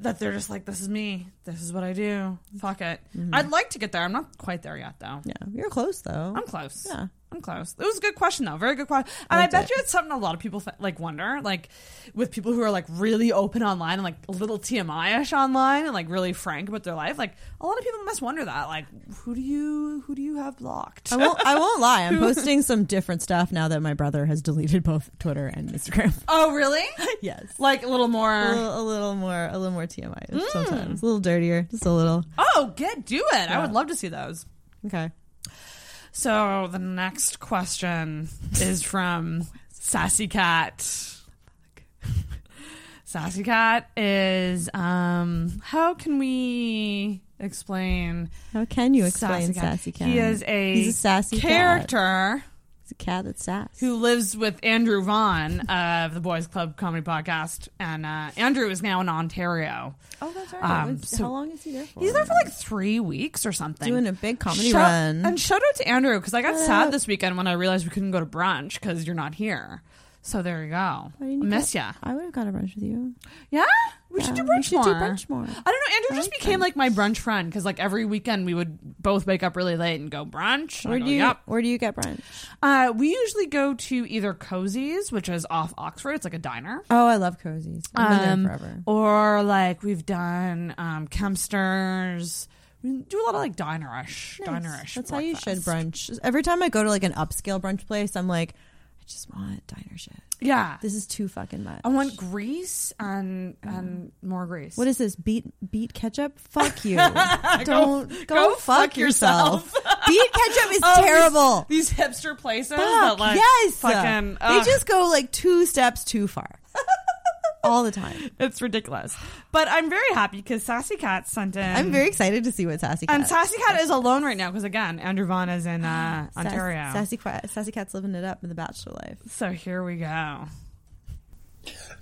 Speaker 11: that they're just like, this is me. This is what I do. Fuck it.
Speaker 12: Mhm.
Speaker 11: I'd like to get there. I'm not quite there yet, though.
Speaker 12: Yeah, you're close though.
Speaker 11: I'm close.
Speaker 12: Yeah.
Speaker 11: I'm close. It was a good question though, very good question. And I
Speaker 12: Liked
Speaker 11: bet
Speaker 12: it.
Speaker 11: you it's something a lot of people th- like wonder, like with people who are like really open online and like a little TMI-ish online and like really frank about their life. Like a lot of people must wonder that, like who do you who do you have blocked?
Speaker 12: I won't. I won't lie. I'm
Speaker 11: Who-
Speaker 12: posting some different stuff now that my brother has deleted both Twitter and Instagram.
Speaker 11: Oh, really?
Speaker 12: yes.
Speaker 11: Like a little more.
Speaker 12: A little, a little more, a little more TMI
Speaker 11: Mm.
Speaker 12: -ish sometimes. A little dirtier, just a little.
Speaker 11: Oh, good. Do it. I
Speaker 12: Yeah.
Speaker 11: would love to see those.
Speaker 12: Okay.
Speaker 11: So the next question is from Sassy Cat. Sassy Cat is um how can we explain
Speaker 12: How can you explain Sassy Cat?
Speaker 11: He is a
Speaker 12: he's a sassy
Speaker 11: character
Speaker 12: Cat. He's a cat that's sass.
Speaker 11: who lives with Andrew Vaughn of the Boys Club Comedy Podcast and uh, Andrew is now in Ontario.
Speaker 12: Oh, that's
Speaker 11: right. Um, When's- so- how
Speaker 12: long is he there for?
Speaker 11: He's there for like three weeks or something.
Speaker 12: Doing a big comedy
Speaker 11: Shout-
Speaker 12: run.
Speaker 11: And shout out to Andrew because I got
Speaker 12: What
Speaker 11: sad
Speaker 12: up?
Speaker 11: this weekend when I realized we couldn't go to brunch because you're not here. So there you go. I miss ya.
Speaker 12: I would have got a brunch with you.
Speaker 11: Yeah, we should do
Speaker 12: Yeah,
Speaker 11: brunch
Speaker 12: we should
Speaker 11: more.
Speaker 12: do brunch more.
Speaker 11: I don't know. Andrew just became like my brunch friend because like every weekend we would both wake up really late and go brunch.
Speaker 12: Where
Speaker 11: I
Speaker 12: do
Speaker 11: go,
Speaker 12: you?
Speaker 11: "Yup."
Speaker 12: Where do you get brunch?
Speaker 11: Uh, we usually go to either Cozy's, which is off Oxford. It's like a diner.
Speaker 12: Oh, I love cozies. I've been
Speaker 11: Um,
Speaker 12: there forever.
Speaker 11: Or like we've done um, Kempsters. We do a lot of like dinerish, dinerish.
Speaker 12: That's how you should brunch. Every time I go to like an upscale brunch place, I'm like, I just want diner shit.
Speaker 11: Yeah.
Speaker 12: this is too fucking much.
Speaker 11: I want grease and and more grease.
Speaker 12: What is this? Beat beat ketchup? Fuck you! Don't go,
Speaker 11: go
Speaker 12: fuck,
Speaker 11: fuck
Speaker 12: yourself. beat ketchup is
Speaker 11: Oh, these-
Speaker 12: terrible.
Speaker 11: These, hipster places that
Speaker 12: Fuck,
Speaker 11: like
Speaker 12: yes,
Speaker 11: fucking.
Speaker 12: they just go like two steps too far all the time.
Speaker 11: It's ridiculous. But I'm very happy because Sassy Cat sent in.
Speaker 12: I'm very excited to see what Sassy Cat
Speaker 11: And Sassy Cat is alone right now because again, Andrew Vaughn is in uh,
Speaker 12: Sass-
Speaker 11: Ontario.
Speaker 12: Sassy Cat, Sassy Cat's living it up in the bachelor life.
Speaker 11: So here we go.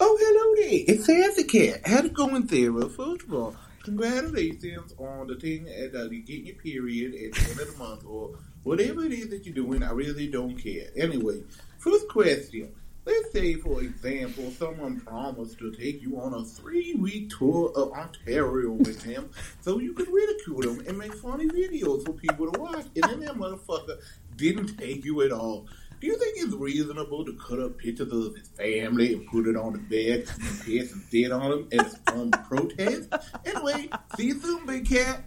Speaker 14: Oh, hello there. It's Sassy Cat. How to go in there? Well, first of all, congratulations on the thing and uh, you getting your period at the end of the month or whatever it is that you're doing. I really don't care. Anyway, first question. Let's say, for example, someone promised to take you on a three-week tour of Ontario with him so you could ridicule them and make funny videos for people to watch. And then that motherfucker didn't take you at all. Do you think it's reasonable to cut up pictures of his family and put it on the bed and piss and shit on him as a form of protest? Anyway, see you soon, big cat.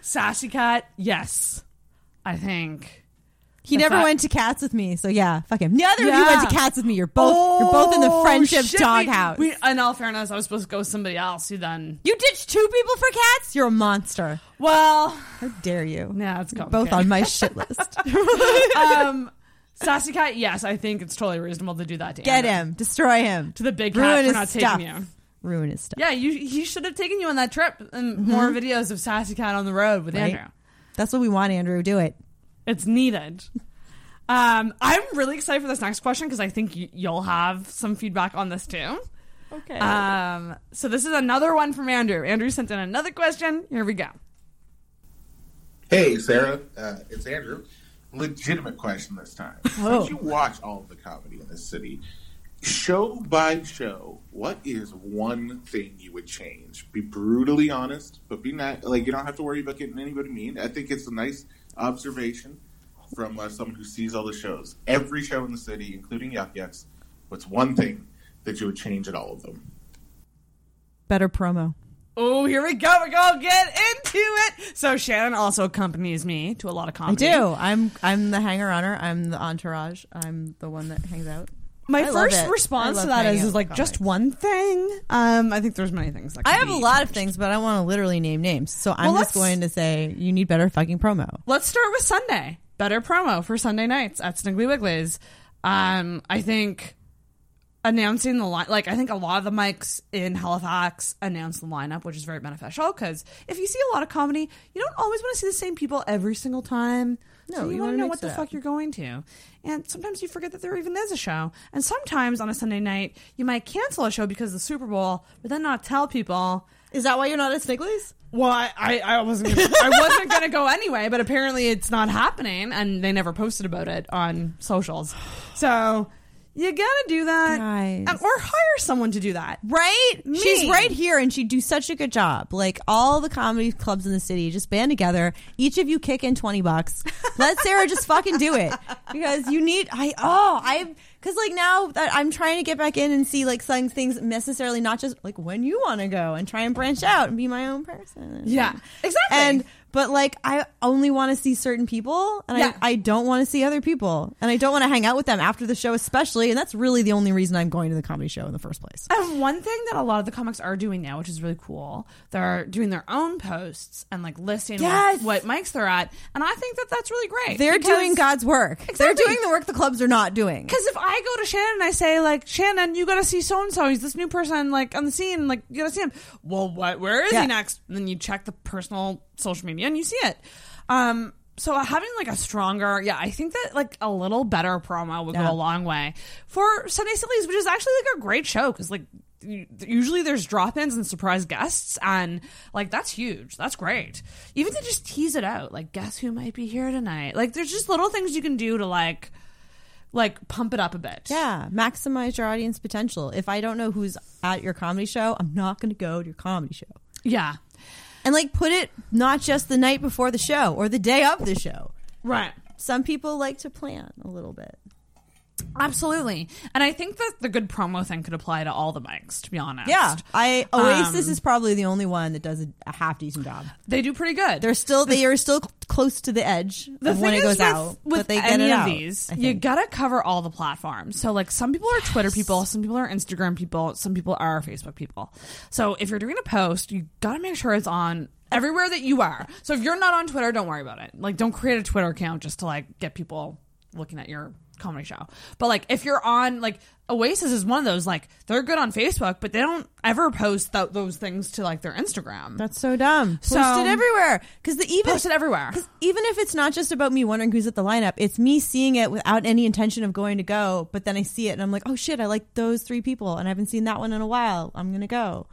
Speaker 11: Sassy Cat, yes. I think.
Speaker 12: He
Speaker 11: That's
Speaker 12: never
Speaker 11: not-
Speaker 12: went to cats with me, so yeah, fuck him. Neither of you
Speaker 11: Yeah.
Speaker 12: went to cats with me. You're both you're both in the
Speaker 11: Oh,
Speaker 12: friendship
Speaker 11: shit, we-
Speaker 12: doghouse.
Speaker 11: We, in all fairness, I was supposed to go with somebody else who then.
Speaker 12: you ditched two people for cats. You're a monster.
Speaker 11: Well,
Speaker 12: How dare you?
Speaker 11: Yeah, it's
Speaker 12: both on my shit list.
Speaker 11: um, Sassy Cat, yes, I think it's totally reasonable to do that to
Speaker 12: Get
Speaker 11: Andrew.
Speaker 12: him, destroy him
Speaker 11: To the big cat
Speaker 12: ruin
Speaker 11: for
Speaker 12: his
Speaker 11: not taking
Speaker 12: stuff.
Speaker 11: you.
Speaker 12: Ruin his stuff.
Speaker 11: Yeah, you he should have taken you on that trip and more videos of Sassy Cat on the road with
Speaker 12: Mm-hmm. Right?
Speaker 11: Andrew.
Speaker 12: That's what we want, Andrew. Do it.
Speaker 11: It's needed. Um, I'm really excited for this next question because I think y- you'll have some feedback on this too.
Speaker 12: Okay.
Speaker 11: Um, so this is another one from Andrew. Andrew sent in another question. Here we go.
Speaker 14: Hey, Sarah, uh, it's Andrew. Legitimate question this time.
Speaker 11: Oh.
Speaker 14: Since you watch all of the comedy in this city, show by show, what is one thing you would change? Be brutally honest, but be not like you don't have to worry about getting anybody mean. I think it's a nice observation from uh, someone who sees all the shows. Every show in the city, including Yuck Yucks, what's one thing that you would change at all of them?
Speaker 12: Better promo.
Speaker 11: Oh, here we go. We're going to get into it. So Shannon also accompanies me to a lot of comedy.
Speaker 12: I do. I'm I'm the hanger oner. I'm the entourage. I'm the one that hangs out.
Speaker 11: My
Speaker 12: I love
Speaker 11: first
Speaker 12: it. I
Speaker 11: response
Speaker 12: love
Speaker 11: to that
Speaker 12: hanging
Speaker 11: is,
Speaker 12: out
Speaker 11: is
Speaker 12: with
Speaker 11: like just one thing. Um, I think there's many things. That
Speaker 12: I
Speaker 11: could
Speaker 12: have a
Speaker 11: be
Speaker 12: lot of things, but I want to literally name names. So I'm
Speaker 11: Well,
Speaker 12: just
Speaker 11: let's-
Speaker 12: going to say you need better fucking promo.
Speaker 11: Let's start with Sunday. better promo for Sunday nights at Snuggly Wigglies. Um, I think announcing the line, like I think a lot of the mics in Halifax announce the lineup, which is very beneficial because if you see a lot of comedy, you don't always want to see the same people every single time.
Speaker 12: No,
Speaker 11: so you,
Speaker 12: you
Speaker 11: want
Speaker 12: wanna
Speaker 11: to know
Speaker 12: mix
Speaker 11: what the
Speaker 12: it up.
Speaker 11: fuck you're going to, and sometimes you forget that there even is a show. And sometimes on a Sunday night, you might cancel a show because of the Super Bowl, but then not tell people.
Speaker 12: Is that why you're not at Snigley's?
Speaker 11: Well, I, I, I wasn't gonna, I wasn't gonna go anyway, but apparently it's not happening, and they never posted about it on socials. So you gotta do that, Um, or hire someone to do that,
Speaker 12: right? She's
Speaker 11: Me.
Speaker 12: right here, and she'd do such a good job. Like all the comedy clubs in the city, just band together. Each of you kick in twenty bucks. Let Sarah just fucking do it because you need. I oh I because like now that I'm trying to get back in and see like some things necessarily not just like when you want to go and try and branch out and be my own person.
Speaker 11: Yeah, exactly.
Speaker 12: And but like I only want to see certain people, and
Speaker 11: Yeah.
Speaker 12: I, I don't want to see other people, and I don't want to hang out with them after the show, especially. And that's really the only reason I'm going to the comedy show in the first place.
Speaker 11: And one thing that a lot of the comics are doing now, which is really cool, they're doing their own posts and like listing what-
Speaker 12: Yes.
Speaker 11: what, mics they're at, and I think that that's really great.
Speaker 12: They're
Speaker 11: because-
Speaker 12: doing God's work. They're
Speaker 11: Exactly.
Speaker 12: doing the work the clubs are not doing.
Speaker 11: Because if I go to Shannon and I say like, Shannon, you gotta see so and so. He's this new person like on the scene. Like you gotta see him. Well, what? Where is
Speaker 12: Yeah.
Speaker 11: he next? And then you check the personal social media and you see it. Um. So having like a stronger, yeah, I think that like a little better promo would
Speaker 12: Yeah.
Speaker 11: go a long way for Sunday Sillies, which is actually like a great show because like u- usually there's drop-ins and surprise guests and like that's huge that's great even to just tease it out like guess who might be here tonight like there's just little things you can do to like like pump it up a bit.
Speaker 12: Yeah, maximize your audience potential. If I don't know who's at your comedy show, I'm not going to go to your comedy show.
Speaker 11: Yeah.
Speaker 12: And like put it not just the night before the show or the day of the show.
Speaker 11: Right.
Speaker 12: Some people like to plan a little bit.
Speaker 11: Absolutely. And I think that the good promo thing could apply to all the mics, to be honest.
Speaker 12: Yeah. I Oasis
Speaker 11: Um,
Speaker 12: is probably the only one that does a, a half decent job.
Speaker 11: They do pretty good.
Speaker 12: They're still they are still cl- close to the edge
Speaker 11: the
Speaker 12: of
Speaker 11: thing
Speaker 12: when it
Speaker 11: is
Speaker 12: goes
Speaker 11: with,
Speaker 12: out,
Speaker 11: with
Speaker 12: but they get
Speaker 11: any
Speaker 12: it
Speaker 11: of
Speaker 12: out,
Speaker 11: these,
Speaker 12: I
Speaker 11: you
Speaker 12: think.
Speaker 11: gotta cover all the platforms. So like some people are Twitter people, some people are Instagram people, some people are Facebook people. So if you're doing a post, you gotta make sure it's on everywhere that you are. So if you're not on Twitter, don't worry about it. Like don't create a Twitter account just to like get people looking at your comedy show. But like if you're on like Oasis is one of those like they're good on Facebook, but they don't ever post th- those things to like their Instagram.
Speaker 12: That's so dumb.
Speaker 11: So-
Speaker 12: post it everywhere because the even
Speaker 11: Post it everywhere.
Speaker 12: 'cause even if it's not just about me wondering who's at the lineup, it's me seeing it without any intention of going to go. But then I see it and I'm like, oh shit, I like those three people, and I haven't seen that one in a while. I'm gonna go.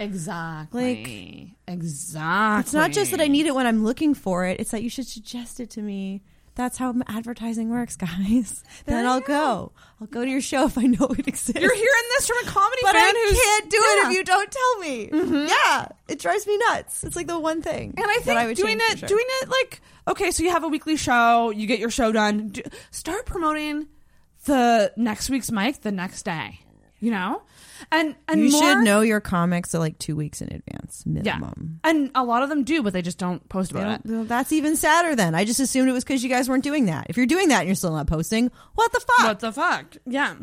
Speaker 11: Exactly. exactly.
Speaker 12: It's not just that I need it when I'm looking for it; it's that you should suggest it to me. That's how advertising works, guys. then I'll go. I'll go to your show if I know it exists.
Speaker 11: You're hearing this from a comedy
Speaker 12: but
Speaker 11: fan
Speaker 12: I
Speaker 11: who's
Speaker 12: can't do it
Speaker 11: Yeah.
Speaker 12: if you don't tell me.
Speaker 11: Mhm.
Speaker 12: Yeah, it drives me nuts. It's like the one thing.
Speaker 11: And I think
Speaker 12: that I would
Speaker 11: doing
Speaker 12: change for sure.
Speaker 11: it, doing it like okay, so you have a weekly show, you get your show done. Do, start promoting the next week's mic the next day. You know, and and
Speaker 12: you
Speaker 11: more,
Speaker 12: should know your comics are like two weeks in advance minimum.
Speaker 11: And a lot of them do, but they just don't post
Speaker 12: They
Speaker 11: about it.
Speaker 12: don't- well, that's even sadder. Then I just assumed it was because you guys weren't doing that. If you're doing that and you're still not posting, what the fuck?
Speaker 11: What the fuck? Yeah.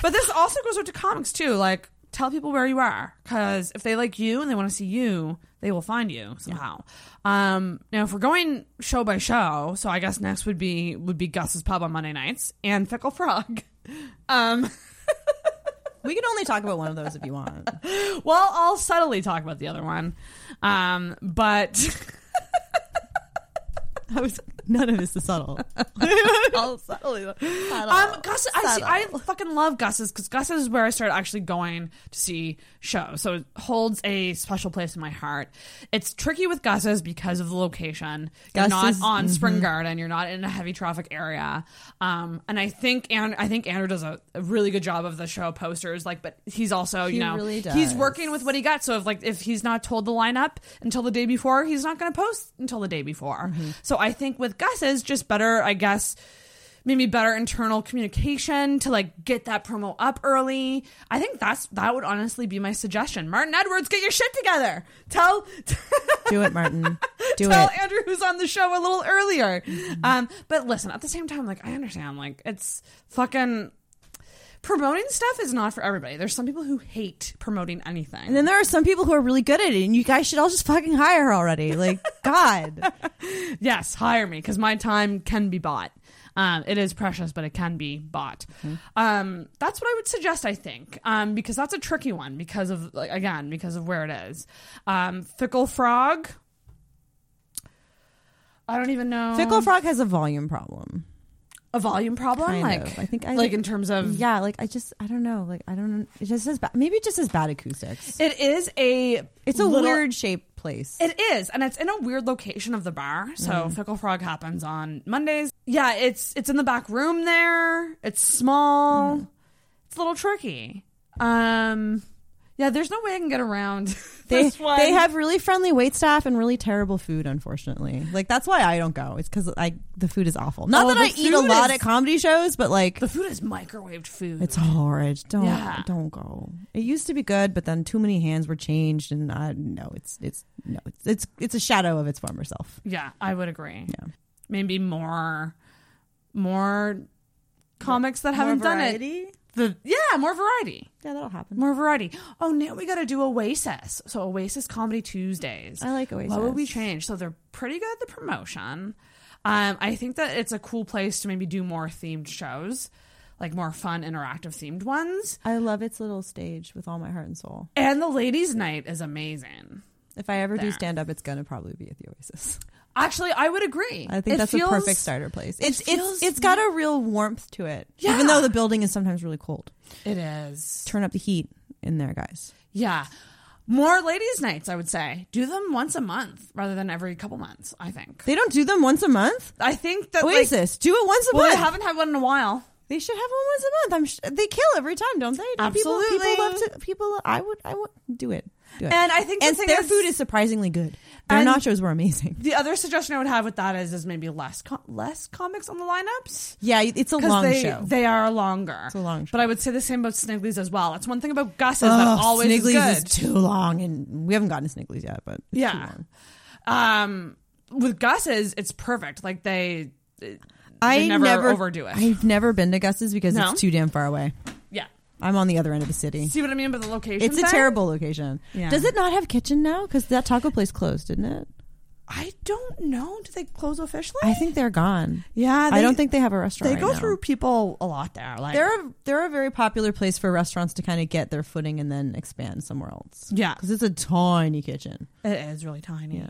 Speaker 11: But this also goes out to comics too. Like, tell people where you are because if they like you and they want to see you, they will find you somehow. Um, now, if we're going show by show, so I guess next would be would be Gus's Pub on Monday nights and Fickle Frog. Um,
Speaker 12: we can only talk about one of those if you want.
Speaker 11: well, I'll subtly talk about the other one, um, but.
Speaker 12: I was none of this is subtle.
Speaker 11: I'll subtly. Um, Gus, I, see, I fucking love Gus's because Gus is where I started actually going to see shows. So it holds a special place in my heart. It's tricky with Gus's because of the location. You're
Speaker 12: Gus
Speaker 11: not
Speaker 12: is-
Speaker 11: on Spring
Speaker 12: mhm.
Speaker 11: Garden. You're not in a heavy traffic area. Um, and I think and I think Andrew does a, a really good job of the show posters. Like, but he's also
Speaker 12: He
Speaker 11: you know
Speaker 12: really
Speaker 11: he's
Speaker 12: does.
Speaker 11: working with what he got. So if like if he's not told the lineup until the day before, he's not going to post until the day before.
Speaker 12: Mm-hmm.
Speaker 11: So I think with Gus's, just better, I guess maybe better internal communication to like get that promo up early. I think that's that would honestly be my suggestion. Martin Edwards, get your shit together. Tell
Speaker 12: Do it, Martin. Do
Speaker 11: tell
Speaker 12: it.
Speaker 11: Andrew who's on the show a little earlier. Um, but listen, at the same time, like I understand, like it's fucking promoting stuff is not for everybody. There's some people who hate promoting anything.
Speaker 12: And then there are some people who are really good at it, and you guys should all just fucking hire her already. Like, God.
Speaker 11: yes, hire me because my time can be bought. Um, it is precious, but it can be bought.
Speaker 12: Mm-hmm.
Speaker 11: Um, that's what I would suggest. I think um, because that's a tricky one because of like, again because of where it is. Um, Fickle Frog. I don't even know.
Speaker 12: Fickle Frog has a volume problem.
Speaker 11: A volume problem,
Speaker 12: Kind
Speaker 11: like
Speaker 12: of. I think I
Speaker 11: like in terms of
Speaker 12: yeah, like I just I don't know, like I don't it just has ba- maybe it just has bad acoustics.
Speaker 11: It is a
Speaker 12: It's a
Speaker 11: little-
Speaker 12: weird shaped place.
Speaker 11: It is, and it's in a weird location of the bar. So
Speaker 12: Mhm.
Speaker 11: Fickle Frog happens on Mondays. Yeah, it's it's in the back room there. It's small.
Speaker 12: Mm.
Speaker 11: It's a little tricky. Um, yeah, there's no way I can get around
Speaker 12: They
Speaker 11: this one.
Speaker 12: they have really friendly wait staff and really terrible food. Unfortunately, like that's why I don't go. It's because I the food is awful. Not
Speaker 11: Oh,
Speaker 12: that I
Speaker 11: the
Speaker 12: eat a
Speaker 11: food
Speaker 12: lot
Speaker 11: is-
Speaker 12: at comedy shows, but like
Speaker 11: the food is microwaved food.
Speaker 12: It's horrid. Don't
Speaker 11: Yeah.
Speaker 12: don't go. It used to be good, but then too many hands were changed, and I no, it's it's no, it's it's it's a shadow of its former self.
Speaker 11: Yeah, I would agree. Yeah. Maybe more more comics that
Speaker 12: More
Speaker 11: haven't
Speaker 12: variety?
Speaker 11: done it. The yeah, more variety.
Speaker 12: Yeah, that'll happen.
Speaker 11: More variety. Oh, now we got to do Oasis. So Oasis Comedy Tuesdays.
Speaker 12: I like
Speaker 11: What would we
Speaker 12: Oasis.
Speaker 11: change? So they're pretty good at the promotion. Um, I think that it's a cool place to maybe do more themed shows, like more fun, interactive themed ones.
Speaker 12: I love its little stage with all my heart and soul.
Speaker 11: And the ladies' night is amazing.
Speaker 12: If I ever do
Speaker 11: There.
Speaker 12: stand up, it's gonna probably be at the Oasis.
Speaker 11: Actually, I would agree.
Speaker 12: I think
Speaker 11: It
Speaker 12: that's
Speaker 11: feels-
Speaker 12: a perfect starter place.
Speaker 11: it
Speaker 12: It's
Speaker 11: feels-
Speaker 12: it's it's got a real warmth to it, even
Speaker 11: Yeah.
Speaker 12: though the building is sometimes really cold.
Speaker 11: It is.
Speaker 12: Turn up the heat in there, guys.
Speaker 11: Yeah. More ladies' nights, I would say. Do them once a month rather than every couple months, I think.
Speaker 12: They don't do them once a month.
Speaker 11: I think that like-
Speaker 12: Oasis do it once a
Speaker 11: well,
Speaker 12: month.
Speaker 11: They haven't had one in a while.
Speaker 12: They should have one once a month. I'm sh- they kill every time, don't they? Do people- People,
Speaker 11: Absolutely.
Speaker 12: love to. People, I would, I would do it. Do it.
Speaker 11: And I think the
Speaker 12: and
Speaker 11: thing
Speaker 12: their
Speaker 11: is-
Speaker 12: food is surprisingly good. Their
Speaker 11: And-
Speaker 12: nachos were amazing.
Speaker 11: The other suggestion I would have with that is is maybe less com- less comics on the lineups.
Speaker 12: Yeah, it's a
Speaker 11: 'Cause
Speaker 12: long
Speaker 11: they,
Speaker 12: show.
Speaker 11: They are longer. It's
Speaker 12: a long
Speaker 11: But I would say the same about Sniggly's as well. That's one thing about Gus's that
Speaker 12: Ugh,
Speaker 11: always is
Speaker 12: Sniggly's
Speaker 11: good.
Speaker 12: is too long, and we haven't gotten to Sniggly's yet, but it's too
Speaker 11: yeah.
Speaker 12: long.
Speaker 11: Um, with Gus's, it's perfect. Like they, they
Speaker 12: I
Speaker 11: never, overdo it.
Speaker 12: I've never been to Gus's because
Speaker 11: No?
Speaker 12: it's too damn far away.
Speaker 11: yeah.
Speaker 12: I'm on the other end of the city.
Speaker 11: See what I mean by the location?
Speaker 12: It's a
Speaker 11: thing?
Speaker 12: terrible location.
Speaker 11: Yeah.
Speaker 12: Does it not have kitchen now? Because that taco place closed, didn't it?
Speaker 11: I don't know. Do they close officially?
Speaker 12: I think they're gone.
Speaker 11: Yeah,
Speaker 12: I
Speaker 11: they-
Speaker 12: don't think they have a restaurant.
Speaker 11: They
Speaker 12: right
Speaker 11: go
Speaker 12: now.
Speaker 11: through people a lot there. Like
Speaker 12: they're a, they're a very popular place for restaurants to kind of get their footing and then expand somewhere else.
Speaker 11: Yeah.
Speaker 12: because it's a tiny kitchen.
Speaker 11: It is really tiny.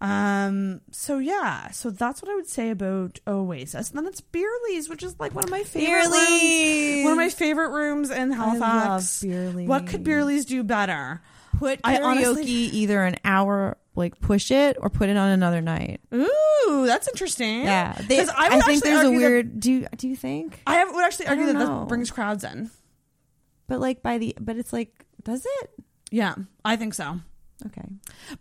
Speaker 11: Um. So yeah. So that's what I would say about Oasis. And then it's Beerley's, which is like one of my favorite rooms.
Speaker 12: Beerley's.
Speaker 11: One of my favorite rooms in Halifax.
Speaker 12: Beerley's.
Speaker 11: What could Beerley's do better?
Speaker 12: Put
Speaker 11: I
Speaker 12: karaoke
Speaker 11: honestly-
Speaker 12: either an hour, like push it, or put it on another night.
Speaker 11: Ooh, that's interesting.
Speaker 12: Yeah, They-
Speaker 11: Because I, would actually
Speaker 12: think there's a
Speaker 11: argue that-
Speaker 12: weird. do you, do you think?
Speaker 11: I have- would actually
Speaker 12: I
Speaker 11: argue that
Speaker 12: don't know.
Speaker 11: that brings crowds in.
Speaker 12: But like by the, but it's like, does it?
Speaker 11: Yeah, I think so.
Speaker 12: Okay.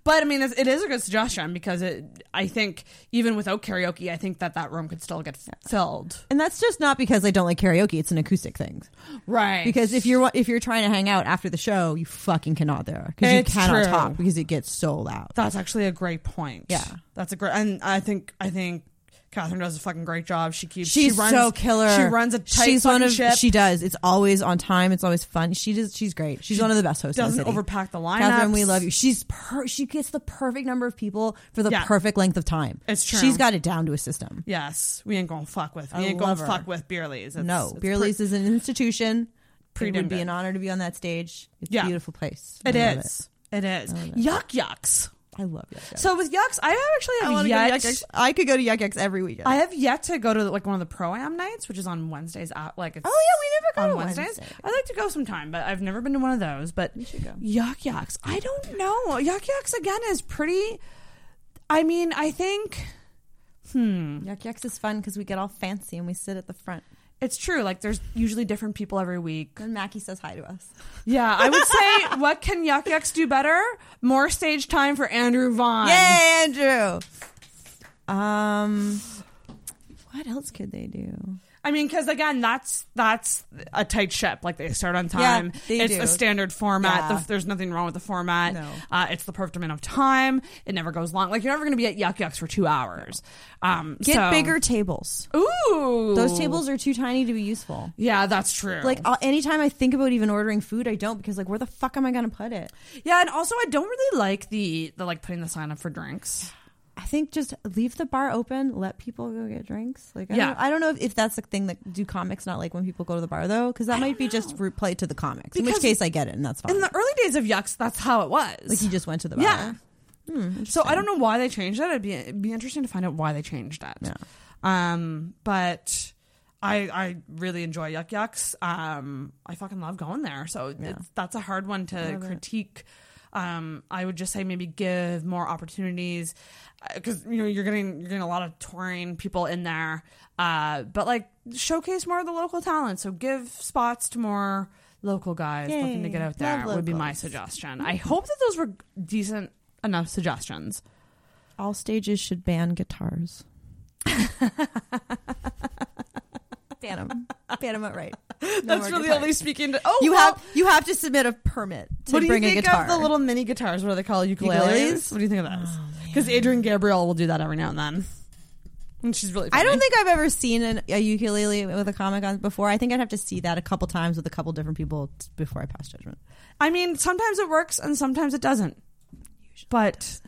Speaker 11: But I mean, it's, it is a good suggestion because it. I think even without karaoke, I think that that room could still get f- filled.
Speaker 12: And that's just not because I don't like karaoke. It's an acoustic thing.
Speaker 11: Right.
Speaker 12: Because if you're if you're trying to hang out after the show, you fucking cannot there because you
Speaker 11: It's
Speaker 12: cannot
Speaker 11: true.
Speaker 12: talk because it gets so loud.
Speaker 11: That's actually a great point.
Speaker 12: Yeah.
Speaker 11: that's a great, and I think I think Catherine does a fucking great job. She keeps
Speaker 12: She's
Speaker 11: she runs,
Speaker 12: so killer.
Speaker 11: She runs a tight
Speaker 12: she's
Speaker 11: fucking
Speaker 12: one of
Speaker 11: ship.
Speaker 12: she does. It's always on time. It's always fun. She does. She's great. She's
Speaker 11: She
Speaker 12: one of the best hosts. in the
Speaker 11: doesn't
Speaker 12: city.
Speaker 11: overpack the lineups.
Speaker 12: Catherine, we love you. She's per- she gets the perfect number of people for the
Speaker 11: Yeah.
Speaker 12: perfect length of time.
Speaker 11: It's true.
Speaker 12: She's got it down to a system.
Speaker 11: Yes, we ain't gonna fuck with. We
Speaker 12: I
Speaker 11: ain't gonna
Speaker 12: love her.
Speaker 11: fuck with Beerley's. It's-
Speaker 12: no,
Speaker 11: it's
Speaker 12: Beerley's is an institution.
Speaker 11: Pretty
Speaker 12: it
Speaker 11: damn
Speaker 12: would be
Speaker 11: good.
Speaker 12: an honor to be on that stage. It's
Speaker 11: Yeah.
Speaker 12: a beautiful place.
Speaker 11: It
Speaker 12: I love
Speaker 11: is. It is.
Speaker 12: I love it.
Speaker 11: Yuck yucks.
Speaker 12: I love Yuck Yucks.
Speaker 11: So with yucks, I actually
Speaker 12: I
Speaker 11: have
Speaker 12: wanna go to
Speaker 11: yet.
Speaker 12: Yuck Yucks. I could go to Yuck Yucks every weekend.
Speaker 11: I have yet to go to like one of the pro am nights, which is on Wednesdays. At, like
Speaker 12: Oh,
Speaker 11: it's
Speaker 12: yeah, we never go
Speaker 11: on
Speaker 12: to
Speaker 11: Wednesdays.
Speaker 12: Wednesday.
Speaker 11: I'd like to go sometime, but I've never been to one of those. But
Speaker 12: You should go.
Speaker 11: yuck yucks. I don't know. Yuck yucks again is pretty. I mean, I think. Hmm.
Speaker 12: Yuck Yucks is fun because we get all fancy and we sit at the front.
Speaker 11: It's true. Like there's usually different people every week.
Speaker 12: And Mackie says hi to us.
Speaker 11: Yeah, I would say what can Yuck Yucks do better? More stage time for Andrew Vaughn.
Speaker 12: Yay, Andrew. Um, what else could they do?
Speaker 11: I mean, because again, that's that's a tight ship. Like they start on time.
Speaker 12: Yeah, they
Speaker 11: it's
Speaker 12: do.
Speaker 11: a standard format.
Speaker 12: Yeah.
Speaker 11: The- there's nothing wrong with the format.
Speaker 12: No.
Speaker 11: Uh, it's the perfect amount of time. It never goes long. Like you're never going to be at Yuck Yucks for two hours. Um,
Speaker 12: Get
Speaker 11: so-
Speaker 12: bigger tables.
Speaker 11: Ooh,
Speaker 12: Those tables are too tiny to be useful.
Speaker 11: Yeah, that's true.
Speaker 12: Like uh, anytime I think about even ordering food, I don't because like where the fuck am I gonna put it?
Speaker 11: yeah, and also I don't really like the the like putting the sign up for drinks.
Speaker 12: I think just leave the bar open, let people go get drinks. Like, I,
Speaker 11: Yeah.
Speaker 12: don't, I don't know if, if that's the thing that do comics not like when people go to the bar though, because that might be just root play to the comics. in which
Speaker 11: Because-
Speaker 12: case, I get it, and that's fine.
Speaker 11: In the early days of Yucks, that's how it was.
Speaker 12: like you just went to the bar.
Speaker 11: yeah. so I don't know why they changed that. It'd be it'd be interesting to find out why they changed that. Um, but I I really enjoy Yuck Yucks. Um, I fucking love going there. So it's, that's a hard one to
Speaker 12: Love it.
Speaker 11: critique. Um, I would just say maybe give more opportunities because you know you're getting you're getting a lot of touring people in there. Uh, but like showcase more of the local talent. So give spots to more local guys looking to
Speaker 12: Yay.
Speaker 11: get out there
Speaker 12: Love
Speaker 11: would be my
Speaker 12: locals.
Speaker 11: suggestion. I hope that those were decent enough suggestions.
Speaker 12: All stages should ban guitars. ban them. Ban them outright.
Speaker 11: That's really only speaking to. Oh,
Speaker 12: you
Speaker 11: well,
Speaker 12: have you have to submit a permit to
Speaker 11: what do you
Speaker 12: bring
Speaker 11: think
Speaker 12: a guitar. Oh,
Speaker 11: of the little mini guitars? What do they call ukuleles?
Speaker 12: Ukuleles?
Speaker 11: What do you think of those? Because Adrian Gabriel will do that every now and then, and she's really.
Speaker 12: I don't
Speaker 11: funny.
Speaker 12: think I've ever seen an, a ukulele with a comic on before. I think I'd have to see that a couple times with a couple different people t- before I pass judgment.
Speaker 11: I mean, sometimes it works and sometimes it doesn't. But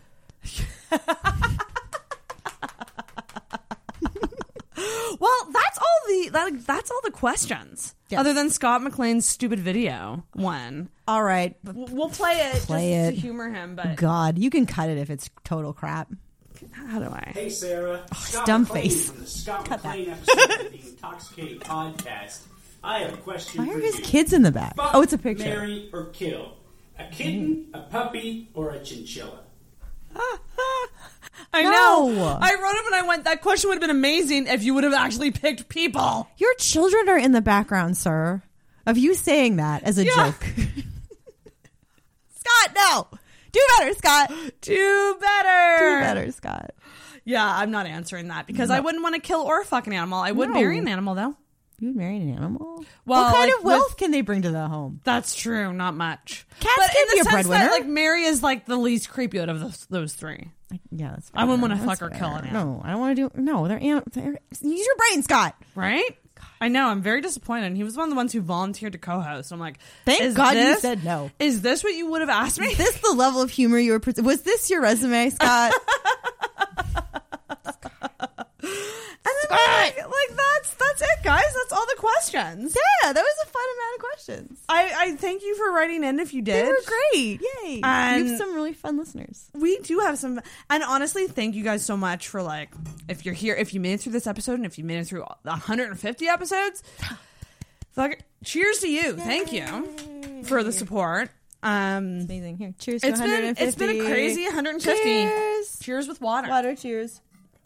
Speaker 11: well, that's all the that, that's all the questions.
Speaker 12: Yes.
Speaker 11: Other than Scott McLean's stupid video one.
Speaker 12: All right,
Speaker 11: W- we'll play it
Speaker 12: play
Speaker 11: just
Speaker 12: it.
Speaker 11: to humor him. But
Speaker 12: God, you can cut it if it's total crap.
Speaker 11: how do I?
Speaker 6: Hey, Sarah.
Speaker 12: Oh, his dumb face.
Speaker 6: From the Scott McLean episode of the Intoxicated Podcast. I have a question
Speaker 12: Why are
Speaker 6: for
Speaker 12: his
Speaker 6: you.
Speaker 12: kids in the back?
Speaker 6: Fuck,
Speaker 12: Oh, it's a picture.
Speaker 6: Marry or kill a kitten, a puppy, or a chinchilla.
Speaker 11: I
Speaker 12: No.
Speaker 11: know. I wrote him and I went. That question would have been amazing if you would have actually picked people.
Speaker 12: Your children are in the background, sir. Of you saying that as a
Speaker 11: Yeah.
Speaker 12: joke. Scott, no. Do better, Scott.
Speaker 11: Do better.
Speaker 12: Do better, Scott.
Speaker 11: Yeah, I'm not answering that because I
Speaker 12: No.
Speaker 11: wouldn't want to kill or fuck an animal. I would
Speaker 12: No.
Speaker 11: bury an animal though.
Speaker 12: You'd marry an animal?
Speaker 11: Well,
Speaker 12: what kind
Speaker 11: like,
Speaker 12: of wealth can they bring to the home?
Speaker 11: That's true. Not much.
Speaker 12: Cats
Speaker 11: but
Speaker 12: can
Speaker 11: in the
Speaker 12: be a
Speaker 11: sense
Speaker 12: breadwinner.
Speaker 11: that, like Mary is like the least creepy out of those, those three.
Speaker 12: Yeah, that's
Speaker 11: I wouldn't want to
Speaker 12: fair.
Speaker 11: fuck
Speaker 12: That's
Speaker 11: or kill an
Speaker 12: fair.
Speaker 11: animal.
Speaker 12: No, I don't want to do. No, they're, an, they're use your brain, Scott.
Speaker 11: Right? I know. I'm very disappointed. And he was one of the ones who volunteered to co-host. I'm like,
Speaker 12: Thank
Speaker 11: is
Speaker 12: God
Speaker 11: this,
Speaker 12: you said no.
Speaker 11: Is this what you would have asked me?
Speaker 12: Is this the level of humor you were? Pre- was this your resume, Scott?
Speaker 11: And then, like, like that's that's it, guys. That's all the questions.
Speaker 12: yeah, that was a fun amount of questions.
Speaker 11: I, I thank you for writing in. If you did,
Speaker 12: They were great. Yay! you
Speaker 11: And-
Speaker 12: have some really fun listeners.
Speaker 11: we do have some and honestly thank you guys so much for like if you're here if you made it through this episode and if you made it through all- 150 episodes fuck, cheers to you thank you for the support um
Speaker 12: amazing here cheers
Speaker 11: it's been it's been a crazy 150
Speaker 12: Cheers.
Speaker 11: cheers with water
Speaker 12: Water cheers.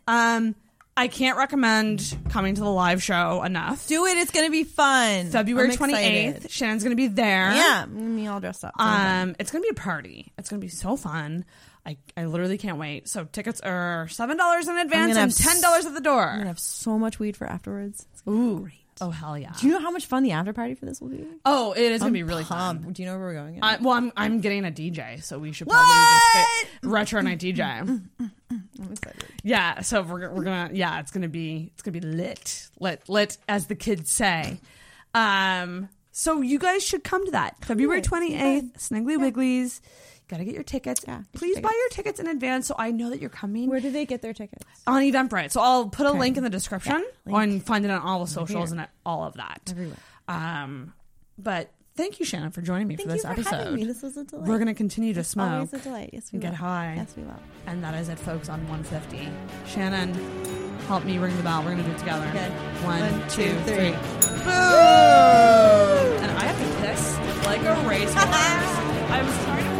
Speaker 11: um i can't recommend coming to the live show enough
Speaker 12: Do it. It's gonna be fun.
Speaker 11: february
Speaker 12: I'm excited.
Speaker 11: 28th shannon's gonna be there
Speaker 12: Yeah, me all dressed up.
Speaker 11: um, it's gonna be a party. It's gonna be so fun. I, I literally can't wait. So tickets are seven dollars in
Speaker 12: I'm
Speaker 11: advance
Speaker 12: gonna
Speaker 11: and
Speaker 12: have
Speaker 11: ten
Speaker 12: s-
Speaker 11: dollars at the
Speaker 12: I'm gonna
Speaker 11: door.
Speaker 12: have so much weed for afterwards. It's gonna be
Speaker 11: Ooh,
Speaker 12: great.
Speaker 11: oh hell yeah!
Speaker 12: Do you know how much fun the after party for this will be?
Speaker 11: Oh, it is gonna
Speaker 12: I'm
Speaker 11: be really fun.
Speaker 12: pumped. Do you know where we're going?
Speaker 11: I, well, I'm I'm getting a DJ, so we should probably just get retro night DJ.
Speaker 12: I'm excited.
Speaker 11: Yeah, so we're we're gonna yeah, it's gonna be it's gonna be lit lit lit as the kids say. Um, so you guys should come to that February twenty eighth, Sniggly Wigglies. Gotta get your tickets. Please buy your tickets in advance so I know that you're coming.
Speaker 12: Where do they get their tickets?
Speaker 11: on Eventbrite. So I'll put a link in the description
Speaker 12: Yeah, link.
Speaker 11: and find it on all the socials
Speaker 12: here.
Speaker 11: and all of that.
Speaker 12: Everywhere.
Speaker 11: Um, but thank you, Shannon, for joining me
Speaker 12: Thank
Speaker 11: for this
Speaker 12: you for
Speaker 11: episode.
Speaker 12: having me. This was a delight.
Speaker 11: We're going to continue to smoke.
Speaker 12: Always a delight. Yes, we
Speaker 11: and get
Speaker 12: will.
Speaker 11: high.
Speaker 12: Yes, we will.
Speaker 11: And that is it, folks, on 150. Shannon, help me ring the bell. We're going to do it together.
Speaker 12: Okay.
Speaker 11: One,
Speaker 12: One,
Speaker 11: two,
Speaker 12: two,
Speaker 11: three.
Speaker 12: three.
Speaker 11: Boom! And I have to piss like a racehorse. I'm sorry to